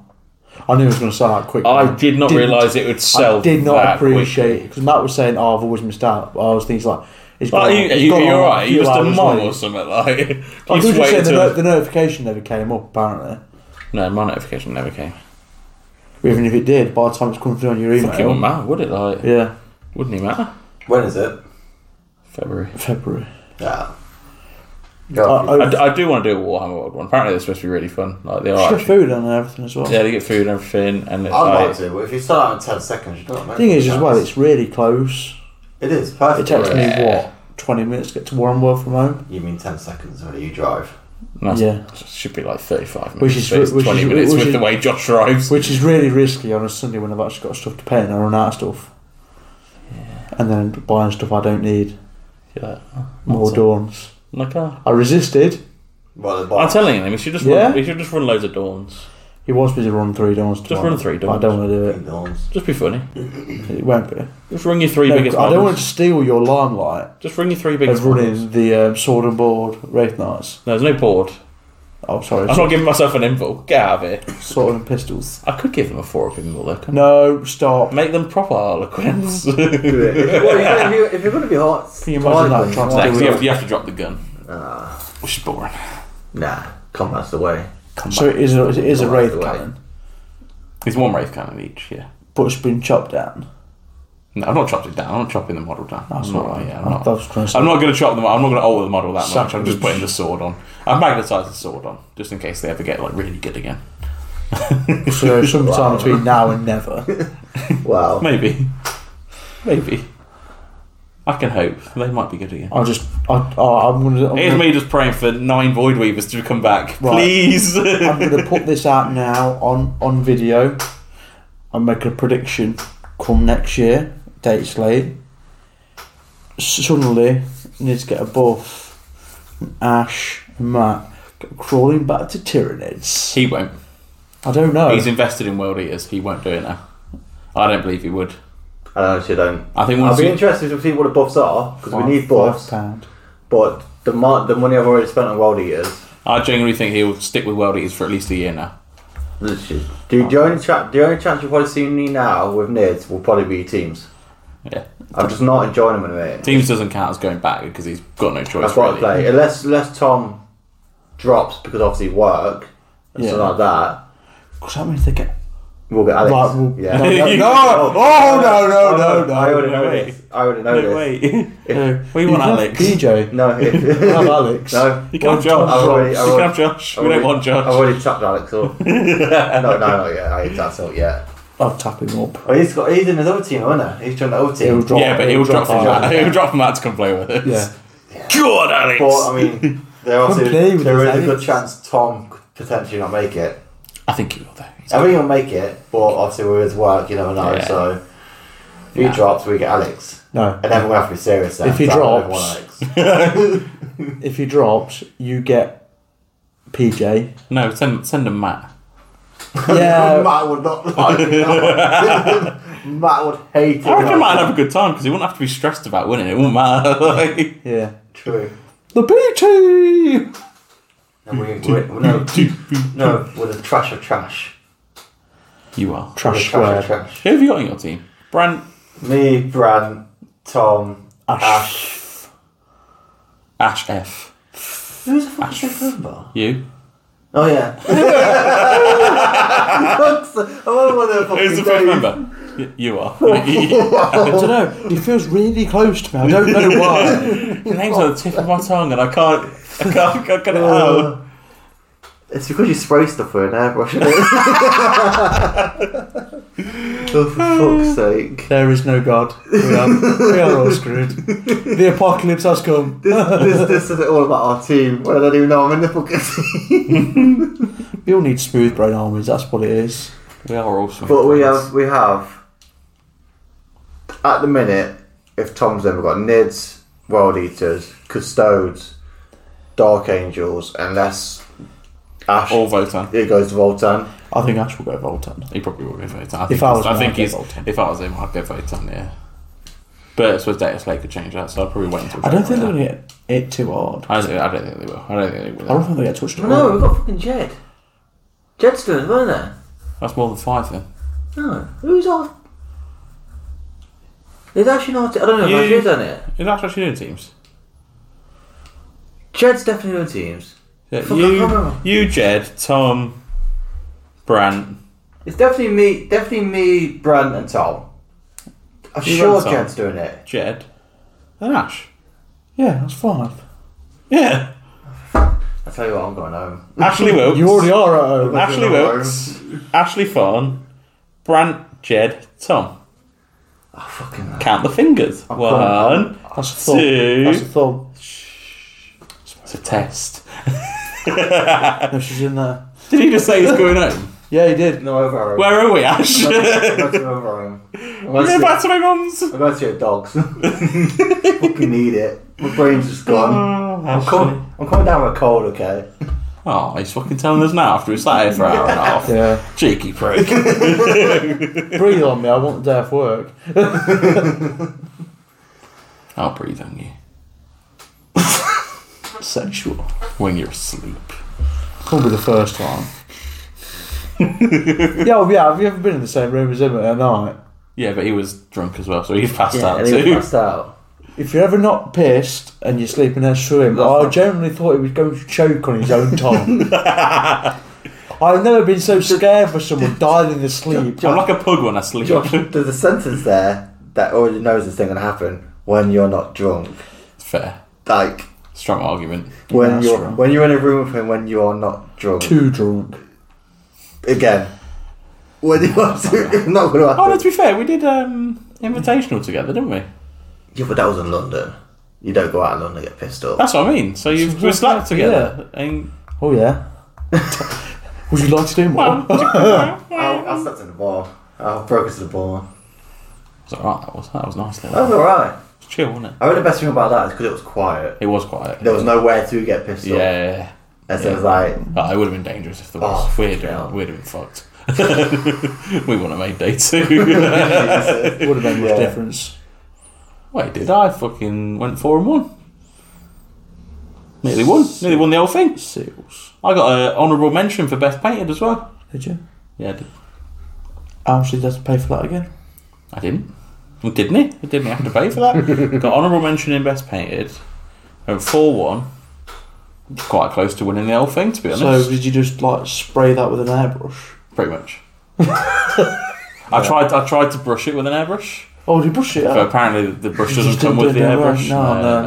Speaker 2: I knew it was going to sell out quick.
Speaker 1: I did not
Speaker 2: Didn't-
Speaker 1: realise it would sell.
Speaker 2: I did not
Speaker 1: that
Speaker 2: appreciate
Speaker 1: quickly.
Speaker 2: because Matt was saying, "Oh, I've always missed out." But I was thinking, like, it's
Speaker 1: Like, are
Speaker 2: gone on-
Speaker 1: you, are
Speaker 2: it's
Speaker 1: you,
Speaker 2: gone
Speaker 1: are you
Speaker 2: on a
Speaker 1: alright? You
Speaker 2: few
Speaker 1: just a
Speaker 2: hours
Speaker 1: mum
Speaker 2: late.
Speaker 1: or something like. You
Speaker 2: I was
Speaker 1: just
Speaker 2: just saying
Speaker 1: waited
Speaker 2: the,
Speaker 1: till-
Speaker 2: no- the notification never came up. Apparently,
Speaker 1: No, my notification never came.
Speaker 2: even if it did, by the time it's coming through on your email,
Speaker 1: Fucking wouldn't matter, would it? Like,
Speaker 2: yeah,
Speaker 1: wouldn't it matter?
Speaker 4: When is it?
Speaker 1: February.
Speaker 2: February.
Speaker 4: Yeah.
Speaker 2: I,
Speaker 1: I,
Speaker 2: I,
Speaker 1: d- I do want to do a Warhammer World one. Apparently, they're supposed to be really fun. Like, they are.
Speaker 2: just got
Speaker 1: Actually,
Speaker 2: food and everything as well.
Speaker 1: yeah, they get food and everything, and it's
Speaker 4: I'd
Speaker 1: like,
Speaker 4: like to, but if you start out in 10 seconds, you don't make
Speaker 2: uh, thing
Speaker 4: much
Speaker 2: is, as well,
Speaker 4: chance.
Speaker 2: it's really close.
Speaker 4: It is, perfect.
Speaker 2: It takes
Speaker 1: Yeah.
Speaker 2: me what twenty minutes to get to Warrenworth from home.
Speaker 4: You mean 10 seconds when you drive?
Speaker 1: That's,
Speaker 2: Yeah.
Speaker 1: should be like 35 minutes.
Speaker 2: Which is-
Speaker 1: but it's
Speaker 2: which
Speaker 1: 20
Speaker 2: is-
Speaker 1: minutes
Speaker 2: which
Speaker 1: with
Speaker 2: is-
Speaker 1: the way Josh drives.
Speaker 2: Which is really risky on a Sunday when I've actually got stuff to paint and I run out of stuff. And then buying stuff I don't need.
Speaker 1: You're like,
Speaker 2: More
Speaker 1: What's
Speaker 2: dawns.
Speaker 1: "Oh, my God."
Speaker 2: I resisted.
Speaker 4: Well, the
Speaker 1: I'm
Speaker 4: box.
Speaker 1: telling him, we should just
Speaker 2: Yeah?
Speaker 1: run, we should just run loads of dawns.
Speaker 2: He wants me to run three dawns tomorrow.
Speaker 1: run three
Speaker 2: but
Speaker 1: dawns.
Speaker 2: I don't want to do it. [laughs]
Speaker 4: Dawns.
Speaker 1: Just be funny.
Speaker 2: It won't be.
Speaker 1: Just ring your three
Speaker 2: No,
Speaker 1: biggest.
Speaker 2: I don't want
Speaker 1: models.
Speaker 2: to steal your limelight
Speaker 1: Just ring your three biggest.
Speaker 2: of
Speaker 1: models.
Speaker 2: running the um, sword and board Wraith Knights.
Speaker 1: No, there's no board.
Speaker 2: Oh, sorry.
Speaker 1: I'm
Speaker 2: Sword,
Speaker 1: not giving myself an invul. Get out of here.
Speaker 2: sword and pistols.
Speaker 1: I could give them a four up invul though. couldn't
Speaker 2: No, stop.
Speaker 1: I? Make them proper
Speaker 2: [laughs]
Speaker 1: harlequins. [laughs] Next,
Speaker 4: Do it. If, well, if, you're, if you're going to be hot,
Speaker 2: Can you imagine that? Trying to
Speaker 4: Nah,
Speaker 2: do
Speaker 1: you, have, you have to drop the gun,
Speaker 4: Nah,
Speaker 1: which is boring.
Speaker 4: nah, combat's
Speaker 2: [laughs]
Speaker 4: the way.
Speaker 2: So it is a, it is a
Speaker 4: Come back
Speaker 2: Wraith
Speaker 4: the way.
Speaker 2: cannon,
Speaker 1: It's one wraith cannon each. Yeah.
Speaker 2: but it's been chopped down.
Speaker 1: No, I'm not chopped it down. I'm not chopping the model down.
Speaker 2: That's
Speaker 1: I'm not-
Speaker 2: all right.
Speaker 1: yeah, I'm
Speaker 2: I,
Speaker 1: not.
Speaker 2: I was going to say.
Speaker 1: I'm not going to chop them. I'm not going to alter the model that much. I'm just
Speaker 2: Sacrilege.
Speaker 1: putting the sword on. I've magnetised the sword on just in case they ever get like really good again. [laughs]
Speaker 2: So sometime between now and
Speaker 4: [laughs]
Speaker 2: never.
Speaker 4: Wow.
Speaker 1: Maybe, maybe. I can hope they might be good again.
Speaker 2: I'll just. I, I, I'm gonna. I'm
Speaker 1: Here's
Speaker 2: gonna,
Speaker 1: me just praying for nine Void Weavers to come back,
Speaker 2: Right.
Speaker 1: please. [laughs]
Speaker 2: I'm gonna put this out now on on video. and make a prediction. Come next year, date's late. Suddenly, need to get a buff. Ash and Matt go crawling back to Tyranids.
Speaker 1: he won't.
Speaker 2: I don't know.
Speaker 4: Oh.
Speaker 1: He's invested in World Eaters. He won't do it now. I don't believe he would.
Speaker 4: I I honestly don't.
Speaker 1: I think
Speaker 4: I'll
Speaker 1: once
Speaker 4: be
Speaker 1: you,
Speaker 4: interested to see what the buffs are because we
Speaker 2: Five-
Speaker 4: need buffs.
Speaker 2: Five pound.
Speaker 4: But the mo- the money I've already spent on World Eaters.
Speaker 1: I genuinely think he'll stick with World Eaters for at least a year now.
Speaker 4: Literally, the, the only tra- the only chance you'll probably see me now with Nids will probably be teams.
Speaker 1: Yeah,
Speaker 4: I'm just not enjoying them at the minute.
Speaker 1: teams doesn't count as going back because he's got no choice.
Speaker 4: That's what I
Speaker 1: really.
Speaker 4: play. Unless unless Tom drops because obviously work and
Speaker 2: Yeah.
Speaker 4: stuff like that,
Speaker 2: Because that means they get.
Speaker 4: we'll get Alex.
Speaker 2: Like, we'll- [laughs]
Speaker 4: yeah.
Speaker 2: No,
Speaker 4: [laughs]
Speaker 1: You-
Speaker 2: no, no,
Speaker 1: Oh,
Speaker 2: oh, no, no, no, no.
Speaker 4: I already
Speaker 1: no
Speaker 4: know
Speaker 1: way.
Speaker 4: this. I already know
Speaker 1: No,
Speaker 4: this.
Speaker 1: [laughs] wait.
Speaker 2: No.
Speaker 1: We
Speaker 2: You
Speaker 1: want
Speaker 2: can have
Speaker 1: Alex.
Speaker 2: PJ.
Speaker 4: No,
Speaker 2: You
Speaker 4: [laughs]
Speaker 2: can [laughs] have Alex.
Speaker 4: no.
Speaker 1: You can't have
Speaker 2: Tom
Speaker 1: Josh.
Speaker 4: I've already, I've
Speaker 1: You can
Speaker 4: already,
Speaker 1: have Josh.
Speaker 4: I've
Speaker 1: We don't
Speaker 4: already-
Speaker 1: want
Speaker 4: I've
Speaker 1: Josh.
Speaker 4: already tapped Alex up. no, no, no, yeah, I ain't tapped up yet.
Speaker 2: I'll tap him up.
Speaker 4: Oh, he's got he's in his other team, isn't he? He's joined the other
Speaker 2: He'll
Speaker 4: team.
Speaker 1: [laughs]
Speaker 2: drop.
Speaker 1: yeah, but he'll drop from
Speaker 2: out.
Speaker 1: that. [laughs] He'll drop from that to come play with us.
Speaker 2: Yeah.
Speaker 1: God, Alex.
Speaker 4: But I mean, there
Speaker 2: Come
Speaker 4: also
Speaker 2: play with
Speaker 4: there
Speaker 2: us,
Speaker 4: is a good
Speaker 2: Alex.
Speaker 4: chance Tom could potentially not make it.
Speaker 1: I think he will though. He's
Speaker 4: I think he'll make it, but obviously with his work, you never know.
Speaker 1: Yeah.
Speaker 4: So if he
Speaker 1: Yeah.
Speaker 4: drops, we get Alex,
Speaker 2: No.
Speaker 4: and then we'll have to be serious. Then,
Speaker 2: If he
Speaker 4: So I don't
Speaker 2: drops-
Speaker 4: want Alex.
Speaker 2: If he drops, you get PJ.
Speaker 1: No, send send him Matt.
Speaker 2: [laughs] Yeah.
Speaker 4: Um, [laughs] Matt would not like it, that one. Matt would hate it.
Speaker 1: I reckon Matt would have a good time because he wouldn't have to be stressed about winning. It wouldn't matter. [laughs] like,
Speaker 2: yeah.
Speaker 4: True.
Speaker 2: The B team.
Speaker 4: And we, we, no, no, with the trash of trash.
Speaker 1: you are.
Speaker 4: With the
Speaker 2: Trash
Speaker 4: trash of
Speaker 2: square.
Speaker 4: trash.
Speaker 1: Who have you got on your team? Brand
Speaker 4: Me, Bran, Tom,
Speaker 2: Ash.
Speaker 4: Ash.
Speaker 1: Ash F.
Speaker 4: Who's the fucking fifth member?
Speaker 1: You.
Speaker 4: Oh [laughs] yeah. I wonder what they're fucking
Speaker 1: Who's the fifth
Speaker 4: doing.
Speaker 1: member? Y- You are. [laughs] Your
Speaker 2: I don't know. He feels really close to me. I don't know why.
Speaker 1: name's on the tip of my tongue, and I can't. I can't get it
Speaker 4: Uh,
Speaker 1: out.
Speaker 4: It's because you spray stuff with an airbrush. isn't it? [laughs] oh, for fuck's sake.
Speaker 2: [laughs] There is no God. We are, we are all screwed. The apocalypse has come.
Speaker 4: This, this is all about our team. Well, I don't even know I'm in the fucking team.
Speaker 2: We all need smooth brain armies. That's what it is.
Speaker 1: We are awesome.
Speaker 4: But we have, we have, at the minute, if Tom's in, we've got Nids, World Eaters, Custodes, Dark Angels, unless Ash
Speaker 1: all Votan.
Speaker 4: it goes to Voltan.
Speaker 2: I think Ash will go Voltan.
Speaker 1: He probably will go Votan. I
Speaker 2: If
Speaker 1: think,
Speaker 2: I was,
Speaker 1: I
Speaker 2: him,
Speaker 1: think
Speaker 2: I'd go
Speaker 1: he's.
Speaker 2: Voltan.
Speaker 1: If I was him, I'd go Votan. Yeah. But it's with Data Slate could change that, so I'll probably wait until.
Speaker 2: I don't think they're
Speaker 1: January.
Speaker 2: gonna get it too hard.
Speaker 1: I don't, I don't think they will. I don't think they will.
Speaker 2: I don't think they get touched at all.
Speaker 4: we've got fucking Jed. Jed's good, weren't there?
Speaker 1: That's more than five then.
Speaker 4: No. Who's off? They've actually not. I don't know
Speaker 1: if Yeah. Ash's
Speaker 4: done it.
Speaker 1: Is that actually in teams?
Speaker 4: Jed's definitely on teams.
Speaker 1: Yeah,
Speaker 4: Fuck, I can't
Speaker 1: you,
Speaker 4: remember.
Speaker 1: you, Jed, Tom, Brant.
Speaker 4: It's definitely me. Definitely me, Brent, and Tom. I'm
Speaker 1: You
Speaker 4: sure
Speaker 1: and Tom.
Speaker 4: Jed's doing it.
Speaker 1: Jed, and Ash.
Speaker 2: Yeah, that's five.
Speaker 1: Yeah,
Speaker 4: I tell you what, I'm going home.
Speaker 1: Ashley Wilkes.
Speaker 2: You already are uh, at home.
Speaker 1: Ashley
Speaker 4: You're not
Speaker 1: Wilkes, Ashley Fawn, Brant, Jed, Tom.
Speaker 4: Oh, fucking hell.
Speaker 1: Count the fingers.
Speaker 4: on.
Speaker 1: One.
Speaker 2: That's a thumb.
Speaker 1: Two.
Speaker 2: That's a thumb.
Speaker 1: It's a test. [laughs]
Speaker 2: No, she's in there.
Speaker 1: Did he just say he's going home?
Speaker 2: Yeah, he did.
Speaker 4: No, over home.
Speaker 1: Where are we, Ash?
Speaker 4: I'm
Speaker 1: We're [laughs]
Speaker 4: going to over home. I'm going
Speaker 1: going
Speaker 4: to
Speaker 1: back to my mum's.
Speaker 4: I'm going to see a dog's. fucking need it. My brain's
Speaker 1: [laughs]
Speaker 4: just gone.
Speaker 1: Oh,
Speaker 4: I'm
Speaker 1: Ashley.
Speaker 4: coming, I'm coming down with a cold, okay?
Speaker 1: Oh, he's fucking telling us now after we sat here for an hour and a half.
Speaker 2: Yeah.
Speaker 1: Cheeky prick.
Speaker 4: [laughs]
Speaker 2: Breathe on me. I want the day off work.
Speaker 1: I'll breathe on you
Speaker 2: Sexual.
Speaker 1: when you're asleep.
Speaker 2: Can't be the first time. [laughs] yeah, well, yeah. Have you ever been in the same room as him at night?
Speaker 1: Yeah, but he was drunk as well, so he's passed out
Speaker 4: and he
Speaker 1: too.
Speaker 4: passed out.
Speaker 2: If you're ever not pissed and you're sleeping next to him,
Speaker 4: That's
Speaker 2: I
Speaker 4: not-
Speaker 2: generally thought he was going to choke on his own tongue. [laughs] I've never been so scared for someone dying in their sleep.
Speaker 1: I'm like a pug when I sleep.
Speaker 4: Josh, [laughs] there's a sentence there that already knows this thing gonna happen when you're not drunk.
Speaker 1: [laughs] Fair.
Speaker 4: Like
Speaker 1: Strong argument.
Speaker 4: when
Speaker 2: that's
Speaker 4: you're
Speaker 2: right.
Speaker 4: when you're in a room with him when you are not drunk.
Speaker 2: Too drunk.
Speaker 4: Again, when you are too, [laughs] not gonna
Speaker 1: Oh, no,
Speaker 4: happen.
Speaker 1: to be fair, we did um, Invitational together, didn't we?
Speaker 4: yeah, but that was in London. You don't go out in London and get pissed off.
Speaker 1: That's what I mean. So you we slept together. And,
Speaker 2: Oh yeah. [laughs] Would you like to
Speaker 1: [laughs]
Speaker 2: do more?
Speaker 4: I, I slept in the bar. I broke into the bar.
Speaker 1: It was alright, that was. That was nice. Though.
Speaker 4: That was
Speaker 1: It
Speaker 4: alright.
Speaker 1: was chill, wasn't it?
Speaker 4: I think the best thing about that is because it was quiet.
Speaker 1: It was quiet.
Speaker 4: There was nowhere to get pissed
Speaker 1: Yeah.
Speaker 4: off. And so it was like,
Speaker 1: But Ah, it would have been dangerous if there was.
Speaker 4: Oh,
Speaker 1: we'd,
Speaker 4: fucking hell.
Speaker 1: we'd have been fucked. [laughs] we won on eight day two.
Speaker 4: [laughs]
Speaker 2: Would have made much
Speaker 4: Yeah.
Speaker 2: difference.
Speaker 1: Wait, did I fucking went four and one? Nearly won. Nearly won the whole thing.
Speaker 2: Seals.
Speaker 1: I got an honourable mention for best painted as well.
Speaker 2: Did you?
Speaker 1: Yeah, I, did.
Speaker 2: How much did you have to pay for that again?
Speaker 1: I didn't. Well, didn't he? I didn't have to pay for
Speaker 4: [laughs]
Speaker 1: that. got honourable mention in best painted. And four one. Quite close to winning the whole thing, to be honest.
Speaker 2: So did you just like spray that with an airbrush?
Speaker 1: Pretty
Speaker 4: [laughs]
Speaker 1: much. I tried. I tried to brush it with an airbrush,
Speaker 2: Oh, did you brush it
Speaker 1: but
Speaker 2: out?
Speaker 1: apparently the brush
Speaker 2: You
Speaker 1: doesn't
Speaker 2: just
Speaker 1: come
Speaker 2: didn't
Speaker 1: with the
Speaker 2: do it, no,
Speaker 1: airbrush.
Speaker 2: no,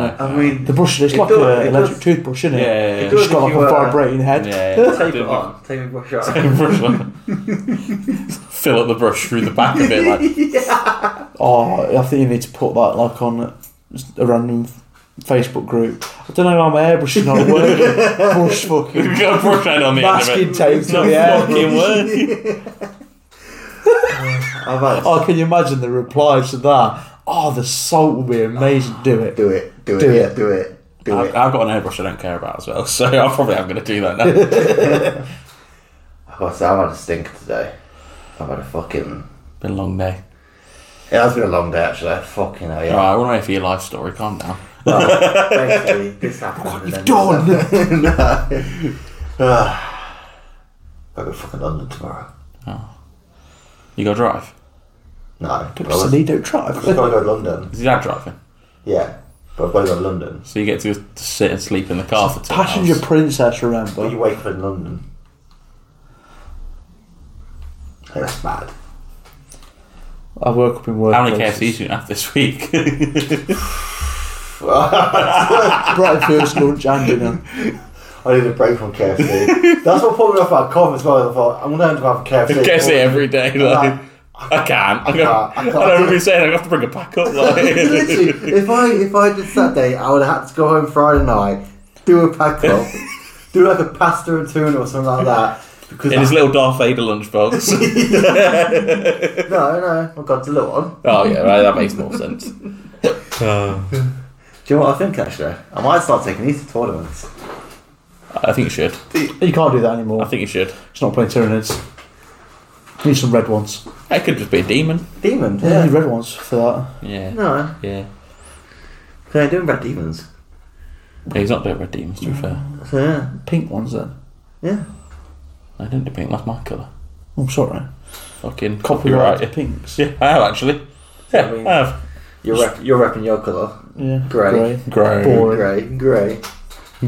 Speaker 2: no,
Speaker 4: I mean,
Speaker 2: The brush, it's
Speaker 4: It
Speaker 2: like
Speaker 4: does-
Speaker 2: a
Speaker 4: it
Speaker 2: electric
Speaker 4: does-
Speaker 2: toothbrush, isn't
Speaker 1: yeah,
Speaker 2: it?
Speaker 1: yeah, yeah.
Speaker 4: does
Speaker 2: It's got
Speaker 4: if
Speaker 2: like
Speaker 4: you uh,
Speaker 2: a
Speaker 4: were-
Speaker 2: vibrating head.
Speaker 1: yeah,
Speaker 2: [laughs]
Speaker 1: yeah.
Speaker 4: tape it
Speaker 1: Didn't
Speaker 4: on. Tape it brush on.
Speaker 1: Take the [laughs] brush on. Fill up the brush through the back of it. Like, [laughs]
Speaker 2: Oh, I think you need to put that like on a random Facebook group. I don't know how my airbrush is not working.
Speaker 1: [laughs]
Speaker 2: brush fucking
Speaker 1: you've got a brush head on the end
Speaker 2: masking
Speaker 1: of it.
Speaker 2: tape
Speaker 1: It's
Speaker 2: to
Speaker 1: not
Speaker 2: the air.
Speaker 1: fucking working.
Speaker 4: I've had
Speaker 2: Oh, can you imagine the replies to that? Oh, the salt would be amazing. Do it.
Speaker 4: do it, do,
Speaker 2: Do
Speaker 4: it,
Speaker 2: it.
Speaker 4: do it, do
Speaker 1: I've,
Speaker 4: it.
Speaker 1: I've got an airbrush I don't care about as well, [laughs] so I probably am going to do that
Speaker 2: [laughs]
Speaker 1: now.
Speaker 4: I've got to say, I've had a stinker today. I've had a fucking.
Speaker 1: Been a long day.
Speaker 4: It has been a long day actually. Fucking hell, yeah.
Speaker 1: All right, I want to wait for your life story. Calm down.
Speaker 4: Well, basically, this happened. What
Speaker 2: You've
Speaker 4: [laughs]
Speaker 2: done.
Speaker 4: I go to fucking London tomorrow.
Speaker 1: You go drive.
Speaker 4: No, but I was-
Speaker 2: Toledo Drive.
Speaker 4: I've got to go to London.
Speaker 1: Is your dad driving?
Speaker 4: Yeah, but I've got to go to London.
Speaker 1: So you get to just sit and sleep in the car for two
Speaker 2: Passenger
Speaker 1: hours.
Speaker 2: Princess,
Speaker 4: But
Speaker 2: remember?
Speaker 4: you wake up in London. Hey, That's mad.
Speaker 2: I woke up in work.
Speaker 1: How many KFCs do you going to have this week? [laughs]
Speaker 2: [laughs] Breakfast, lunch, and dinner.
Speaker 4: I need a break from KFC. That's what put me off that cough as well. I thought, I'm going to have KFC.
Speaker 1: Guess it every day. Like,
Speaker 4: Like,
Speaker 1: I can't. I,
Speaker 4: can't, I
Speaker 1: got, [laughs] I,
Speaker 4: can't.
Speaker 1: don't know what you're saying. I have to bring a pack up.
Speaker 2: [laughs]
Speaker 1: Like.
Speaker 4: Literally, if I if I did Saturday, I would have had to go home Friday night, do a pack up, [laughs] do like a pasta and tuna or something like that. Because
Speaker 1: in his
Speaker 4: I-
Speaker 1: little Darth Vader
Speaker 4: [laughs]
Speaker 1: lunchbox.
Speaker 4: no, no, I've got to little one.
Speaker 1: oh yeah, right, that makes more sense.
Speaker 4: Do you know what I think actually? I might start taking these to tournaments.
Speaker 1: I think you should.
Speaker 2: You can't do that
Speaker 1: I
Speaker 2: anymore.
Speaker 1: think you should.
Speaker 2: It's not playing Tyranids. Need some red ones.
Speaker 1: It could just be a demon.
Speaker 4: Demon,
Speaker 2: Yeah,
Speaker 4: yeah.
Speaker 2: need red ones for that.
Speaker 1: Yeah.
Speaker 4: No,
Speaker 1: Yeah.
Speaker 4: they're doing about demons.
Speaker 1: Yeah, He's not doing red demons, to be fair.
Speaker 4: So yeah,
Speaker 2: Pink ones then.
Speaker 4: yeah.
Speaker 1: I didn't do pink. That's my colour.
Speaker 2: I'm Oh, sorry.
Speaker 1: Fucking
Speaker 2: Copyright
Speaker 1: copyright.
Speaker 2: pinks.
Speaker 1: Yeah, I have actually. Yeah,
Speaker 4: I mean-
Speaker 1: I have.
Speaker 4: You're rep, you're repping your colour.
Speaker 2: Yeah.
Speaker 4: Grey.
Speaker 1: Grey.
Speaker 2: Boring.
Speaker 4: Grey, grey,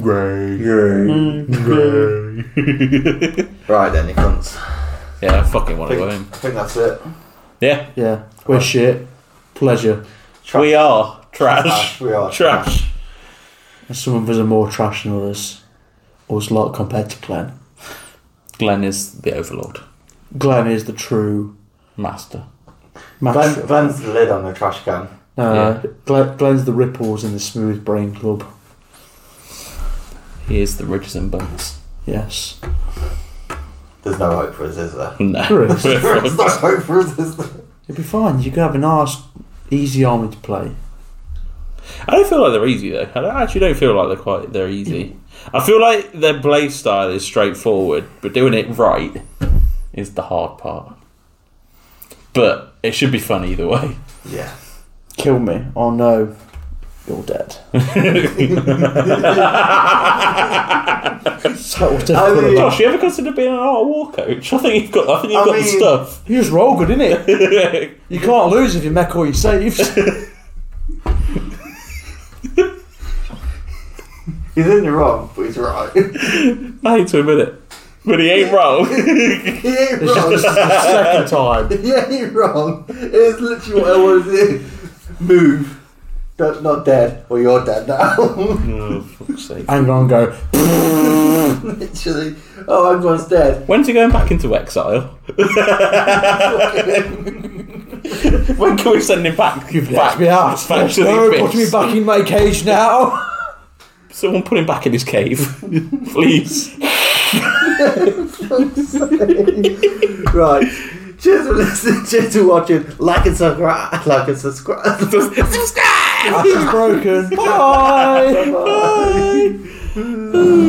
Speaker 1: Grey.
Speaker 4: grey.
Speaker 2: Mm,
Speaker 4: Right then, you cunts.
Speaker 1: Yeah, I fucking
Speaker 4: I
Speaker 1: want to go
Speaker 4: think, I
Speaker 1: home.
Speaker 4: think that's it.
Speaker 1: Yeah,
Speaker 2: Yeah. We're shit. Pleasure.
Speaker 4: Trash.
Speaker 1: we are trash.
Speaker 4: Trash, we are
Speaker 1: trash.
Speaker 2: And some of us are more trash than others. Us lot compared to Glenn.
Speaker 1: Glenn is the overlord,
Speaker 2: Glenn is the true
Speaker 1: master.
Speaker 2: master.
Speaker 4: Glenn, Glenn's the lid on the trash can.
Speaker 2: no,
Speaker 1: Yeah.
Speaker 2: Glenn, Glenn's the ripples in the smooth brain club.
Speaker 1: He is the ridges and bumps.
Speaker 2: Yes.
Speaker 4: There's no hope for us, is there?
Speaker 1: No, [laughs]
Speaker 2: There is.
Speaker 1: we're
Speaker 4: There's
Speaker 1: fucked.
Speaker 4: no hope for us, is there?
Speaker 2: It'll be fine. You can have an arse easy army to play.
Speaker 1: I don't feel like they're easy though. I don't, actually don't feel like they're quite they're easy. I feel like their play style is straightforward, but doing it right is the hard part. But it should be fun either
Speaker 4: [laughs]
Speaker 1: way.
Speaker 4: Yeah.
Speaker 2: Kill me. Oh no. You're dead. so what
Speaker 4: I
Speaker 2: difficult
Speaker 4: mean-
Speaker 2: about
Speaker 1: Josh, you ever consider being an art war coach? I think you've got. I think you've
Speaker 4: I
Speaker 1: got the
Speaker 4: mean-
Speaker 1: stuff.
Speaker 2: You just roll good, innit? You can't lose if you make all your saves.
Speaker 4: He's in the wrong, but he's right. [laughs] he
Speaker 1: I hate to admit it, but he ain't wrong.
Speaker 4: [laughs] ain't
Speaker 2: It's just
Speaker 4: wrong.
Speaker 2: this is the second time.
Speaker 4: [laughs] he ain't wrong. It's literally what I was in. Move. Don't, not dead, or you're dead now. [laughs]
Speaker 2: Mm.
Speaker 1: oh, fuck's sake.
Speaker 2: I'm gonna go.
Speaker 4: literally. Oh, everyone's dead. [laughs]
Speaker 1: When's he going back into exile? when can we send him back?
Speaker 2: You've
Speaker 1: back,
Speaker 2: let me out.
Speaker 1: back to the
Speaker 2: No,
Speaker 1: abyss.
Speaker 2: put me back in my cage now.
Speaker 1: Someone put him back in his cave, please.
Speaker 4: [laughs] Right. Cheers for listening. Cheers for watching. Like and subscribe. [laughs] Like
Speaker 2: [laughs]
Speaker 4: and subscribe. [laughs]
Speaker 1: Subscribe.
Speaker 2: Ash is broken. Bye.
Speaker 1: Bye.